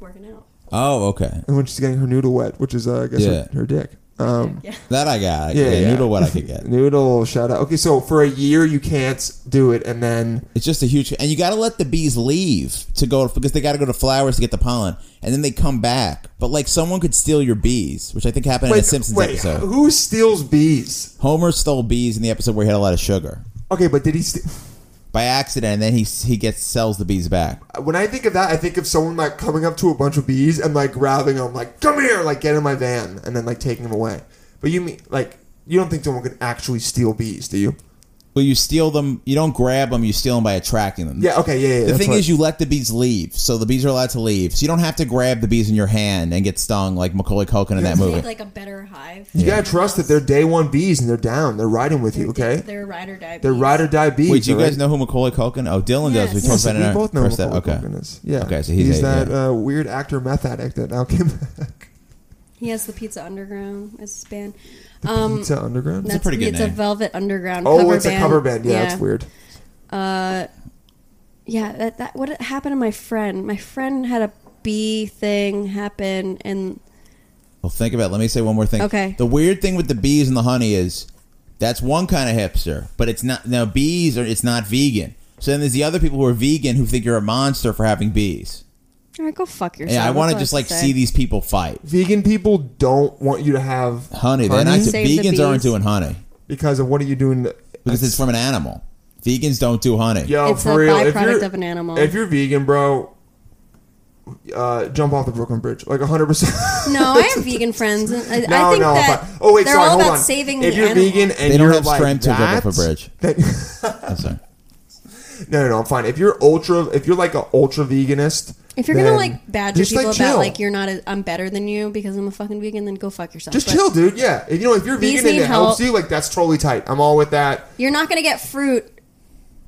[SPEAKER 4] Working out.
[SPEAKER 3] Oh, okay.
[SPEAKER 1] and when she's getting her noodle wet, which is uh, I guess her,
[SPEAKER 3] Yeah.
[SPEAKER 1] her dick. Um,
[SPEAKER 4] Yeah.
[SPEAKER 3] That I got. I
[SPEAKER 1] Yeah,
[SPEAKER 3] yeah,
[SPEAKER 1] yeah.
[SPEAKER 3] Noodle what I could get.
[SPEAKER 1] Noodle shout out. Okay, so for a year you can't do it, and then
[SPEAKER 3] It's just a huge, and you got to let the bees leave to go because they got to go to flowers to get the pollen, and then they come back. But like someone could steal your bees, which I think happened in a Simpsons episode.
[SPEAKER 1] Who steals bees?
[SPEAKER 3] Homer stole bees in the episode where he had a lot of sugar
[SPEAKER 1] Okay, but did he? St-
[SPEAKER 3] by accident, and then he he gets sells the bees back.
[SPEAKER 1] when I think of that, I think of someone like coming up to a bunch of bees and like grabbing them, like "Come here!" like get in my van, and then like taking them away. But you mean like you don't think someone could actually steal bees, do you?
[SPEAKER 3] Well, you steal them. You don't grab them. You steal them by attracting them.
[SPEAKER 1] Yeah. Okay. Yeah. yeah
[SPEAKER 3] The
[SPEAKER 1] that's
[SPEAKER 3] thing
[SPEAKER 1] right.
[SPEAKER 3] is, you let the bees leave, so the bees are allowed to leave. So you don't have to grab the bees in your hand and get stung like Macaulay Culkin in that movie.
[SPEAKER 4] like a better hive.
[SPEAKER 1] you gotta trust that they're day one bees and they're down. They're riding with you. Okay.
[SPEAKER 4] They're ride or die.
[SPEAKER 1] They're ride or die bees.
[SPEAKER 3] Wait, do you
[SPEAKER 1] all right?
[SPEAKER 3] guys know who Macaulay Culkin? Oh, Dylan does. We talked
[SPEAKER 4] Yes.
[SPEAKER 1] Yes,
[SPEAKER 3] about it. in
[SPEAKER 1] we
[SPEAKER 3] our
[SPEAKER 1] both know
[SPEAKER 3] first
[SPEAKER 1] Macaulay
[SPEAKER 3] ep- okay.
[SPEAKER 1] Culkin is. Yeah.
[SPEAKER 3] Okay, so he's eight,
[SPEAKER 1] that
[SPEAKER 3] yeah.
[SPEAKER 1] uh, weird actor meth addict that now came back.
[SPEAKER 4] He has the Pizza Underground as his band. Um,
[SPEAKER 1] Pizza Underground.
[SPEAKER 4] that's
[SPEAKER 3] pretty good
[SPEAKER 4] It's a
[SPEAKER 3] name.
[SPEAKER 4] Velvet Underground.
[SPEAKER 1] oh,
[SPEAKER 4] cover
[SPEAKER 1] it's
[SPEAKER 4] band.
[SPEAKER 1] a cover band. Yeah, it's weird.
[SPEAKER 4] Uh, yeah, that, that what happened to my friend. My friend had a bee thing happen, and
[SPEAKER 3] Well, think about. it. Let me say one more thing.
[SPEAKER 4] Okay.
[SPEAKER 3] The weird thing with the bees and the honey is that's one kind of hipster, but it's not now bees are it's not vegan. So then there's the other people who are vegan who think you're a monster for having bees.
[SPEAKER 4] all right, go fuck yourself.
[SPEAKER 3] Yeah, I
[SPEAKER 4] That's
[SPEAKER 3] want
[SPEAKER 4] all
[SPEAKER 3] to just like
[SPEAKER 4] say.
[SPEAKER 3] see these people fight.
[SPEAKER 1] Vegan people don't want you to have
[SPEAKER 3] Honey, they're not
[SPEAKER 4] Save the
[SPEAKER 3] vegans aren't
[SPEAKER 4] bees.
[SPEAKER 3] doing honey
[SPEAKER 1] because of what are you doing? to-
[SPEAKER 3] because it's from an animal. Vegans don't do honey.
[SPEAKER 1] Yo,
[SPEAKER 4] It's
[SPEAKER 1] for
[SPEAKER 4] a
[SPEAKER 1] real. if
[SPEAKER 4] byproduct
[SPEAKER 1] you're-
[SPEAKER 4] of an animal.
[SPEAKER 1] If you're vegan, bro, uh, jump off the Brooklyn Bridge. Like 100%.
[SPEAKER 4] No, I have vegan friends. and I,
[SPEAKER 1] No,
[SPEAKER 4] I think
[SPEAKER 1] no.
[SPEAKER 4] that
[SPEAKER 1] fine. oh, wait,
[SPEAKER 4] they're
[SPEAKER 1] sorry.
[SPEAKER 4] all
[SPEAKER 1] hold
[SPEAKER 4] about
[SPEAKER 1] on.
[SPEAKER 4] saving
[SPEAKER 1] if
[SPEAKER 4] the
[SPEAKER 1] you're
[SPEAKER 4] animal.
[SPEAKER 1] vegan and
[SPEAKER 3] They don't
[SPEAKER 1] you're
[SPEAKER 3] have
[SPEAKER 1] like
[SPEAKER 3] strength to jump
[SPEAKER 1] that,
[SPEAKER 3] off a bridge.
[SPEAKER 1] then-
[SPEAKER 3] I'm sorry.
[SPEAKER 1] no, no, no, I'm fine. If you're ultra, if you're like an ultra veganist,
[SPEAKER 4] If you're gonna
[SPEAKER 1] then
[SPEAKER 4] like badger
[SPEAKER 1] just,
[SPEAKER 4] people
[SPEAKER 1] like,
[SPEAKER 4] about
[SPEAKER 1] chill.
[SPEAKER 4] like you're not, a, I'm better than you because I'm a fucking vegan, then go fuck yourself.
[SPEAKER 1] just
[SPEAKER 4] But
[SPEAKER 1] chill, dude. Yeah, if you know if you're
[SPEAKER 4] Bees
[SPEAKER 1] vegan and
[SPEAKER 4] need
[SPEAKER 1] it helps
[SPEAKER 4] help.
[SPEAKER 1] you, like that's totally tight. I'm all with that.
[SPEAKER 4] You're not gonna get fruit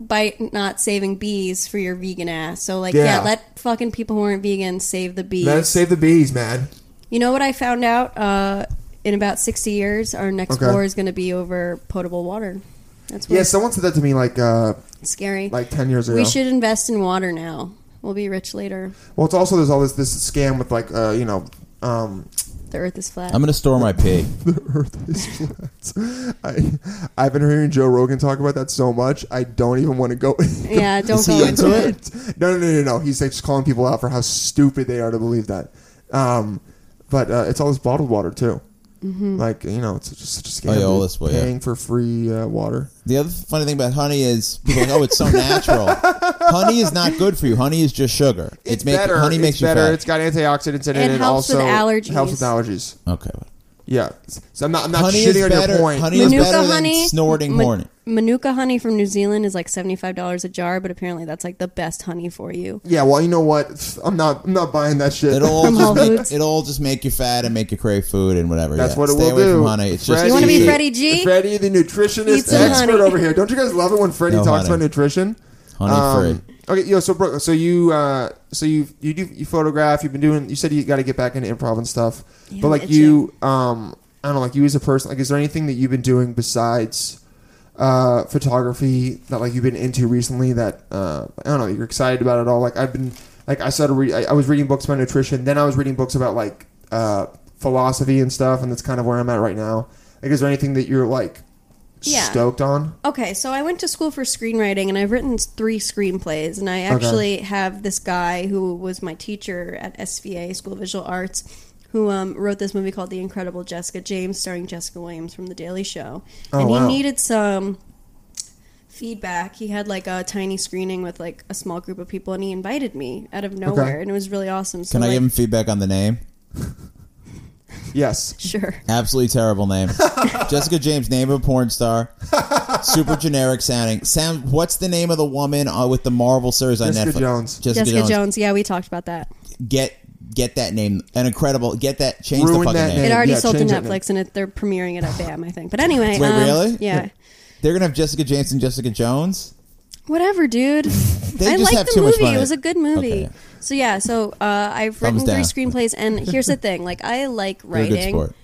[SPEAKER 4] by not saving bees for your vegan ass. So like,
[SPEAKER 1] Yeah.
[SPEAKER 4] yeah, let fucking people who aren't vegan save the bees.
[SPEAKER 1] Let's save the bees, man.
[SPEAKER 4] You know what I found out? Uh, in about 60 years, our next
[SPEAKER 1] Okay.
[SPEAKER 4] war is going to be over potable water. That's
[SPEAKER 1] Yeah,
[SPEAKER 4] what's
[SPEAKER 1] someone said that to me like uh
[SPEAKER 4] scary.
[SPEAKER 1] like ten years ago.
[SPEAKER 4] we should invest in water now. We'll be rich later.
[SPEAKER 1] Well, it's also there's all this this scam with like uh you know um
[SPEAKER 4] The earth is flat.
[SPEAKER 3] I'm gonna store my pig.
[SPEAKER 1] the earth is flat. I I've been hearing Joe Rogan talk about that so much. I don't even want to go.
[SPEAKER 4] yeah, don't
[SPEAKER 3] Is he
[SPEAKER 4] go into
[SPEAKER 3] into
[SPEAKER 4] it.
[SPEAKER 1] no, no, no, no, no. He's like just calling people out for how stupid they are to believe that. Um, but uh, it's all this bottled water too. Like you know, it's just such a scam.
[SPEAKER 3] Oh, yeah, all
[SPEAKER 1] dude.
[SPEAKER 3] this way, yeah.
[SPEAKER 1] paying for free uh, water.
[SPEAKER 3] The other funny thing about honey is people are like, oh, it's so natural. honey is not good for you. Honey is just sugar. It's, make- Honey makes
[SPEAKER 1] it's
[SPEAKER 3] you
[SPEAKER 1] better.
[SPEAKER 3] fat.
[SPEAKER 1] It's got antioxidants in it.
[SPEAKER 4] It
[SPEAKER 1] and
[SPEAKER 4] helps with
[SPEAKER 1] also
[SPEAKER 4] allergies.
[SPEAKER 1] Helps with allergies.
[SPEAKER 3] okay.
[SPEAKER 1] Yeah. So I'm not. I'm not
[SPEAKER 3] Honey is
[SPEAKER 1] shitting on
[SPEAKER 3] better.
[SPEAKER 1] your point.
[SPEAKER 3] Honey is better
[SPEAKER 4] Manuka
[SPEAKER 3] than
[SPEAKER 4] honey,
[SPEAKER 3] snorting
[SPEAKER 4] Ma-
[SPEAKER 3] hornet.
[SPEAKER 4] Manuka honey from New Zealand is like seventy-five dollars a jar, but apparently that's like the best honey for you.
[SPEAKER 1] yeah. Well, you know what? I'm not. I'm not buying that shit.
[SPEAKER 3] It'll all
[SPEAKER 4] From Whole
[SPEAKER 3] just
[SPEAKER 4] Foods.
[SPEAKER 3] make, it'll all just make you fat and make you crave food and whatever.
[SPEAKER 1] That's
[SPEAKER 3] yeah.
[SPEAKER 1] what it
[SPEAKER 3] Stay
[SPEAKER 1] will
[SPEAKER 3] away
[SPEAKER 1] do.
[SPEAKER 3] From honey. It's just
[SPEAKER 4] You wanna be
[SPEAKER 3] easy.
[SPEAKER 4] Freddie G?
[SPEAKER 1] Freddie, the
[SPEAKER 4] Eat
[SPEAKER 1] nutritionist
[SPEAKER 4] some
[SPEAKER 1] expert
[SPEAKER 4] honey.
[SPEAKER 1] over here. Don't you guys love it when Freddie
[SPEAKER 3] No
[SPEAKER 1] talks
[SPEAKER 3] honey.
[SPEAKER 1] about nutrition? Um,
[SPEAKER 3] Honey
[SPEAKER 1] Okay, yo. So, Brooke, so you, uh, so you, you do, you photograph. You've been doing. You said you got to get back into improv and stuff.
[SPEAKER 4] Yeah,
[SPEAKER 1] but
[SPEAKER 4] I'm
[SPEAKER 1] like you, um, I don't know. Like you as a person, like is there anything that you've been doing besides uh, photography that like you've been into recently? That uh, I don't know. You're excited about it all. Like I've been, like I started. Re- I, I was reading books about nutrition. Then I was reading books about like uh, philosophy and stuff. And that's kind of where I'm at right now. Like, is there anything that you're like
[SPEAKER 4] Yeah.
[SPEAKER 1] stoked on?
[SPEAKER 4] Okay, so I went to school for screenwriting and I've written three screenplays. And I actually have this guy who was my teacher at SVA, School of Visual Arts, who um, wrote this movie called The Incredible Jessica James, starring Jessica Williams from The Daily Show.
[SPEAKER 1] Oh,
[SPEAKER 4] and he
[SPEAKER 1] wow.
[SPEAKER 4] needed some feedback. He had like a tiny screening with like a small group of people, and he invited me out of nowhere, and it was really awesome. So,
[SPEAKER 3] Can I
[SPEAKER 4] like,
[SPEAKER 3] give him feedback on the name?
[SPEAKER 1] Yes.
[SPEAKER 4] Sure.
[SPEAKER 3] Absolutely terrible name. Jessica James, name of a porn star. Super generic sounding. Sam, what's the name of the woman uh, with the Marvel series on
[SPEAKER 1] Jessica
[SPEAKER 3] Netflix?
[SPEAKER 1] Jones.
[SPEAKER 3] Jessica,
[SPEAKER 4] Jessica Jones.
[SPEAKER 3] Jones.
[SPEAKER 4] Yeah, we talked about that.
[SPEAKER 3] Get get that name. An incredible. Get that. Change the
[SPEAKER 1] Ruin
[SPEAKER 3] fucking
[SPEAKER 1] that
[SPEAKER 3] name.
[SPEAKER 1] name.
[SPEAKER 4] It already
[SPEAKER 1] yeah,
[SPEAKER 4] sold to
[SPEAKER 1] change that name.
[SPEAKER 4] Netflix, and it, they're premiering it at BAM, I think. But anyway,
[SPEAKER 3] Wait,
[SPEAKER 4] um,
[SPEAKER 3] really?
[SPEAKER 4] Yeah.
[SPEAKER 3] They're gonna have Jessica James and Jessica Jones.
[SPEAKER 4] Whatever, dude. I
[SPEAKER 3] just have
[SPEAKER 4] liked the
[SPEAKER 3] too much
[SPEAKER 4] movie.
[SPEAKER 3] money.
[SPEAKER 4] It was a good movie.
[SPEAKER 3] Okay.
[SPEAKER 4] So yeah, so uh, I've written
[SPEAKER 3] Thumbs
[SPEAKER 4] three
[SPEAKER 3] down.
[SPEAKER 4] screenplays, and here's the thing: like I like
[SPEAKER 3] They're a
[SPEAKER 4] writing.
[SPEAKER 3] good sport.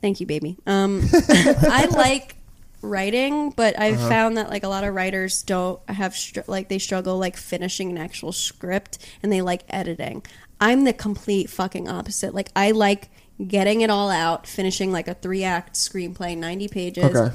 [SPEAKER 4] Thank you, baby. Um, I like writing, but I've
[SPEAKER 3] Uh-huh.
[SPEAKER 4] found that like a lot of writers don't have str- like they struggle like finishing an actual script, and they like editing. I'm the complete fucking opposite. Like I like getting it all out, finishing like a three act screenplay, ninety pages.
[SPEAKER 1] Okay.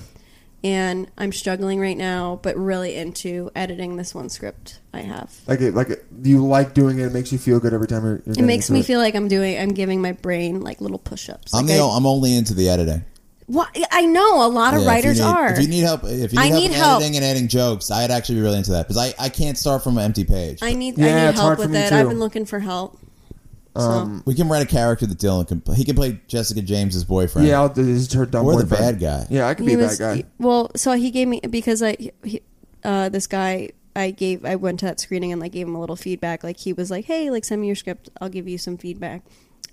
[SPEAKER 4] And I'm struggling right now, but really into editing this one script I have.
[SPEAKER 1] Like it, like it, you like doing it. It makes you feel good every time you're. you're
[SPEAKER 4] It makes me
[SPEAKER 1] feel.
[SPEAKER 4] feel like I'm doing, I'm giving my brain like little push-ups.
[SPEAKER 3] I'm
[SPEAKER 4] like
[SPEAKER 3] the,
[SPEAKER 4] I,
[SPEAKER 3] I'm only into the editing.
[SPEAKER 4] Why- I know a lot of
[SPEAKER 3] Yeah, if you
[SPEAKER 4] writers
[SPEAKER 3] need-
[SPEAKER 4] are.
[SPEAKER 3] If you need help, if you need
[SPEAKER 4] I
[SPEAKER 3] help
[SPEAKER 4] need
[SPEAKER 3] with
[SPEAKER 4] help.
[SPEAKER 3] editing and adding jokes, I'd actually be really into that because I, I can't start from an empty page.
[SPEAKER 4] I need,
[SPEAKER 1] Yeah,
[SPEAKER 4] I need
[SPEAKER 1] it's hard
[SPEAKER 4] help
[SPEAKER 1] for
[SPEAKER 4] with
[SPEAKER 1] me
[SPEAKER 4] it.
[SPEAKER 1] too. Um,
[SPEAKER 4] I've been looking for help. So
[SPEAKER 3] we can write a character that Dylan can. play. He can play Jessica James's boyfriend.
[SPEAKER 1] Yeah, I'll, this is her dumb
[SPEAKER 3] Or the
[SPEAKER 1] boyfriend.
[SPEAKER 3] bad guy.
[SPEAKER 1] Yeah, I could be
[SPEAKER 4] he
[SPEAKER 1] a
[SPEAKER 4] was
[SPEAKER 1] bad guy.
[SPEAKER 4] he- well. So he gave me because I, he, uh, this guy, I gave, I went to that screening and like gave him a little feedback. Like he was like, "Hey, like send me your script. I'll give you some feedback."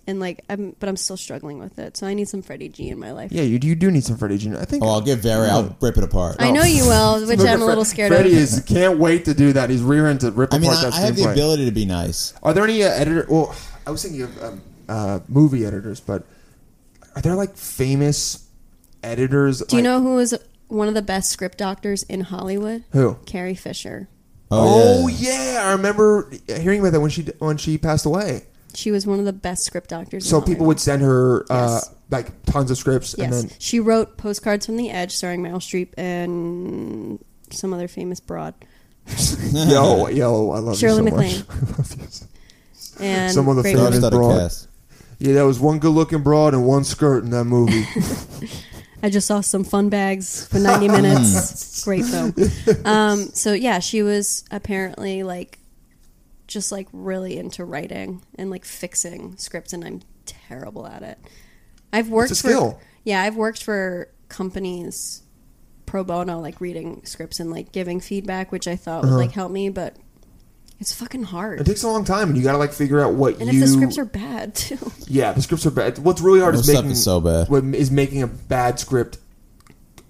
[SPEAKER 4] And like, I'm, but I'm still struggling with it. So I need some Freddie G in my life.
[SPEAKER 1] yeah, you, you do need some Freddie Jr. I think.
[SPEAKER 3] Oh, I'll give very. I'll rip it apart.
[SPEAKER 4] I know you will, which
[SPEAKER 1] Look at
[SPEAKER 4] I'm a
[SPEAKER 1] Fre-
[SPEAKER 4] little scared
[SPEAKER 1] Oh. Freddie
[SPEAKER 4] of.
[SPEAKER 1] is can't wait to do that. He's rearing to rip
[SPEAKER 3] I mean,
[SPEAKER 1] apart
[SPEAKER 3] I,
[SPEAKER 1] that
[SPEAKER 3] I have the
[SPEAKER 1] screenplay.
[SPEAKER 3] ability to be nice.
[SPEAKER 1] Are there any uh, editor? Well, I was thinking of um, uh, movie editors, but are there like famous editors?
[SPEAKER 4] Do you know who is one of the best script doctors in Hollywood?
[SPEAKER 1] who?
[SPEAKER 4] Carrie Fisher.
[SPEAKER 1] Oh, yeah. I remember hearing about that when she when she passed away.
[SPEAKER 4] She was one of the best script doctors.
[SPEAKER 1] So
[SPEAKER 4] in
[SPEAKER 1] people
[SPEAKER 4] Hollywood.
[SPEAKER 1] would send her uh,
[SPEAKER 4] Yes.
[SPEAKER 1] like tons of scripts, and
[SPEAKER 4] Yes,
[SPEAKER 1] then
[SPEAKER 4] she wrote "Postcards from the Edge" starring Meryl Streep and some other famous broad,
[SPEAKER 1] yo yo, I love
[SPEAKER 4] Shirley
[SPEAKER 1] you so
[SPEAKER 4] MacLaine,
[SPEAKER 1] much. I love you so-
[SPEAKER 4] and
[SPEAKER 1] Some of the
[SPEAKER 4] great
[SPEAKER 1] famous-
[SPEAKER 3] Dark
[SPEAKER 1] That is
[SPEAKER 4] women.
[SPEAKER 3] Studded
[SPEAKER 1] broad.
[SPEAKER 3] Cast.
[SPEAKER 1] Yeah, that was one good looking broad and one skirt in that movie.
[SPEAKER 4] I just saw some fun bags for ninety
[SPEAKER 1] Hmm.
[SPEAKER 4] minutes. great film. Um, so yeah, she was apparently like just like really into writing and like fixing scripts, and I'm terrible at it. I've worked
[SPEAKER 1] It's a
[SPEAKER 4] for
[SPEAKER 1] skill.
[SPEAKER 4] yeah, I've worked for companies pro bono, like reading scripts and like giving feedback, which I thought
[SPEAKER 1] Uh-huh.
[SPEAKER 4] would like help me, but it's fucking
[SPEAKER 1] it
[SPEAKER 4] hard.
[SPEAKER 1] takes a long time, and you got to like figure out what
[SPEAKER 4] And
[SPEAKER 1] you.
[SPEAKER 4] if the scripts are bad too,
[SPEAKER 1] yeah, the scripts are bad. What's really hard
[SPEAKER 3] Most
[SPEAKER 1] is
[SPEAKER 3] stuff
[SPEAKER 1] making
[SPEAKER 3] is so bad.
[SPEAKER 1] What is making a bad script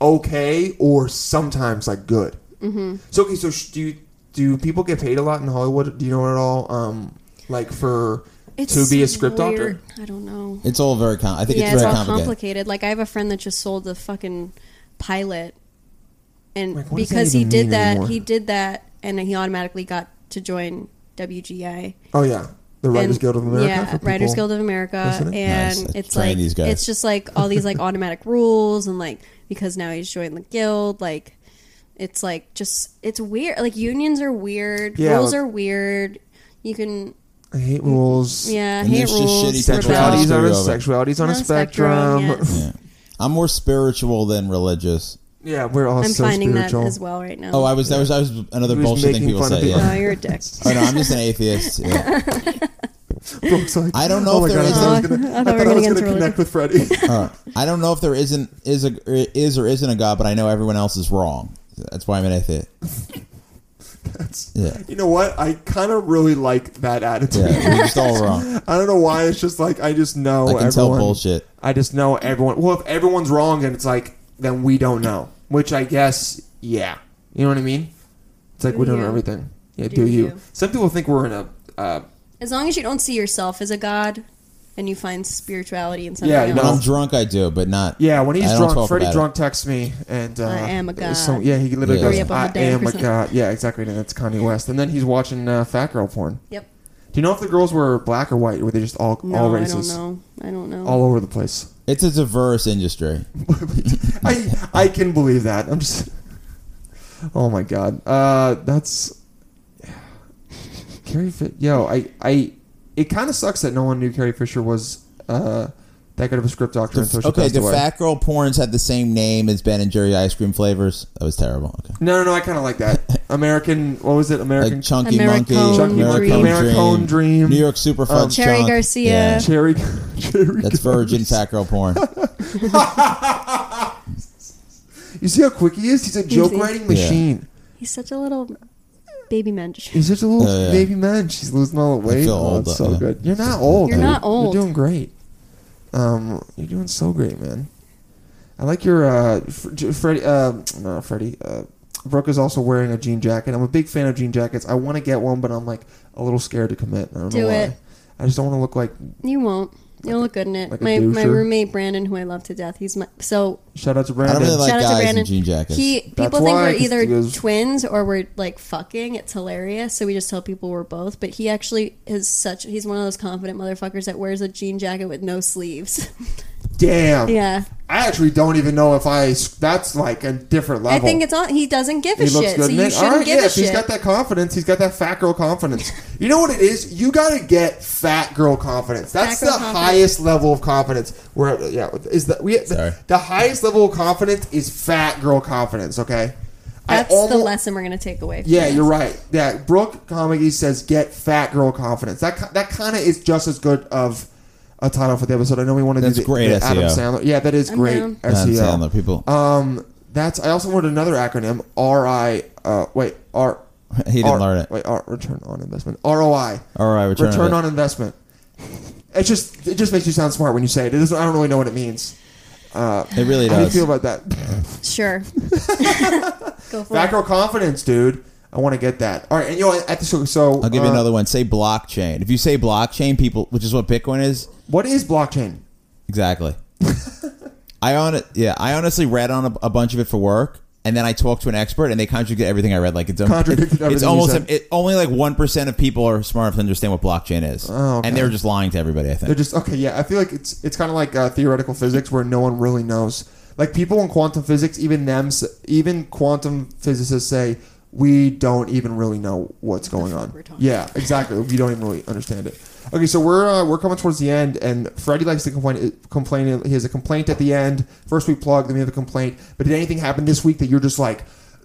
[SPEAKER 1] okay or sometimes like good. Mm-hmm. So okay, so sh- do you, do people get paid a lot in Hollywood? Do you know at all? Um, like for
[SPEAKER 4] it's
[SPEAKER 1] to be a script doctor.
[SPEAKER 4] weird. I don't know.
[SPEAKER 3] It's all very. Com- I think
[SPEAKER 4] yeah,
[SPEAKER 3] it's
[SPEAKER 4] it's
[SPEAKER 3] very
[SPEAKER 4] all
[SPEAKER 3] complicated.
[SPEAKER 4] complicated. Like I have a friend that just sold the fucking pilot, and
[SPEAKER 1] Like, what does that
[SPEAKER 4] because he
[SPEAKER 1] even mean
[SPEAKER 4] did that,
[SPEAKER 1] anymore?
[SPEAKER 4] he did that, and he automatically got to join WGA.
[SPEAKER 1] Oh yeah, the Writers
[SPEAKER 4] and,
[SPEAKER 1] Guild of America.
[SPEAKER 4] Yeah,
[SPEAKER 1] for
[SPEAKER 4] Writers
[SPEAKER 1] people-
[SPEAKER 4] Guild of America,
[SPEAKER 1] listening?
[SPEAKER 4] and
[SPEAKER 3] Nice.
[SPEAKER 4] it's
[SPEAKER 3] Train
[SPEAKER 4] like
[SPEAKER 3] these guys.
[SPEAKER 4] it's just like all these like automatic rules, and like because now he's joined the guild, like it's like just it's weird. Like unions are weird,
[SPEAKER 1] Yeah,
[SPEAKER 4] rules
[SPEAKER 1] like-
[SPEAKER 4] are weird. You can
[SPEAKER 1] I hate rules.
[SPEAKER 4] yeah,
[SPEAKER 3] And
[SPEAKER 4] hate
[SPEAKER 3] there's just
[SPEAKER 4] rules.
[SPEAKER 3] shitty
[SPEAKER 4] rebel.
[SPEAKER 3] sexualities
[SPEAKER 1] Sexuality's on a
[SPEAKER 3] Screwed over.
[SPEAKER 1] sexuality's on a
[SPEAKER 4] On a spectrum,
[SPEAKER 1] spectrum.
[SPEAKER 4] yes.
[SPEAKER 3] Yeah. I'm more spiritual than religious.
[SPEAKER 1] yeah, we're all
[SPEAKER 4] I'm
[SPEAKER 1] so
[SPEAKER 4] finding
[SPEAKER 1] spiritual.
[SPEAKER 4] that as well right now.
[SPEAKER 3] Oh, I was that was that was another
[SPEAKER 1] He was
[SPEAKER 3] bullshit thing
[SPEAKER 1] making
[SPEAKER 3] people
[SPEAKER 1] fun of
[SPEAKER 3] say.
[SPEAKER 1] people.
[SPEAKER 4] No,
[SPEAKER 3] Yeah.
[SPEAKER 4] you're a dick.
[SPEAKER 3] oh no, I'm just an atheist. Yeah.
[SPEAKER 1] Brooke's like,
[SPEAKER 3] I don't know
[SPEAKER 1] oh my
[SPEAKER 3] if there
[SPEAKER 1] God, I
[SPEAKER 3] is-
[SPEAKER 4] Oh,
[SPEAKER 1] thought I was gonna,
[SPEAKER 4] I
[SPEAKER 1] I
[SPEAKER 4] thought we
[SPEAKER 1] thought
[SPEAKER 4] were
[SPEAKER 1] I
[SPEAKER 4] gonna
[SPEAKER 1] was
[SPEAKER 4] get
[SPEAKER 1] gonna
[SPEAKER 4] into
[SPEAKER 1] connect with Freddie.
[SPEAKER 3] All right. I don't know if there isn't is a is or isn't a god, but I know everyone else is wrong. That's why I'm an atheist. Yeah.
[SPEAKER 1] you know what? I kind of really like that attitude.
[SPEAKER 3] Yeah, we're just all wrong.
[SPEAKER 1] I don't know why. It's just like I just know.
[SPEAKER 3] I can
[SPEAKER 1] everyone,
[SPEAKER 3] tell bullshit.
[SPEAKER 1] I just know everyone. Well, if everyone's wrong, and it's like then we don't know. Which I guess, yeah. You know what I mean? It's like
[SPEAKER 4] Do
[SPEAKER 1] we don't
[SPEAKER 4] you.
[SPEAKER 1] know everything. Yeah, do,
[SPEAKER 4] Do
[SPEAKER 1] you.
[SPEAKER 4] you.
[SPEAKER 1] Some people think we're in a. Uh,
[SPEAKER 4] As long as you don't see yourself as a god and you find spirituality in something
[SPEAKER 1] Yeah, you
[SPEAKER 4] else.
[SPEAKER 3] When I'm
[SPEAKER 1] No.
[SPEAKER 3] drunk, I do, but not.
[SPEAKER 1] yeah, when
[SPEAKER 3] I
[SPEAKER 1] he's
[SPEAKER 3] don't
[SPEAKER 1] drunk,
[SPEAKER 3] talk
[SPEAKER 1] Freddie
[SPEAKER 3] about it.
[SPEAKER 1] drunk texts me, and uh,
[SPEAKER 4] I am a god.
[SPEAKER 1] so- yeah, he literally
[SPEAKER 3] Yeah.
[SPEAKER 1] goes,
[SPEAKER 3] Hurry up,
[SPEAKER 4] I'm a
[SPEAKER 1] "I
[SPEAKER 4] damn
[SPEAKER 1] am a
[SPEAKER 4] person."
[SPEAKER 1] god." Yeah, exactly, and that's Kanye West. And then he's watching uh, fat girl porn.
[SPEAKER 4] Yep.
[SPEAKER 1] Do you know if the girls were black or white? Or were they just all
[SPEAKER 4] No,
[SPEAKER 1] all
[SPEAKER 4] I
[SPEAKER 1] races?
[SPEAKER 4] don't know. I don't know.
[SPEAKER 1] All over the place.
[SPEAKER 3] It's a diverse industry.
[SPEAKER 1] I I can believe that. I'm just. Oh my god. Uh, that's. Carrie Fisher. Yo, I I. It kind of sucks that no one knew Carrie Fisher was uh, That could have a script doctor and until she
[SPEAKER 3] okay,
[SPEAKER 1] passed
[SPEAKER 3] the
[SPEAKER 1] away.
[SPEAKER 3] fat girl porns had the same name as Ben and Jerry ice cream flavors. That was terrible. Okay.
[SPEAKER 1] no, no, no. I kind of like that. American. What was it? American
[SPEAKER 3] Like Chunky
[SPEAKER 4] Americone
[SPEAKER 3] Monkey,
[SPEAKER 1] Chunky Monkey, Americone Dream.
[SPEAKER 3] New York Superfund,
[SPEAKER 4] Cherry
[SPEAKER 3] Chunk.
[SPEAKER 4] Garcia.
[SPEAKER 3] Yeah.
[SPEAKER 1] cherry. cherry.
[SPEAKER 3] That's virgin fat girl porn.
[SPEAKER 1] You see how quick he is? He's a joke writing machine.
[SPEAKER 4] He's such a little baby mensch.
[SPEAKER 1] He's such a little
[SPEAKER 3] Yeah, yeah.
[SPEAKER 1] baby man. She's losing all the weight.
[SPEAKER 3] feel
[SPEAKER 1] Oh,
[SPEAKER 3] old,
[SPEAKER 1] it's
[SPEAKER 3] though,
[SPEAKER 1] so
[SPEAKER 3] yeah.
[SPEAKER 1] good. You're not old.
[SPEAKER 4] You're
[SPEAKER 1] dude.
[SPEAKER 4] not old.
[SPEAKER 1] You're doing great. Um, you're doing so great, man. I like your uh, Fr- Freddie. Uh, no, Freddie. Uh, Brooke is also wearing a jean jacket. I'm a big fan of jean jackets. I want to get one, but I'm like a little scared to commit. I don't
[SPEAKER 4] Do
[SPEAKER 1] know why.
[SPEAKER 4] it.
[SPEAKER 1] I just don't want to look like.
[SPEAKER 4] You won't. You'll look good in it.
[SPEAKER 1] like a
[SPEAKER 4] my my
[SPEAKER 1] doucher.
[SPEAKER 4] roommate Brandon, who I love to death, he's my so
[SPEAKER 1] Shout out to
[SPEAKER 3] I
[SPEAKER 1] Brandon.
[SPEAKER 3] don't really like
[SPEAKER 4] shout out to
[SPEAKER 3] guys in
[SPEAKER 4] Brandon.
[SPEAKER 3] jean jackets.
[SPEAKER 4] He people
[SPEAKER 1] That's
[SPEAKER 4] think
[SPEAKER 1] why,
[SPEAKER 4] we're
[SPEAKER 1] 'cause
[SPEAKER 4] either
[SPEAKER 1] it was-
[SPEAKER 4] twins or we're like fucking. It's hilarious. So we just tell people we're both. But he actually is such. He's one of those confident motherfuckers that wears a jean jacket with no sleeves.
[SPEAKER 1] Damn.
[SPEAKER 4] yeah,
[SPEAKER 1] I actually don't even know if I. That's like a different level.
[SPEAKER 4] I think it's on. He doesn't give a
[SPEAKER 1] he looks
[SPEAKER 4] shit.
[SPEAKER 1] good
[SPEAKER 4] So
[SPEAKER 1] in
[SPEAKER 4] you
[SPEAKER 1] it. All
[SPEAKER 4] shouldn't
[SPEAKER 1] right,
[SPEAKER 4] give
[SPEAKER 1] yeah.
[SPEAKER 4] a
[SPEAKER 1] If he's
[SPEAKER 4] shit.
[SPEAKER 1] got that confidence, he's got that fat girl confidence. you know what it is? You got to get fat girl confidence. That's
[SPEAKER 4] Fat girl
[SPEAKER 1] the
[SPEAKER 4] confidence.
[SPEAKER 1] highest level of confidence. Where yeah, is that we?
[SPEAKER 3] Sorry.
[SPEAKER 1] The, the highest level of confidence is fat girl confidence. Okay. I
[SPEAKER 4] That's the
[SPEAKER 1] almo-
[SPEAKER 4] lesson we're gonna take away. From
[SPEAKER 1] Yeah,
[SPEAKER 4] this.
[SPEAKER 1] you're right. Yeah, Brooke Comedy says get fat girl confidence. That ki- that kind of is just as good of a title for the episode. I know we want to do
[SPEAKER 3] That's
[SPEAKER 1] the,
[SPEAKER 3] great
[SPEAKER 1] the Adam
[SPEAKER 3] SEO.
[SPEAKER 1] Sandler. Yeah, that is
[SPEAKER 4] I'm
[SPEAKER 1] great E
[SPEAKER 4] down.
[SPEAKER 3] Adam
[SPEAKER 1] SEO.
[SPEAKER 3] Sandler, people.
[SPEAKER 1] Um, that's. I also learned another acronym. R I. Uh, wait. R.
[SPEAKER 3] he didn't
[SPEAKER 1] R-
[SPEAKER 3] learn it.
[SPEAKER 1] Wait. R, return on investment. ROI.
[SPEAKER 3] ROI,
[SPEAKER 1] return
[SPEAKER 3] return on invest-
[SPEAKER 1] on investment. It just it just makes you sound smart when you say it. it doesn't, I don't really know what it means.
[SPEAKER 3] It really
[SPEAKER 1] How do you
[SPEAKER 3] does.
[SPEAKER 1] feel about that?
[SPEAKER 4] Sure. Go for
[SPEAKER 1] Fat
[SPEAKER 4] it.
[SPEAKER 1] girl confidence, dude. I want to get that. All right, and you know, at the so, so
[SPEAKER 3] I'll give
[SPEAKER 1] uh,
[SPEAKER 3] you another one. Say blockchain. If you say blockchain, people, which is what Bitcoin is,
[SPEAKER 1] What is blockchain?
[SPEAKER 3] Exactly. I on yeah, I honestly read on a, a bunch of it for work, and then I talked to an expert, and they contradicted everything I read. Like it's
[SPEAKER 1] Contradicted
[SPEAKER 3] it's- It's
[SPEAKER 1] everything you
[SPEAKER 3] almost
[SPEAKER 1] said.
[SPEAKER 3] it, only like one percent of people are smart enough to understand what blockchain is,
[SPEAKER 1] Oh, okay.
[SPEAKER 3] and they were just lying to everybody. I
[SPEAKER 1] They're
[SPEAKER 3] think.
[SPEAKER 1] just okay. Yeah, I feel like it's it's kind of like uh, theoretical physics where no one really knows. Like people in quantum physics, even them, s- even quantum physicists say we don't even really know what's going on.
[SPEAKER 4] we're talking
[SPEAKER 1] Yeah, exactly. We don't even really understand it. Okay, so we're uh, we're coming towards the end, and Freddie likes to complain. uh, Complain. He has a complaint at the end. First we plug, then we have a complaint. But did anything happen this week that you're just like,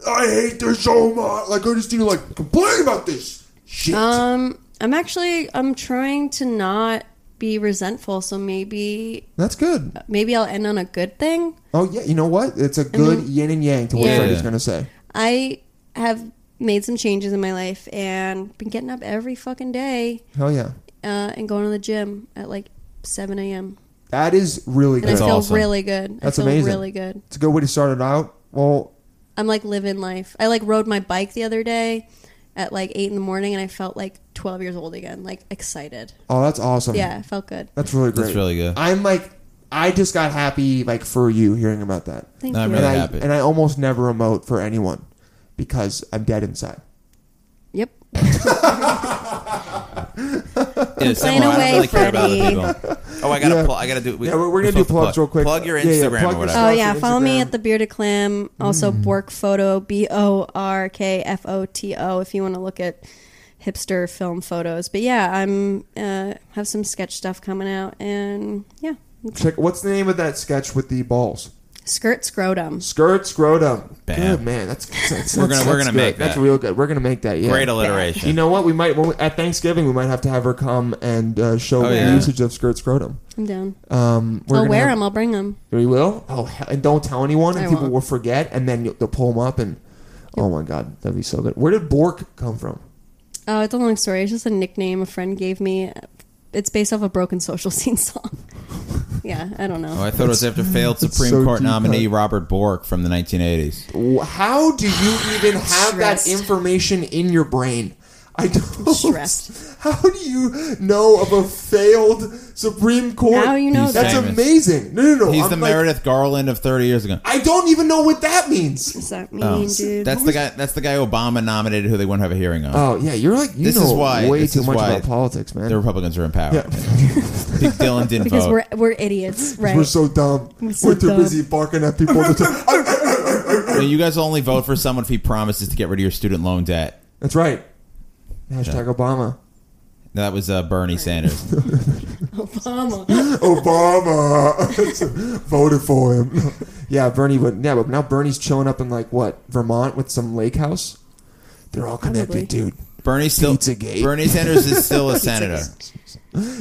[SPEAKER 1] I hate this so much. Like I just need to like complain about this shit.
[SPEAKER 4] Um, I'm actually I'm trying to not be resentful. So maybe
[SPEAKER 1] That's good.
[SPEAKER 4] maybe I'll end on a good thing.
[SPEAKER 1] Oh yeah, you know what? It's a good yin and yang to what
[SPEAKER 4] Yeah.
[SPEAKER 1] Freddie's
[SPEAKER 3] Yeah.
[SPEAKER 1] gonna say.
[SPEAKER 4] I have made some changes in my life and been getting up every fucking day
[SPEAKER 1] Hell yeah,
[SPEAKER 4] uh, and going to the gym at like 7 a.m.
[SPEAKER 1] that is really
[SPEAKER 4] And
[SPEAKER 1] good.
[SPEAKER 4] I feel
[SPEAKER 3] awesome.
[SPEAKER 4] really good.
[SPEAKER 1] That's
[SPEAKER 4] I feel
[SPEAKER 1] amazing.
[SPEAKER 4] really good.
[SPEAKER 1] It's a good way to start it out. Well,
[SPEAKER 4] I'm like living life. I like rode my bike the other day at like 8 in the morning and I felt like 12 years old again, like excited.
[SPEAKER 1] oh, that's awesome.
[SPEAKER 4] Yeah, it felt good.
[SPEAKER 1] that's really great.
[SPEAKER 3] That's really good.
[SPEAKER 1] I'm like, I just got happy like for you hearing about that,
[SPEAKER 4] Thank
[SPEAKER 3] No, I'm
[SPEAKER 4] you.
[SPEAKER 1] and
[SPEAKER 3] really
[SPEAKER 1] I
[SPEAKER 3] happy.
[SPEAKER 1] and I almost never emote for anyone because I'm dead inside.
[SPEAKER 4] Yep.
[SPEAKER 5] Yeah,
[SPEAKER 4] Complain
[SPEAKER 5] similar.
[SPEAKER 4] away, Freddie.
[SPEAKER 5] people. Oh, I gotta,
[SPEAKER 1] Yeah.
[SPEAKER 5] pl- I gotta do. We,
[SPEAKER 1] Yeah, we're, we're gonna do
[SPEAKER 5] supposed to
[SPEAKER 1] plugs
[SPEAKER 5] plug.
[SPEAKER 1] real quick.
[SPEAKER 5] Plug your
[SPEAKER 1] Yeah, yeah,
[SPEAKER 5] Instagram
[SPEAKER 1] plug
[SPEAKER 5] or
[SPEAKER 1] your
[SPEAKER 5] whatever.
[SPEAKER 4] Oh
[SPEAKER 1] Follow us
[SPEAKER 4] yeah,
[SPEAKER 1] on
[SPEAKER 4] follow me
[SPEAKER 1] Instagram. Hmm.
[SPEAKER 4] at the bearded clam. Also, Bork Photo, B O R K F O T O. If you want to look at hipster film photos, but yeah, I'm uh, have some sketch stuff coming out, and yeah,
[SPEAKER 1] Check what's the name of that sketch with the balls?
[SPEAKER 4] skirt scrotum.
[SPEAKER 1] Skirt scrotum.
[SPEAKER 5] Bam.
[SPEAKER 1] Good man. That's, that's, that's
[SPEAKER 5] We're gonna- we're
[SPEAKER 1] that's
[SPEAKER 5] gonna
[SPEAKER 1] good.
[SPEAKER 5] make that.
[SPEAKER 1] That's real good. We're gonna make that. Yeah.
[SPEAKER 5] Great
[SPEAKER 1] You
[SPEAKER 5] alliteration.
[SPEAKER 1] know what? We might when we, at Thanksgiving we might have to have her come and uh, show
[SPEAKER 5] Oh,
[SPEAKER 1] the
[SPEAKER 5] yeah.
[SPEAKER 1] usage of skirt scrotum.
[SPEAKER 4] I'm down.
[SPEAKER 1] Um, we're
[SPEAKER 4] I'll
[SPEAKER 1] gonna
[SPEAKER 4] wear
[SPEAKER 1] have-
[SPEAKER 4] them. I'll bring them.
[SPEAKER 1] We will. Oh, hell, and don't tell anyone, and
[SPEAKER 4] I
[SPEAKER 1] people
[SPEAKER 4] won't.
[SPEAKER 1] will forget, and then you'll, they'll pull them up, and oh my god, that'd be so good. Where did Bork come from?
[SPEAKER 4] Oh, it's a long story. It's just a nickname a friend gave me. It's based off a broken social scene song. yeah, I don't know.
[SPEAKER 3] Oh, I thought it was after failed Supreme
[SPEAKER 1] so
[SPEAKER 3] Court
[SPEAKER 1] deep
[SPEAKER 3] nominee
[SPEAKER 1] cut.
[SPEAKER 3] Robert Bork from the 1980s.
[SPEAKER 1] Wh- How do you even have that
[SPEAKER 4] Stressed.
[SPEAKER 1] information in your brain? I don't.
[SPEAKER 4] Stressed.
[SPEAKER 1] How do you know of a failed Supreme Court?
[SPEAKER 4] Now you know He's
[SPEAKER 1] That's
[SPEAKER 4] that.
[SPEAKER 3] famous.
[SPEAKER 1] amazing. No, no, no.
[SPEAKER 3] He's
[SPEAKER 1] I'm
[SPEAKER 3] the
[SPEAKER 1] like,
[SPEAKER 3] Meredith Garland of 30 years ago.
[SPEAKER 1] I don't even know what that means.
[SPEAKER 4] What's that mean,
[SPEAKER 1] Oh,
[SPEAKER 4] dude?
[SPEAKER 3] That's the guy. That's the guy Obama nominated, who they wouldn't have a hearing on.
[SPEAKER 1] Oh yeah, you're like you
[SPEAKER 3] This
[SPEAKER 1] know
[SPEAKER 3] is why-
[SPEAKER 1] way
[SPEAKER 3] this
[SPEAKER 1] too
[SPEAKER 3] is
[SPEAKER 1] much
[SPEAKER 3] why
[SPEAKER 1] about politics, man.
[SPEAKER 3] the Republicans are in power.
[SPEAKER 1] Yeah.
[SPEAKER 3] Big Dylan didn't
[SPEAKER 4] because
[SPEAKER 3] vote.
[SPEAKER 4] we're we're idiots, right?
[SPEAKER 1] We're so dumb. We're,
[SPEAKER 4] so
[SPEAKER 1] too
[SPEAKER 4] dumb.
[SPEAKER 1] busy barking at people. all the time.
[SPEAKER 3] No, you guys only vote for someone if he promises to get rid of your student loan debt.
[SPEAKER 1] That's right. Hashtag Obama.
[SPEAKER 3] No, that was uh, Bernie Sanders.
[SPEAKER 4] Obama.
[SPEAKER 1] Obama voted for him. yeah, Bernie would. Yeah, but now Bernie's chilling up in like what Vermont with some lake house. They're all connected,
[SPEAKER 4] Probably.
[SPEAKER 1] dude.
[SPEAKER 6] Bernie still
[SPEAKER 1] Pizzagate.
[SPEAKER 6] Bernie Sanders is still a senator.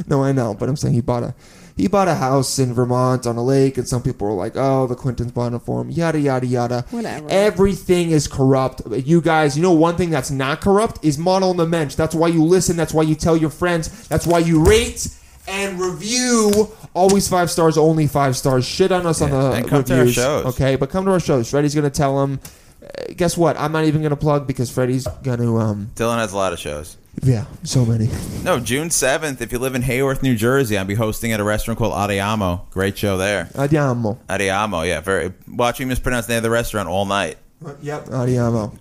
[SPEAKER 1] No, I know, but I'm saying he bought a he bought a house in Vermont on a lake, and some people were like, "Oh, the Clintons bought it for him." Yada yada yada.
[SPEAKER 4] Whatever.
[SPEAKER 1] Everything is corrupt. You guys, you know one thing that's not corrupt is model and the mensch. That's why you listen. That's why you tell your friends. That's why you rate and review. Always five stars, only five stars. Shit on us on
[SPEAKER 3] Yeah,
[SPEAKER 1] the
[SPEAKER 3] and come to our
[SPEAKER 1] reviews,
[SPEAKER 3] shows.
[SPEAKER 1] okay? But come to our shows. Freddie's gonna tell them. Guess what? I'm not even gonna plug because Freddie's gonna um
[SPEAKER 3] Dylan has a lot of shows.
[SPEAKER 1] yeah so many.
[SPEAKER 3] No, June seventh. If you live in Hayworth, New Jersey, I'll be hosting at a restaurant called Adiamo. Great show there.
[SPEAKER 1] Adiamo.
[SPEAKER 3] Adiamo, yeah. Very watching mispronounced the name of the restaurant all night.
[SPEAKER 1] Yep. Adiamo.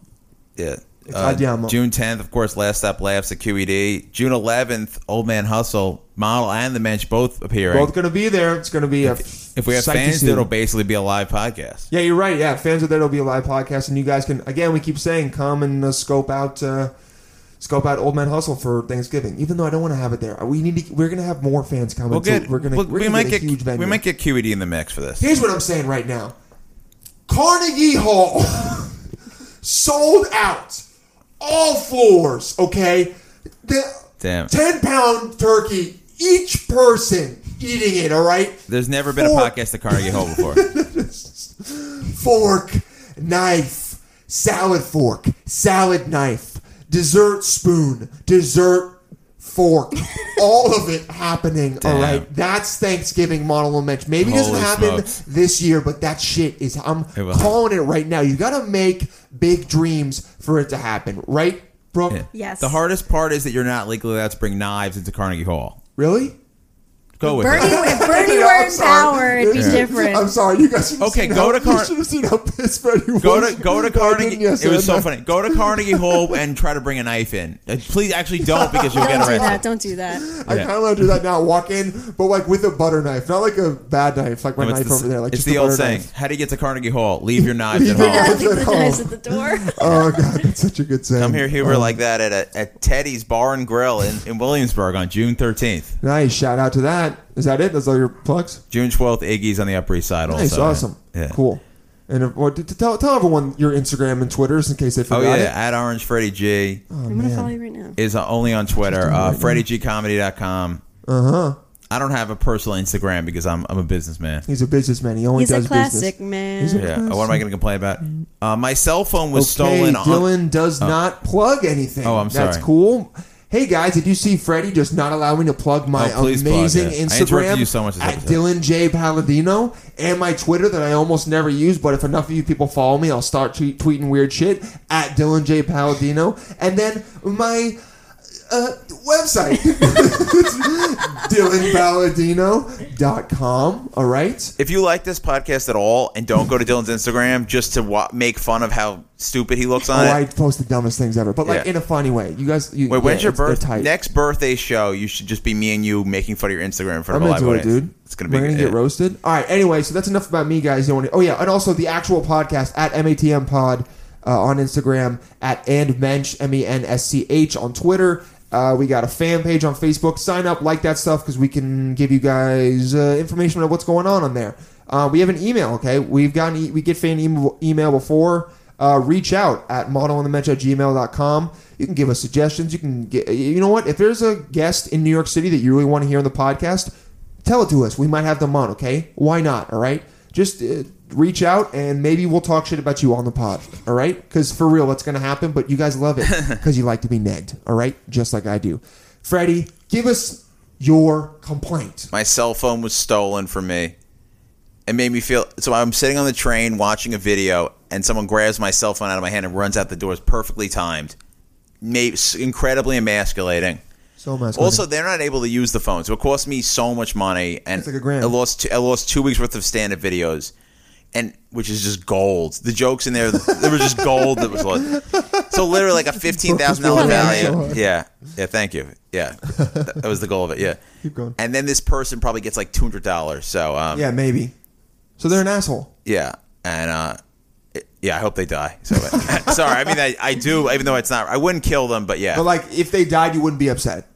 [SPEAKER 3] Yeah. Uh,
[SPEAKER 1] Adiamo.
[SPEAKER 3] June 10th, of course, Last Stop Laughs at QED. June 11th, Old Man Hustle, Model and The Mensch both appearing.
[SPEAKER 1] Both going to be there. It's going to be a.
[SPEAKER 3] if we have
[SPEAKER 1] sight to
[SPEAKER 3] fans,
[SPEAKER 1] see.
[SPEAKER 3] it'll basically be a live podcast.
[SPEAKER 1] Yeah, you're right. Yeah, fans are there. It'll be a E live podcast, and you guys can again. We keep saying come and uh, scope out. Uh, Scope out Old Man Hustle for Thanksgiving, even though I don't want to have it there. We need to. We're gonna have more fans coming.
[SPEAKER 3] We'll
[SPEAKER 1] too.
[SPEAKER 3] get,
[SPEAKER 1] We're gonna.
[SPEAKER 3] we'll-
[SPEAKER 1] we're
[SPEAKER 3] we
[SPEAKER 1] gonna
[SPEAKER 3] might
[SPEAKER 1] get,
[SPEAKER 3] get,
[SPEAKER 1] a huge venue.
[SPEAKER 3] we might get QED in the mix for this.
[SPEAKER 1] Here's what I'm saying right now. Carnegie Hall sold out all floors. Okay, the
[SPEAKER 3] Damn.
[SPEAKER 1] ten pound turkey each person eating it. All right,
[SPEAKER 3] There's never been a
[SPEAKER 1] Four-
[SPEAKER 3] podcast at Carnegie Hall before.
[SPEAKER 1] fork, knife, salad fork, salad knife, dessert spoon, dessert fork. All of it happening. All
[SPEAKER 3] Damn.
[SPEAKER 1] right, that's Thanksgiving model and match. Maybe it doesn't
[SPEAKER 3] Holy
[SPEAKER 1] happen
[SPEAKER 3] smokes.
[SPEAKER 1] this year, but that shit is. I'm
[SPEAKER 3] It will.
[SPEAKER 1] calling it right now. You got to make big dreams for it to happen, right, Brooke?
[SPEAKER 3] Yeah.
[SPEAKER 4] Yes.
[SPEAKER 3] The hardest part is that you're not legally allowed to bring knives into Carnegie Hall.
[SPEAKER 1] Really?
[SPEAKER 3] Go with
[SPEAKER 4] Bernie,
[SPEAKER 3] it.
[SPEAKER 4] if Bernie
[SPEAKER 1] Yeah,
[SPEAKER 4] were
[SPEAKER 1] I'm
[SPEAKER 4] in
[SPEAKER 1] sorry.
[SPEAKER 4] power, it'd be different.
[SPEAKER 1] I'm sorry, you guys. should've
[SPEAKER 3] Okay,
[SPEAKER 1] seen
[SPEAKER 3] go
[SPEAKER 1] how-
[SPEAKER 3] to Car-
[SPEAKER 1] You should have seen how pissed Freddie was.
[SPEAKER 3] Go to go to
[SPEAKER 1] that I
[SPEAKER 3] Carnegie.
[SPEAKER 1] didn't yesterday.
[SPEAKER 3] It was so funny. Go to Carnegie Hall and try to bring a knife in. Uh, Please, actually, don't because you'll get
[SPEAKER 4] Don't do that.
[SPEAKER 3] arrested.
[SPEAKER 4] Don't do that.
[SPEAKER 1] I
[SPEAKER 3] Yeah.
[SPEAKER 1] kind of want to do that now. Walk in, but like with a butter knife, not like a bad knife, like my
[SPEAKER 3] No,
[SPEAKER 1] knife
[SPEAKER 3] the,
[SPEAKER 1] over there. Like
[SPEAKER 3] it's
[SPEAKER 1] just a
[SPEAKER 3] the old
[SPEAKER 1] butter
[SPEAKER 3] saying:
[SPEAKER 1] knife.
[SPEAKER 3] How do you get to Carnegie Hall? Leave your knives at
[SPEAKER 1] Leave your
[SPEAKER 3] home.
[SPEAKER 1] knives-
[SPEAKER 4] I think the
[SPEAKER 1] Oh.
[SPEAKER 4] knives at the door.
[SPEAKER 1] Oh god, that's such a good saying.
[SPEAKER 3] Come here, Huber,
[SPEAKER 1] Um,
[SPEAKER 3] like that at, a, at Teddy's Bar and Grill in, in Williamsburg on June 13th.
[SPEAKER 1] Nice. Shout out to that. Is that it? That's all your plugs.
[SPEAKER 3] June 12th, Iggy's on the Upper East Side.
[SPEAKER 1] Nice.
[SPEAKER 3] also.
[SPEAKER 1] awesome.
[SPEAKER 3] Yeah.
[SPEAKER 1] Cool. And uh, if, or, t- t- tell tell everyone your Instagram and Twitter's in case they
[SPEAKER 3] Oh
[SPEAKER 1] forgot
[SPEAKER 3] yeah,
[SPEAKER 1] it. Oh.
[SPEAKER 3] at Orange Freddy G
[SPEAKER 4] I'm gonna follow you right now.
[SPEAKER 3] is uh, only on Twitter. Uh, FreddyGComedy.com.
[SPEAKER 1] Uh huh.
[SPEAKER 3] I don't have a personal Instagram because I'm I'm a businessman.
[SPEAKER 1] He's a businessman. He only
[SPEAKER 4] He's a
[SPEAKER 1] does
[SPEAKER 4] classic
[SPEAKER 1] business.
[SPEAKER 4] man.
[SPEAKER 1] He's a-
[SPEAKER 3] Yeah. What am I going to complain about? Uh, my cell phone was
[SPEAKER 1] okay,
[SPEAKER 3] stolen. on,
[SPEAKER 1] Dylan does not plug anything.
[SPEAKER 3] Oh, I'm
[SPEAKER 1] That's
[SPEAKER 3] sorry.
[SPEAKER 1] cool. Hey guys, did you see Freddie just not allowing to plug my
[SPEAKER 3] Oh, please plug
[SPEAKER 1] amazing
[SPEAKER 3] it. I
[SPEAKER 1] Instagram
[SPEAKER 3] interrupted you so much this
[SPEAKER 1] at
[SPEAKER 3] episode.
[SPEAKER 1] Dylan J Palladino and my Twitter that I almost never use, but if enough of you people follow me, I'll start tweet- tweeting weird shit at Dylan J Palladino, and then my uh, website dylanballadino.com all right
[SPEAKER 3] If you like this podcast at all and don't go to Dylan's Instagram just to wa- make fun of how stupid he looks
[SPEAKER 1] oh,
[SPEAKER 3] on it.
[SPEAKER 1] I post the dumbest things ever but like
[SPEAKER 3] Uh, Yeah.
[SPEAKER 1] in a funny way you guys you,
[SPEAKER 3] Wait, when's
[SPEAKER 1] yeah,
[SPEAKER 3] your
[SPEAKER 1] it's- they're
[SPEAKER 3] birthday?
[SPEAKER 1] tight.
[SPEAKER 3] Next birthday show, you should just be me and you making fun of your Instagram in front
[SPEAKER 1] I'm
[SPEAKER 3] of a
[SPEAKER 1] gonna
[SPEAKER 3] live
[SPEAKER 1] do it,
[SPEAKER 3] audience.
[SPEAKER 1] dude.
[SPEAKER 3] It's gonna be
[SPEAKER 1] We're gonna
[SPEAKER 3] yeah.
[SPEAKER 1] get roasted. All right. Anyway, so that's enough about me, guys. You want to, oh yeah, and also the actual podcast at matm pod uh, on Instagram at and mensch m e n s c h on Twitter. Uh, we got a fan page on Facebook. Sign up, like that stuff because we can give you guys uh, information on what's going on on there. Uh, we have an email. Okay, we've gotten e- we get fan email, email before. Uh, reach out at modelinthemensch at gmail.com. You can give us suggestions. You can get, you know what? If there's a guest in New York City that you really want to hear on the podcast, tell it to us. We might have them on, okay? Why not, all right? Just uh, reach out and maybe we'll talk shit about you on the pod, all right? Because for real, that's going to happen, but you guys love it because you like to be negged, all right? Just like I do. Freddie, give us your complaint.
[SPEAKER 3] My cell phone was stolen from me. It made me feel so. I'm sitting on the train watching a video, and someone grabs my cell phone out of my hand and runs out the door. It's perfectly timed, May- s- incredibly emasculating.
[SPEAKER 1] So much.
[SPEAKER 3] Also, they're not able to use the phone, so it cost me so much money, and
[SPEAKER 1] It's like a grand.
[SPEAKER 3] I lost two, I lost two weeks worth of stand up videos, and which is just gold. The jokes in there, there was just gold that was lost. So literally, like a fifteen thousand
[SPEAKER 1] Come on,
[SPEAKER 3] dollar value.
[SPEAKER 1] Sean.
[SPEAKER 3] Yeah, yeah. Thank you. Yeah, that, that was the goal of it. Yeah.
[SPEAKER 1] Keep going.
[SPEAKER 3] And then this person probably gets like two hundred dollars. So um,
[SPEAKER 1] yeah, maybe. So they're an asshole.
[SPEAKER 3] yeah, and uh, it- yeah, I hope they die. So but- sorry. I mean, I, I do, even though it's not. I wouldn't kill them, but yeah,
[SPEAKER 1] But like, if they died, you wouldn't be upset.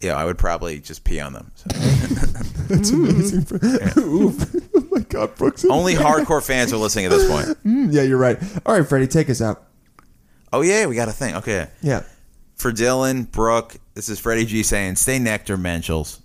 [SPEAKER 3] you know, I would probably just pee on them. So.
[SPEAKER 1] That's amazing. Ooh. oh my God, Brooks.
[SPEAKER 3] Only hardcore fans are listening at this point.
[SPEAKER 1] Mm, yeah, you're right. All right, Freddie, take us out.
[SPEAKER 3] Oh yeah, we got a thing. Okay,
[SPEAKER 1] Yeah.
[SPEAKER 3] for Dylan Brooke, this is Freddie G saying, "Stay nectar, Menschels."